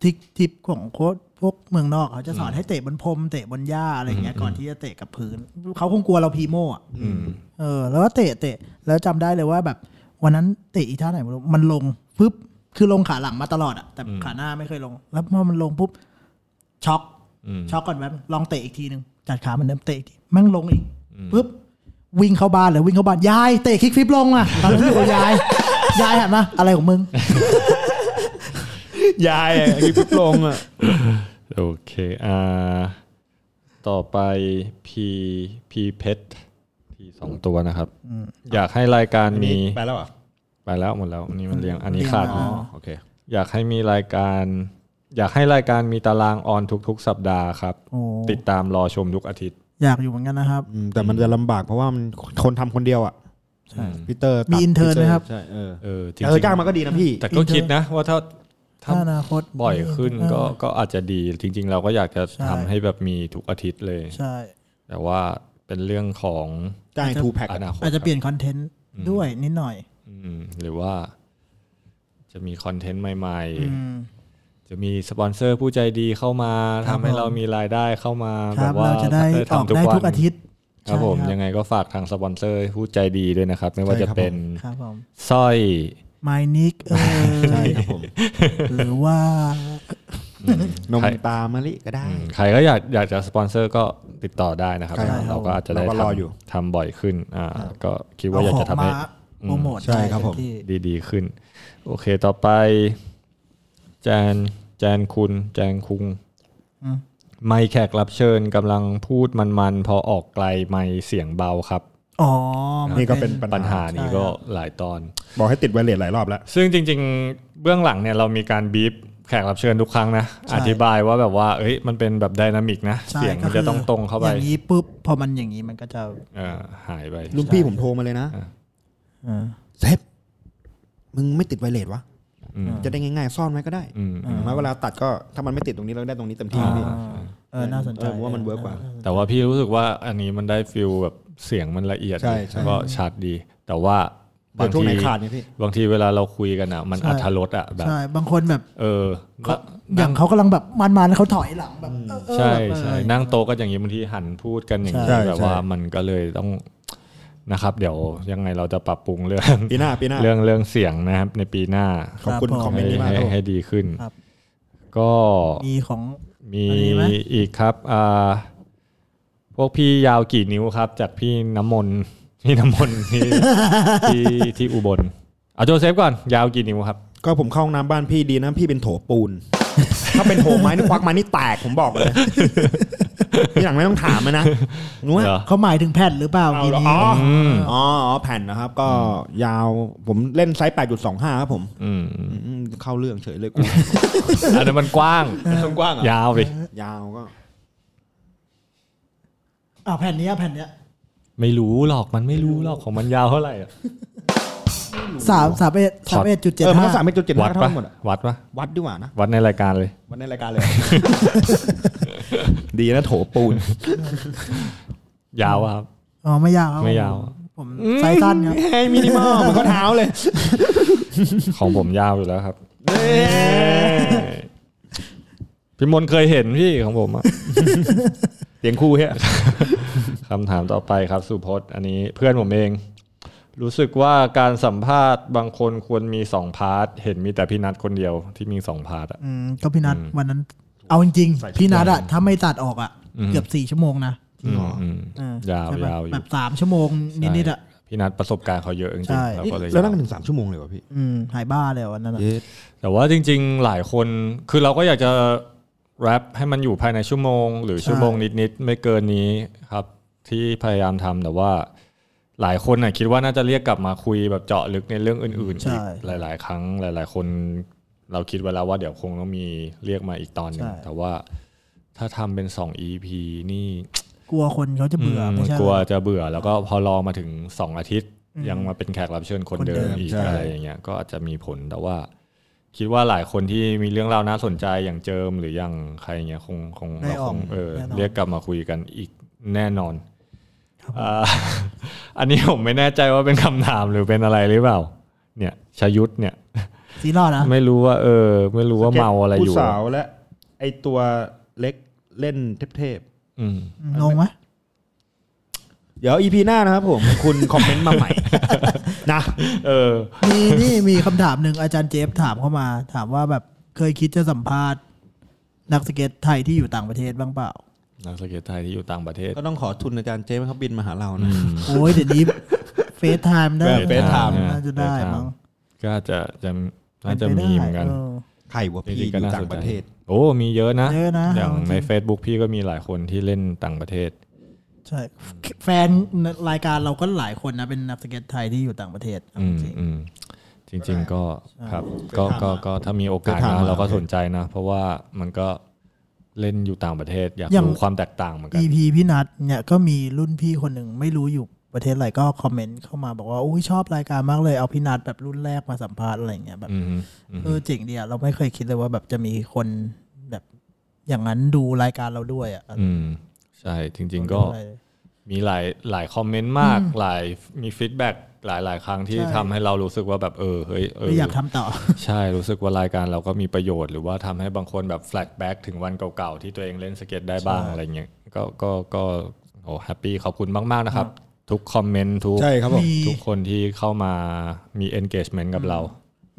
Speaker 5: ทิกทิปของโค้ชพวกเมืองนอกเขาจะสอนให้เตะบนพรมเตะบนหญ้าอะไรอย่างเงี้ยก่อนที่จะเตะกับพื้นเขาคงกลัวเราพีโม่อะ
Speaker 4: อืม
Speaker 5: เออแล้วก็เตะเตะแล้วจำได้เลยว่าแบบ วันนั้นเตะอีท่าไหนไม่รู้มันลงปุ๊บคือลงขาหลังมาตลอดอะแต่
Speaker 4: อืม
Speaker 5: ขาหน้าไม่เคยลง แล้วพอมันลงปุ๊บช็อก
Speaker 4: อืม
Speaker 5: ช็อกก่อนแบบลองเตะอีกทีหนึ่งจัดขาเหมันเดิมเตะอีกทีแม่งลงอีก
Speaker 4: อืม
Speaker 5: ปุ๊บวิ่งเข้าบ้านเลยวิ่งเข้าบ้านยายเตะคลิกฟลิปลงอ่ะตอนนั้นอยู่กับยาย ยายหันมาอะไรของมึง
Speaker 3: ยายอะมีพุบลงอะ
Speaker 4: โอเคอ่าต่อไปพีพีเพชรพีสองตัวนะครับ อยากให้รายการมี
Speaker 3: ไปแล้วเหรอ่ะ
Speaker 4: ไปแล้วหมดแล้วนี่มันเรียงอันนี้
Speaker 5: เรียง
Speaker 4: ขาด
Speaker 5: มา
Speaker 4: โอเค อยากให้มีรายการ อยากให้รายการมีตารางออนทุก ๆ สัปดาห์ครับ
Speaker 5: โอ้
Speaker 4: ติดตามรอชมทุกอาทิตย์
Speaker 5: อยากอยู่เหมือนกันนะครับ
Speaker 3: แต่มันจะลำบากเพราะว่ามันคนทำคนเดียวอ่ะพีเตอร์ตัด
Speaker 5: มี intern ไหมครับ
Speaker 3: ใช่เออ
Speaker 4: เออจริง
Speaker 3: เออจ้างมาก็ดีนะพี่
Speaker 4: แต่ก็คิดนะว่าถ้าถ้า
Speaker 5: ถ้าอนาคต
Speaker 4: บ่อยขึ้นก็ก็อาจจะดีจริง ๆ เราก็อยากจะ
Speaker 5: ใช่
Speaker 4: ทำให้แบบมีทุกอาทิตย์เลย
Speaker 5: ใช่
Speaker 4: แต่ว่าเป็นเรื่องของ
Speaker 3: จ้างทูแพ็ค
Speaker 4: อนาคต
Speaker 5: อาจจะเปลี่ยนคอนเทนต์ด้วยนิดหน่อย
Speaker 4: อืมหรือว่า จะมีคอนเทนต์ใหม่
Speaker 5: อืม
Speaker 4: ๆ จะมีสปอนเซอร์ผู้ใจดีเข้ามา
Speaker 5: ครับ
Speaker 4: ทำให้
Speaker 5: ผม
Speaker 4: เรามีรายได้เข้ามา
Speaker 5: ค
Speaker 4: แบ
Speaker 5: รับบ
Speaker 4: ว่า
Speaker 5: เราจะได้ออกได้ทุกอาทิตย์
Speaker 4: ครับผม
Speaker 5: ใช่
Speaker 4: ยังไงก็ฝากทางสปอนเซอร์ผู้ใจดีด้วยนะครับ ไม่ว่า
Speaker 3: ใช่
Speaker 4: จะ
Speaker 3: ครับ
Speaker 4: เป็น
Speaker 5: ครับผม
Speaker 4: สร้อย
Speaker 5: ไมนิกเอ
Speaker 3: ใช่
Speaker 5: ย
Speaker 3: ครับผม
Speaker 5: หรือว่า
Speaker 3: นม
Speaker 4: ใคร
Speaker 3: ตามะลิก็ได้
Speaker 4: อืมใครก็อยากอยากจะสปอนเซอร์ก็ติดต่อได้นะครับ
Speaker 3: ใช่ครับ
Speaker 4: เราก็อาจจะได้
Speaker 3: เราก็รออยู่
Speaker 4: ทำทำบ่อยขึ้นอ่าก็คิดว่า
Speaker 5: เอา
Speaker 4: อยาก
Speaker 5: ของ
Speaker 4: จะทำ
Speaker 5: มา
Speaker 4: ให้
Speaker 5: โปรโมท
Speaker 3: ใช่ครับผม
Speaker 5: เต็ที่
Speaker 4: ดีๆขึ้น โอเคต่อไป แจนแจนคุณ แจนคุง
Speaker 5: อืม
Speaker 4: ไม่แขกรับเชิญกำลังพูดมันๆ พอออกไกลไม่เสียงเบาครับ
Speaker 5: อ๋อมั
Speaker 3: นี่ก็เป็น
Speaker 4: ปั
Speaker 3: ปั
Speaker 4: ญ
Speaker 3: ญ
Speaker 4: หา
Speaker 3: หา
Speaker 4: นี้
Speaker 5: ใช่
Speaker 4: ก็หลายตอน
Speaker 3: บอกให้ติดไวเลสหลายรอบแล้ว
Speaker 4: ซึ่งจริงๆ เบื้องหลังเนี่ยเรามีการบีบแขกรับเชิญทุกครั้งนะ
Speaker 5: ใช่
Speaker 4: อธิบายว่าแบบว่า เอ้ยมันเป็นแบบไดนามิกนะ
Speaker 5: ใช่
Speaker 4: เสียงมันจะต้องตรงเข้าไป
Speaker 5: อย่างนี้ปุ๊บพอมันอย่างนี้มันก็จะ
Speaker 4: เออหายไป
Speaker 3: ลุงพี่ผมโทรมาเลยนะ
Speaker 5: เออ
Speaker 3: เซฟมึงไม่ติดไวเลสวะ
Speaker 4: อืม
Speaker 3: จะได้ง่ายๆซ่อนไว้ก็ได้
Speaker 4: อืม
Speaker 3: แล้วเวลาตัดก็ถ้ามันไม่ติดตรงนี้เราได้ตรงนี้เต็มที่พี่
Speaker 5: อ่า เออน่าสนใจ
Speaker 3: เออผมว่ามันเวิร์กกว่า
Speaker 4: แต่ว่าพี่รู้สึกว่าอันนี้มันได้ฟิลแบบเสียงมันละเอียด
Speaker 3: ใช่ใช่
Speaker 4: แล้วก็ชัดดี แต่ว่า
Speaker 3: เปิ
Speaker 4: บา
Speaker 3: ด
Speaker 4: ง
Speaker 3: ช่วง
Speaker 4: ที
Speaker 3: ไหนขาดเนี่ยพี่
Speaker 4: บางทีเวลาเราคุยกันอ่ะ มันอัธรสอ่ะแบบ
Speaker 5: ใช่บางคนแบบ
Speaker 4: เออ
Speaker 5: เขาอย่างเขากำลังแบบมันๆเขาถอยหลังแบบเออเออ
Speaker 4: ใช่
Speaker 5: แบบ
Speaker 4: ใช่
Speaker 5: เออ
Speaker 4: นั่งโต๊ะก็อย่างนี้บางทีหันพูดกันอย่างนี้
Speaker 3: ใช่
Speaker 4: แบบ
Speaker 3: ใช่
Speaker 4: ว่ามันก็เลยต้องนะครับ เดี๋ยวยังไงเราจะปรับปรุงเรื่อง
Speaker 3: ปีหน้าปีหน้า
Speaker 4: เรื่องเรื่องเสียงนะครับ ในปีหน้า
Speaker 3: ขอบคุณ
Speaker 5: ครับผม
Speaker 3: คอมเม
Speaker 4: ให้
Speaker 3: นต์นี้มาก
Speaker 4: ให้
Speaker 3: ครับ
Speaker 4: ให้ดีขึ้น
Speaker 5: ครับ
Speaker 4: ก็
Speaker 5: มีของ
Speaker 4: มี
Speaker 5: อันนี้ไหม
Speaker 4: อีกครับอ่าพวกพี่ยาวกี่นิ้วครับ จากพี่น้ำมนต์ พี่น้ำมนต์ที่ ที่ที่อุบลเอาโจเซฟก่อน ยาวกี่นิ้วครับ
Speaker 3: ก็ผมเข้าห้องน้ำบ้านพี่ดีนะพี่เป็นโถปู น ถ้าเป็นโถไม้นี่ควักมานี่แตกผมบอกเลยที่หลังไม่ต้องถามนะนะนู้น
Speaker 4: เหรอ
Speaker 5: เขาหมายถึงแผ่นหรือเปล่า
Speaker 3: เอา
Speaker 5: ที
Speaker 3: เหรอ
Speaker 5: นี้
Speaker 3: อ๋อ
Speaker 4: อืม
Speaker 3: อ๋ออ๋อแผ่นนะครับ ก็ยาวผมเล่นไซส์ 8.25 ครับผม
Speaker 4: อืม
Speaker 3: อืมเข้าเรื่องเฉยเลยกู
Speaker 4: อันนั้นมันก ว้าง
Speaker 3: กว้างอ่ะ
Speaker 4: ยาวดิ
Speaker 3: ยาวก็
Speaker 5: อ่าแผ่นเนี้ยแผ่นเนี้ย
Speaker 4: ไม่รู้หรอกมันไม่รู้หรอกของมันยาวเท่าไหร่อะ
Speaker 5: สามสามเอ็ดสามเอ็ดจุดเจ็ด
Speaker 3: เออมัน
Speaker 5: ห้า
Speaker 3: ก็สามเป็นจุดเจ็ด
Speaker 4: วัด
Speaker 3: ทั้
Speaker 4: ปะ
Speaker 3: งหมดอะ
Speaker 4: วัดปะ
Speaker 3: วัดดีกว่านะ
Speaker 4: วัดในรายการเลย
Speaker 3: วัดในรายการเลย ดีนะโถปูน
Speaker 4: ยาวอะครับ
Speaker 5: อ๋อไม่ยาวครับ
Speaker 4: ไม่ยาว
Speaker 5: ผมไซส์สั้นครับ
Speaker 3: ให้มินิมอลมันก็เท้าเลย
Speaker 4: ของผมยาวอยู่แล้วครับพี่มนต์เคยเห็นพี่ของผมอะ
Speaker 3: เสียงคู่เฮ้ย
Speaker 4: คำถามต่อไปครับสุพจน์อันนี้เพื่อนผมเอง รู้สึกว่าการสัมภาษณ์บางคนควรมีสองพาร์ทเห็นมีแต่พี่นัทคนเดียวที่มีสองพาร์ทอะ
Speaker 5: อืมก็พี่นัทวันนั้น เอาจริงๆพี่นัทอะถ้าไม่ตัดออกอะ
Speaker 4: อืม
Speaker 5: เกือบสี่ชั่วโมงนะ
Speaker 4: อืม
Speaker 5: เออ
Speaker 4: ๆยาว
Speaker 5: ใช่ปะ
Speaker 4: ยาวอยู่
Speaker 5: แบบสามชั่วโมงนิดๆอะ
Speaker 4: ใช่พี่นัทประสบการณ์เขาเยอะจริง
Speaker 5: ใช่
Speaker 4: ๆเราก็เลย
Speaker 3: แล้ว
Speaker 4: ยาว
Speaker 3: นั่งกันถึงสามชั่วโมงเลยวะพี่
Speaker 5: อืมหายบ้าเลยอะวันนั้นอะ
Speaker 4: แต่ว่าจริงๆ หลายคน คือเราก็อยากจะแรปให้มันอยู่ภายในชั่วโมง หรือชั่วโมงนิดๆ ไม่เกินนี้ครับ ที่พยายามทำแต่ว่า หลายคนน่ะคิดว่าน่าจะเรียกกลับมาคุยแบบเจาะลึกในเรื่องอื่นๆอีกหลาย ๆ ครั้งหลาย ๆ คนเราคิดไว้แล้วว่าเดี๋ยวคงต้องมีเรียกมาอีกตอนหนึงแต่ว่าถ้าทำเป็น2 EP นี่
Speaker 5: กลัวคนเขาจะเบื่อ
Speaker 4: ม
Speaker 5: ไม่ใช่
Speaker 4: กลัว
Speaker 5: เหรอ
Speaker 4: จะเบื่อแล้วก็พอรอมาถึงสองอาทิตย์ ยังมาเป็นแขกรับเชิญคน
Speaker 5: คนเดิ
Speaker 4: เดิ
Speaker 5: ม
Speaker 4: มอีกอะไรอย่างเงี้ยก็อาจจะมีผลแต่ว่า คิดว่าหลายคนที่มีเรื่องราวน่าสนใจอย่างเจิมหรืออย่างใครอย่างเงี้ยคงคง
Speaker 5: ได้
Speaker 4: เรา
Speaker 5: อ
Speaker 4: ค
Speaker 5: อก
Speaker 4: งเออ
Speaker 5: แน่นอน
Speaker 4: เรียกกลับมาคุยกันอีกแน่นอนอ่า อันนี้ผมไม่แน่ใจว่าเป็นคำถามหรือเป็นอะไรหรือเปล่า เนี่ยชยุทธเนี่ย
Speaker 5: ซีรอดนะ
Speaker 4: ไม่รู้ว่าเออ ไม่รู้ว่าเมาอะไรอยู่
Speaker 3: ผู้สาวและไอตัวเล็กเล่นเทพ
Speaker 4: อืม
Speaker 5: อืมงงไหม
Speaker 3: ๆเดี๋ยวอีพีหน้านะครับผม คุณคอมเมนต์มาใหม่ นะ
Speaker 4: เออ
Speaker 5: มีนี่มีคำถามหนึ่งอาจารย์เจฟถามเข้ามา ถามว่าแบบเคยคิดจะสัมภาษณ์ นักสเก็ตไทยที่อยู่ต่างประเทศบ้างเปล่า
Speaker 4: นักสเก็ตไทยที่อยู่ต่างประเทศ
Speaker 3: ก็ต้องขอทุนอาจารย์เจ๊เขาบินมาหาเรานะ
Speaker 5: โอ้ยเดี๋ยวนี้เฟซไทม์ได้
Speaker 3: แบบ FaceTime
Speaker 5: น่าจะได้มั้ง
Speaker 4: ก็อาจจะจะน่าจะมีเหมือนกัน
Speaker 5: เออ
Speaker 3: ใครวะ
Speaker 4: จ
Speaker 3: พี่อ
Speaker 4: ริงๆก็
Speaker 3: ยู่
Speaker 4: น่า
Speaker 3: ต่า
Speaker 4: ส
Speaker 3: ง
Speaker 4: น
Speaker 3: ประ
Speaker 4: ใจ
Speaker 3: เทศ
Speaker 4: โอ้มีเยอะนะ
Speaker 5: เยอะนะ
Speaker 4: อย่างใน
Speaker 5: จริง
Speaker 4: Facebook พี่ก็มีหลายคนที่เล่นต่างประเทศ
Speaker 5: ใช่แฟนรายการเราก็หลายคนนะเป็นนักสเก็ตไทยที่อยู่ต่างประเทศเอา
Speaker 4: อื
Speaker 5: จ
Speaker 4: ม
Speaker 5: ริง
Speaker 4: อืมจริง ๆ ก็ครับ ก็ก็ก็ถ้ามีโอกาส
Speaker 3: เคยถาม
Speaker 4: นะ
Speaker 3: มา
Speaker 4: เราก็สนใจนะ เพราะว่ามันก็เล่นอยู่ต่างประเทศ อยาก
Speaker 5: อย่าง
Speaker 4: รู้ความแตกต่างเหมือนกัน
Speaker 5: EP พี่นัทเนี่ยก็มีรุ่นพี่คนหนึ่งไม่รู้อยู่ประเทศอะไรก็คอมเมนต์เข้ามาบอกว่าอุ้ยชอบรายการมากเลยเอาพี่นัทแบบรุ่นแรกมาสัมภาษณ์อะไรอย่างเงี้ยแบบ
Speaker 4: อืมอืม
Speaker 5: เออเจ๋งดีอะเราไม่เคยคิดเลยว่าแบบจะมีคนแบบอย่างนั้นดูรายการเราด้วยอะ
Speaker 4: อืมใช่ จริง ๆ ก็มีหลายหลายคอมเมนต์มาก หลายมีฟีดแบ็กหลายหลาย ๆ ครั้งที่ทำให้เรารู้สึกว่าแบบเออเฮ้ยเออ
Speaker 5: ไม่อยากทำต่อ
Speaker 4: ใช่รู้สึกว่ารายการเราก็มีประโยชน์หรือว่าทำให้บางคนแบบแฟลชแบ็กถึงวันเก่าๆ ที่ตัวเองเล่นสเก็ตได้บ้างอะไรเงี้ยก็ก็ก็โอ้แฮปปี้ขอบคุณมากๆนะครับ ทุกคอมเมนต์ทุก
Speaker 3: ใช่ครับผม
Speaker 5: มี
Speaker 4: ทุกคนที่เข้ามามี engagement กับเรา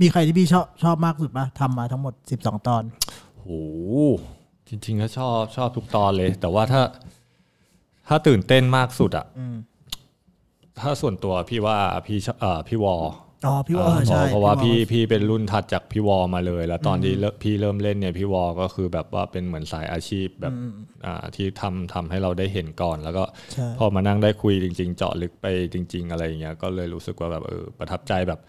Speaker 5: มีใครที่พี่ชอบชอบมากสุดปะทำมาทั้งหมด 12 ตอน
Speaker 4: โหจริงๆก็ชอบชอบทุกตอนเลย แต่ว่าถ้า ถ้าตื่นเต้นมากสุดอะ
Speaker 5: อืม
Speaker 4: ถ้าส่วนตัวพี่ว่าพี่ชอบเอ่อพี่วอ
Speaker 5: อ๋อพี่ว่าเออใช่
Speaker 4: เพราะว่าพี่
Speaker 5: ว่
Speaker 4: พี่เป็นรุ่นถัดจากพี่วอมาเลย แล้วตอนที่เริ่มพี่เริ่มเล่นเนี่ยพี่วอก็คือแบบว่าเป็นเหมือนสายอาชีพแบบอ่าที่ทำทำให้เราได้เห็นก่อน แล้วก็
Speaker 5: ใช่
Speaker 4: พอมานั่งได้คุยจริง ๆ เจาะลึกไปจริง ๆ อะไรอย่างเงี้ยก็เลยรู้สึกว่าแบบเออประทับใจแบบ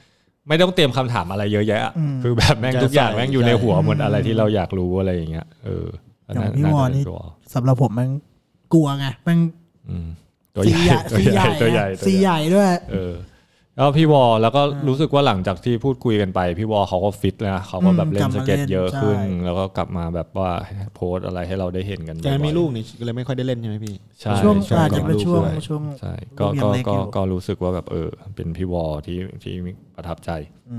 Speaker 4: ไม่ต้องเตรียมคำถามอะไรเยอะแยะอะคือแบบแม่ง
Speaker 3: จะ
Speaker 4: ทุกอย่าง
Speaker 3: ใส่
Speaker 4: แม่งอยู่ในหัวหมดอะไรที่เราอยากรู้อะไรอย่างเงี้ยเอออัน
Speaker 5: อย่าง
Speaker 4: นั้น
Speaker 5: พี่วอ
Speaker 4: น่าจะเป็
Speaker 5: นี่
Speaker 4: นตัว
Speaker 5: สำหรับผมมันกลัวไงมัน
Speaker 4: อืมตัวใหญ่ตัว
Speaker 5: ซี
Speaker 4: ให
Speaker 5: ให
Speaker 4: ญ่
Speaker 5: ญ่
Speaker 4: ตัวใหญ่ตัว
Speaker 5: ซี
Speaker 4: ให
Speaker 5: ให
Speaker 4: ญ่
Speaker 5: ญ่ด้วย
Speaker 4: เออ แล้วพี่วอแล้วก็รู้สึกว่าหลังจากที่พูดคุยกันไป พี่วอเขาก็ฟิตแล้วนะเขาก็แบบ
Speaker 5: อืม
Speaker 4: เล่นสเก็
Speaker 5: ก
Speaker 4: ต
Speaker 5: ลับมาเล่น
Speaker 4: เยอะขึ้น
Speaker 5: ใช่
Speaker 4: แล้วก็กลับมาแบบว่าโพสต์อะไรให้เราได้เห็นกัน
Speaker 3: แต่
Speaker 4: บ่อยๆ
Speaker 3: มีลูกนี่ก็เลยไม่ค่อยได้เล่นใช่ไหมพี่
Speaker 4: ใช่
Speaker 5: ช่วง
Speaker 4: ใช่
Speaker 5: อาจจะเป็นช่วง
Speaker 3: ใช่
Speaker 5: ช่วง
Speaker 4: ใช่ก็
Speaker 5: ยั
Speaker 4: ก็
Speaker 5: งเล็
Speaker 4: ก็
Speaker 5: อยู่
Speaker 4: ก็รู้สึกว่าแบบเออ เป็นพี่วอที่ที่ประทับใจ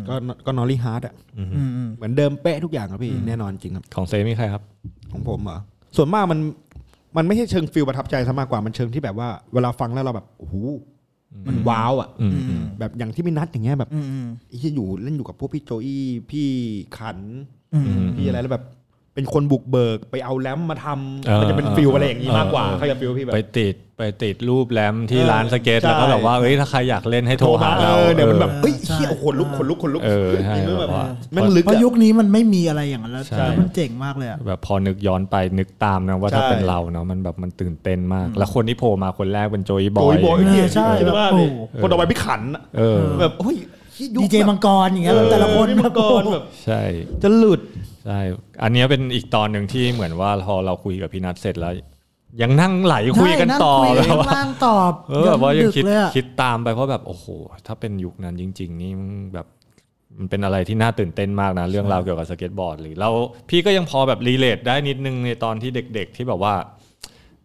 Speaker 3: ก็ก็นอรี่ฮาร์ดอ่ะ
Speaker 5: อืมอืม
Speaker 3: เหมือนเดิมเป๊ะทุกอย่างครับพี่แน่นอนจริงครับ
Speaker 4: ของเซมีใครครับ
Speaker 3: ของผมเหรอส่วนมากมันมันไม่ใช่เชิงฟิลประทับใจซะมากกว่ามันเชิงที่แบบว่าเวลาฟังแล้วเราแบบโอ้โหมันว้าวอ่ะ
Speaker 4: อืม
Speaker 3: แบบอย่างที่พี่นัทอย่างเงี้ยแบบ
Speaker 5: อืมอืม
Speaker 3: ไอ้ที่อยู่เล่นอยู่กับพวกพี่โจอี้พี่ขัน
Speaker 5: อืม
Speaker 3: พี่อะไรแล้วแบบ เป็นคนบุกเบิกไปเอาแรมมาท
Speaker 4: เออ
Speaker 3: ำมันจะเป็นฟิลอะไรอย่างนี้
Speaker 4: เออ
Speaker 3: มากกว่า
Speaker 4: เออ
Speaker 3: เขาจะฟิลพี่แบบ
Speaker 4: ไปติดไปติดรูปแรมที่
Speaker 3: เออ
Speaker 4: ร้านสเก็ต
Speaker 3: ใช่
Speaker 4: แล้วก็แบบว่าเอ้ยถ้าใครอยากเล่นให้โทรหาเรา
Speaker 3: ออเดี๋ยวมันแบบเฮ้ย
Speaker 5: ใช่
Speaker 3: เชี่ยขนลุกขนลุกขนลุก
Speaker 4: เออใช่
Speaker 3: จริงๆแบบ
Speaker 4: แบบว่า
Speaker 3: แม่งลึก
Speaker 5: เพราะ
Speaker 3: อะ
Speaker 5: ยุคนี้มันไม่มีอะไรอย่างนั้นแล้ว
Speaker 4: ใช่
Speaker 5: แล้วมันเจ๋งมากเลยอะ
Speaker 4: แบบพอนึกย้อนไปนึกตามนะว่าถ้า
Speaker 3: ใช่
Speaker 4: เป็นเราเนาะมันแบบมันตื่นเต้นมาก แล้วคนที่โผล่มาคนแรกเป็นโจยบ
Speaker 3: โด
Speaker 4: อยย
Speaker 3: บอยเหี้ย
Speaker 5: ใช่
Speaker 3: คิด
Speaker 5: แบบ
Speaker 3: ว่า
Speaker 5: โอ้
Speaker 3: ดิคนต่อไปพี่ขันอะ
Speaker 4: เออ
Speaker 3: แบบเฮ้ย
Speaker 5: ดีเจมังกรอย่างเงี้ยแต่ละคน
Speaker 3: พี่มังกรแบบ
Speaker 4: ใช่
Speaker 3: จะหลุด
Speaker 4: ใช่อันเนี้ยเป็นอีกตอนหนึ่งที่เหมือนว่าพอเราคุยกับพี่นัทเสร็จแล้ว ยังนั่งไหลคุยกันต่อ
Speaker 5: ใช่
Speaker 4: แล้
Speaker 5: นั่งคุกัน
Speaker 4: วยว่า
Speaker 5: ล่างตอบ
Speaker 4: เออแบบว่ายังคิด
Speaker 5: เลยอะ
Speaker 4: คิดตามไปเพราะแบบโอ้โห ถ้าเป็นยุคนั้นจริง ๆ นี่มันแบบมันเป็นอะไรที่น่าตื่นเต้นมากนะเรื่องราวเกี่ยวกับสเก็ตบอร์ดหรือเราพี่ก็ยังพอแบบรีเลทได้นิดนึงในตอนที่เด็ก ๆ ที่แบบว่า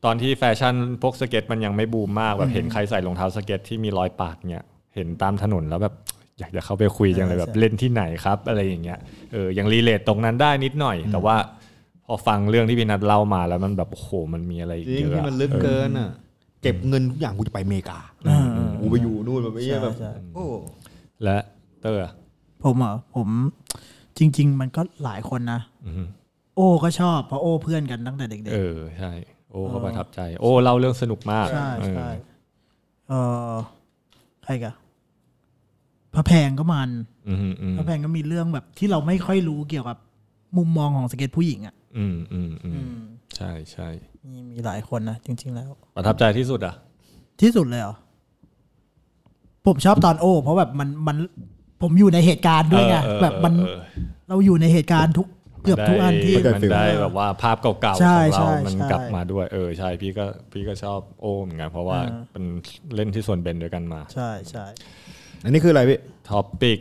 Speaker 4: ตอนที่แฟชั่นพวกสเก็ตมันยังไม่บูมมากแบบเห็นใครใส่รองเท้าสเก็ตที่มีรอยปาดเนี่ยเห็นตามถนนแล้วแบบอยากจะเข้าไปคุยจังเลยแบบเล่นที่ไหนครับ อะไรอย่างเงี้ยเออยังรีเลทตรงนั้นได้นิดหน่อย แต่ว่าพอฟังเรื่องที่พี่นัทเล่ามาแล้วมันแบบโอ้โหมันมีอะไรอีก
Speaker 3: จริ
Speaker 4: เย
Speaker 3: ง
Speaker 4: อะ
Speaker 3: ที่มันลึกเกินอ่ะ เก็บเงินทุกอย่างกูจะไปอเมริกา
Speaker 5: อ่า
Speaker 3: กูไปอยู่นู่นแบบไอ้เหี้ยแบบ
Speaker 5: ใช่
Speaker 3: โอ้
Speaker 4: และเตอร์อะ
Speaker 5: ผมเหรอ่ะผมจริง ๆ มันก็หลายคนนะ
Speaker 4: อือฮึ
Speaker 5: โอก็ชอบเพราะโอเพื่อนกันตั้งแต่เด็ก
Speaker 4: เออใช่ โอ้ก็ประทับใจ โอ้เล่าเรื่องสนุกมาก
Speaker 5: ๆใช่ใช่
Speaker 4: เออ
Speaker 5: เออใครกะพระแพงก็มัน
Speaker 4: อืมอืม
Speaker 5: พระแพงก็มีเรื่องแบบ ที่เราไม่ค่อยรู้เกี่ยวกับ มุมมองของสเก็ตผู้หญิงอ่ะ
Speaker 4: อืมอืมอืม
Speaker 5: อืม
Speaker 4: ใช่ใช่
Speaker 5: มีมีหลายคนนะจริง ๆ แล้ว
Speaker 4: ประทับใจที่สุดอ่ะ
Speaker 5: ที่สุดเลยเหรอผมชอบตอนโอ เพราะแบบมันมันผมอยู่ในเหตุการณ์ด้วยไง
Speaker 4: เออเออ
Speaker 5: แบบมัน
Speaker 4: เออ
Speaker 5: เราอยู่ในเหตุการณ์ทุกเกือบทุกอันที่
Speaker 4: ได้มันได้แบบว่าภาพเก่าๆข
Speaker 5: ใช่
Speaker 4: อง
Speaker 5: ใช่
Speaker 4: เรา มัน
Speaker 5: ใช่
Speaker 4: กลับมาด้วยเออใช่พี่ก็พี่ก็ชอบโอ้เหมือนกันเพราะว่า
Speaker 5: อ่า
Speaker 4: เป็นเล่นที่ส่วนเบนด้วยกันมา
Speaker 5: ใช่ใช่
Speaker 3: อันนี้คืออะไรพี่
Speaker 4: ท็อปิก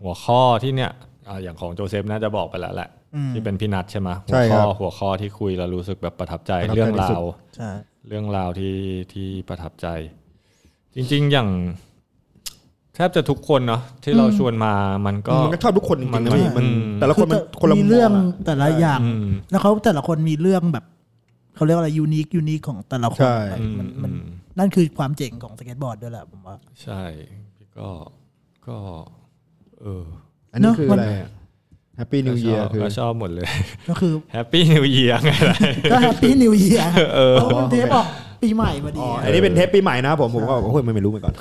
Speaker 4: หัวข้อที่เนี่ยอ่าอย่างของโจเซฟน่าจะบอกไปแล้วแหละ ที่เป็นพี่นัทใช่ไหม
Speaker 3: ใช่
Speaker 4: หัวข้
Speaker 3: ครั
Speaker 4: อบ หัวข้อที่คุยแล้วรู้สึกแบบประทับใจ
Speaker 3: ประทับใจ
Speaker 4: เรื่อง
Speaker 3: ที่
Speaker 4: รา
Speaker 3: สุด
Speaker 4: ว
Speaker 5: ใช่
Speaker 4: เรื่องราวที่ที่ประทับใจ จริง ๆ อย่างแทบจะทุกคนเนาะที่เราชวนมามันก็
Speaker 3: มันก็ชอบทุกคนจริงๆนะพี่
Speaker 4: มั
Speaker 3: มัน นแต่ละคนมันคนละ
Speaker 5: มี
Speaker 3: มุม
Speaker 5: เรื่อง
Speaker 3: มงะ
Speaker 5: แต่ละอย่าง
Speaker 4: อืม
Speaker 5: แล้วเขาแต่ละคนมีเรื่องแบบเขาเรียกว่าอะไรยูนิคยูนิคของแต่ละคน
Speaker 3: ใช่
Speaker 5: แบบมัน
Speaker 4: อืม
Speaker 5: มัน
Speaker 4: อืม
Speaker 5: นั่นคือความเจ๋งของสเก็ตบอร์ดด้วยแหละผมว่า
Speaker 4: ใช่ก็ก็เออ
Speaker 3: อันนี้คือ
Speaker 5: เนอะ
Speaker 3: อะไรแฮปปี้นิวเยีย
Speaker 4: ก็ชบ
Speaker 3: คือ
Speaker 4: ก็ชอบหมดเลย
Speaker 5: ก็คือ
Speaker 4: แฮปปี้นิวเยียร์ไงล่ะ
Speaker 5: ก็แฮปปี้นิวเยียร์เพราะมันเทปออกปีใหม่พอดี
Speaker 3: อ๋ออันนี้เป็นเทปปีใหม่นะผมผมก็โอ้ยมันไม่รู้มาก่อน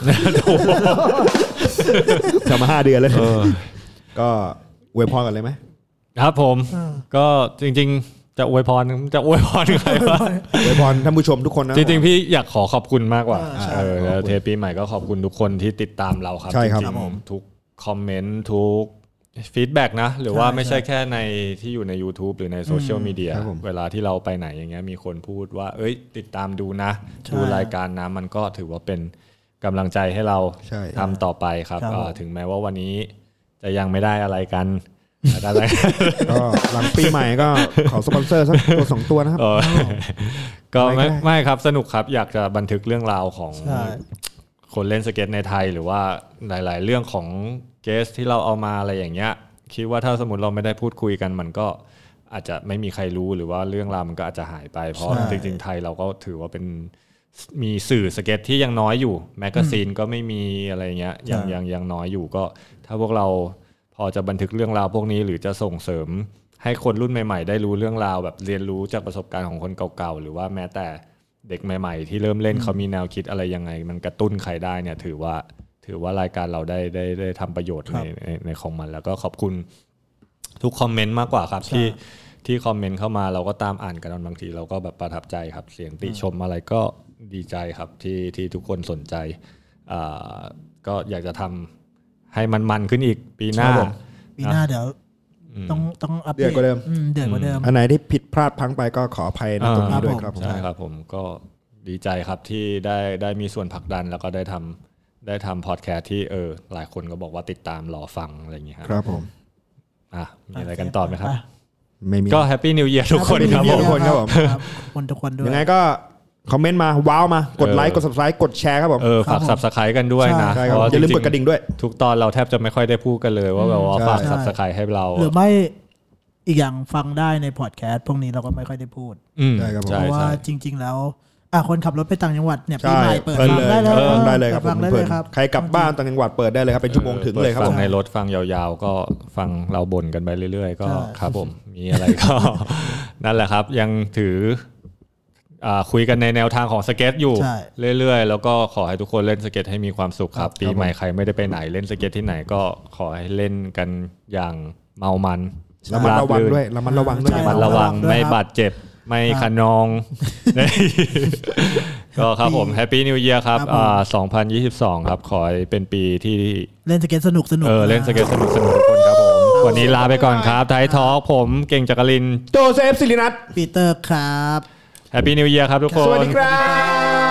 Speaker 3: จะมาห้าเดือนแล้วก็อวยพรกันเลยไหม
Speaker 4: ครับผม
Speaker 5: อ่า
Speaker 4: ก็จริง ๆ จะอวยพรจะอวยพรใครวะ
Speaker 3: อวยพรท่านผู้ชมทุกคนนะ
Speaker 4: จริง ๆ พี่อยากขอขอบคุณมากกว่า
Speaker 5: อ่าใช่
Speaker 4: เออแล้วเทปปีใหม่ก็ขอบคุณทุกคนที่ติดตามเราครับ
Speaker 3: ใช่ครับ
Speaker 4: จง
Speaker 3: ครับ
Speaker 4: ๆ
Speaker 3: ผม
Speaker 4: ทุกคอมเมนต์ทุกฟีดแบ็นะ หรือว่าไม่ใช่แค่ในที่อยู่ใน YouTube หรือในโซเชียลมีเดีย
Speaker 3: ครับผม
Speaker 4: เวลาที่เราไปไหนอย่างเงี้ยมีคนพูดว่า เอ้ย ติดตามดูนะ
Speaker 5: ใช่
Speaker 4: ดูรายการนะมันก็ถือว่าเป็นกำลังใจให้เรา
Speaker 3: ใช่
Speaker 4: ทำต่อไปครับ
Speaker 5: ครับ
Speaker 4: เอ่อ
Speaker 5: ผม
Speaker 4: ถึงแม้ว่าวันนี้จะยังไม่ได้อะไรกัน ได้อะไร
Speaker 3: ก็หลังปีใหม่ก็ขอสปอนเซอร์สักตัวสองตัวนะครับ
Speaker 4: เอ อก็ไม่
Speaker 3: ไม่ได้
Speaker 4: ไม่ครับสนุกครับอยากจะบันทึกเรื่องราวของ
Speaker 5: ใช่
Speaker 4: คนเล่นสเก็ตในไทย หรือว่าหลาย ๆ เรื่องของเกสที่เราเอามาอะไรอย่างเงี้ย คิดว่าถ้าสมมติเราไม่ได้พูดคุยกัน มันก็อาจจะไม่มีใครรู้หรือว่าเรื่องราวมันก็อาจจะหายไปเพราะ
Speaker 5: ใช่
Speaker 4: จริง ๆ ไทยเราก็ถือว่าเป็นมีสื่อสเก็ตที่ยังน้อยอยู่แมกกาซีนก็ไม่มีอะไรอย่างเงี้ยยังยังยังน้อยอยู่ก็ ถ้าพวกเราพอจะบันทึกเรื่องราวพวกนี้หรือจะส่งเสริมให้คนรุ่นใหม่ ๆ ได้รู้เรื่องราวแบบเรียนรู้จากประสบการณ์ของคนเก่าๆ หรือว่าแม้แต่เด็กใหม่ ๆ ที่เริ่มเล่นเขามีแนวคิดอะไรยังไง มันกระตุ้นใครได้เนี่ยถือว่าถือว่ารายการเราได้ได้ได้ทำประโยชน์ในในในของมัน แล้วก็ขอบคุณทุกคอมเมนต์มากกว่าครับที่ที่คอมเมนต์เข้ามาเราก็ตามอ่านกันบางที เราก็แบบประทับใจครับเสียงติชมอะไรก็ดีใจครับที่ที่ทุกคนสนใจอ่าก็อยากจะทำ ให้มันมันขึ้นอีกปีหน้า
Speaker 3: ครับผม
Speaker 5: ปีหน้าเดี๋ยวต้องต้องอัปเด
Speaker 3: เดือ
Speaker 5: ต
Speaker 3: ดกว่าเดิม
Speaker 5: อืเดือดกว่าเดิม
Speaker 3: อันไหนที่ผิดพลาดพลังไปก็ขออภัยนะตรงนี้ด้วยครับผม
Speaker 4: ใช่ครับผมก็ดีใจครับที่ได้ได้มีส่วนผลักดันแล้วก็ได้ทำ ได้ทำพอดแคสต์ที่เออหลายคนก็บอกว่าติดตามรอฟังอะไรอย่างเงี้ย
Speaker 3: ครับ ผม
Speaker 4: อ่ะมีอะไรกันต่อไหมครับ
Speaker 5: ป
Speaker 3: ไม่มี
Speaker 4: ก็แฮปปี้นิวเยียร์ทุกคน
Speaker 5: อ่ะ
Speaker 4: ครับผม
Speaker 3: ทุกคนครับผม
Speaker 5: ครับคนทุกคนด้วย
Speaker 3: ยังไงก็คอมเมนต์มาว้าวมากดไลค์
Speaker 4: เออ
Speaker 3: กด subscribe กดแชร์ครับผม
Speaker 4: เออ
Speaker 5: ครั
Speaker 4: ฝา
Speaker 5: บ
Speaker 4: ก
Speaker 5: ผม
Speaker 4: สับสไครกันด้วยนะ
Speaker 5: ใช่
Speaker 3: ใช่ครับ
Speaker 4: เพ
Speaker 3: ผม
Speaker 4: ราะ
Speaker 3: อย่าลืมก
Speaker 4: จง
Speaker 3: ด
Speaker 4: ๆ
Speaker 3: กระดิ่งด้วย
Speaker 4: ทุกตอนเราแทบจะไม่ค่อยได้พูดกันเลยว่าแบบว่า
Speaker 3: ใช่
Speaker 4: ฝากสับสไครให้เรา
Speaker 5: หรือไม่อีกอย่างฟังได้ในพอดแคสต์พวกนี้เราก็ไม่ค่อยได้พูด
Speaker 4: อืม
Speaker 3: ใช่ครับผม
Speaker 5: เพ
Speaker 4: ใช่
Speaker 5: ราะว่า
Speaker 4: ใช่
Speaker 5: จริง ๆ แล้วอ่ะคนขับรถไปต่างจังหวัดเนี่ย
Speaker 3: ใช่
Speaker 5: ปีใหม่เปิด
Speaker 3: เพลิน
Speaker 5: ฟัง
Speaker 3: เลย
Speaker 5: ได้เลย
Speaker 3: ฟังได้เลยครับ
Speaker 5: ฟังได้
Speaker 3: พ
Speaker 5: เล
Speaker 3: ลิ
Speaker 5: ย
Speaker 3: นๆ
Speaker 5: ครับ
Speaker 3: ใครกลับบ้านต่างจังหวัดเปิดได้เลยครับเป็นชั่วโมงถึงเลยครับ
Speaker 4: ฟั
Speaker 3: ผ
Speaker 4: ง
Speaker 3: ม
Speaker 4: ในรถฟังยาวๆ ก็ฟังเราบ่นกันไปเรื่อยๆ ก็
Speaker 5: ใช่
Speaker 4: ครับผม มีอะไรก็ นั่นแหละครับ ยังถืออ่าคุยกันในแนวทางของสเก็ตอยู่
Speaker 5: ใช่
Speaker 4: เรื่อยๆ แล้วก็ขอให้ทุกคนเล่นสเก็ตให้มีความสุขครับ ปี
Speaker 3: ครับผม
Speaker 4: ใหม่ใครไม่ได้ไปไหนเล่นสเก็ตที่ไหนก็ขอให้เล่นกันอย่างเมามัน
Speaker 3: ระมัดระวังด้วยระมัดระวังด้วย
Speaker 5: ใช่
Speaker 4: ระมัดระวังไม่บาดเจ็บ ไม่ขน อง ก็ครับผมแฮปปี้นิวเยียครับ
Speaker 5: ครับผม
Speaker 4: อ่า2022 ครับ ขอให้เป็นปีที่
Speaker 5: เล่นสเก็ตสนุกสนุก
Speaker 4: เออ เล่นสเก็ตสนุกสนุกทุกคนครับผม วันนี้ลาไปก่อนครับไทยทอล์กผมเก่งจักริน
Speaker 3: โจเซฟสิรินัท
Speaker 5: ปีเตอร์ครับ
Speaker 4: แฮปปี้นิวเยียร์ครับทุกคน
Speaker 3: สวัสดีครับ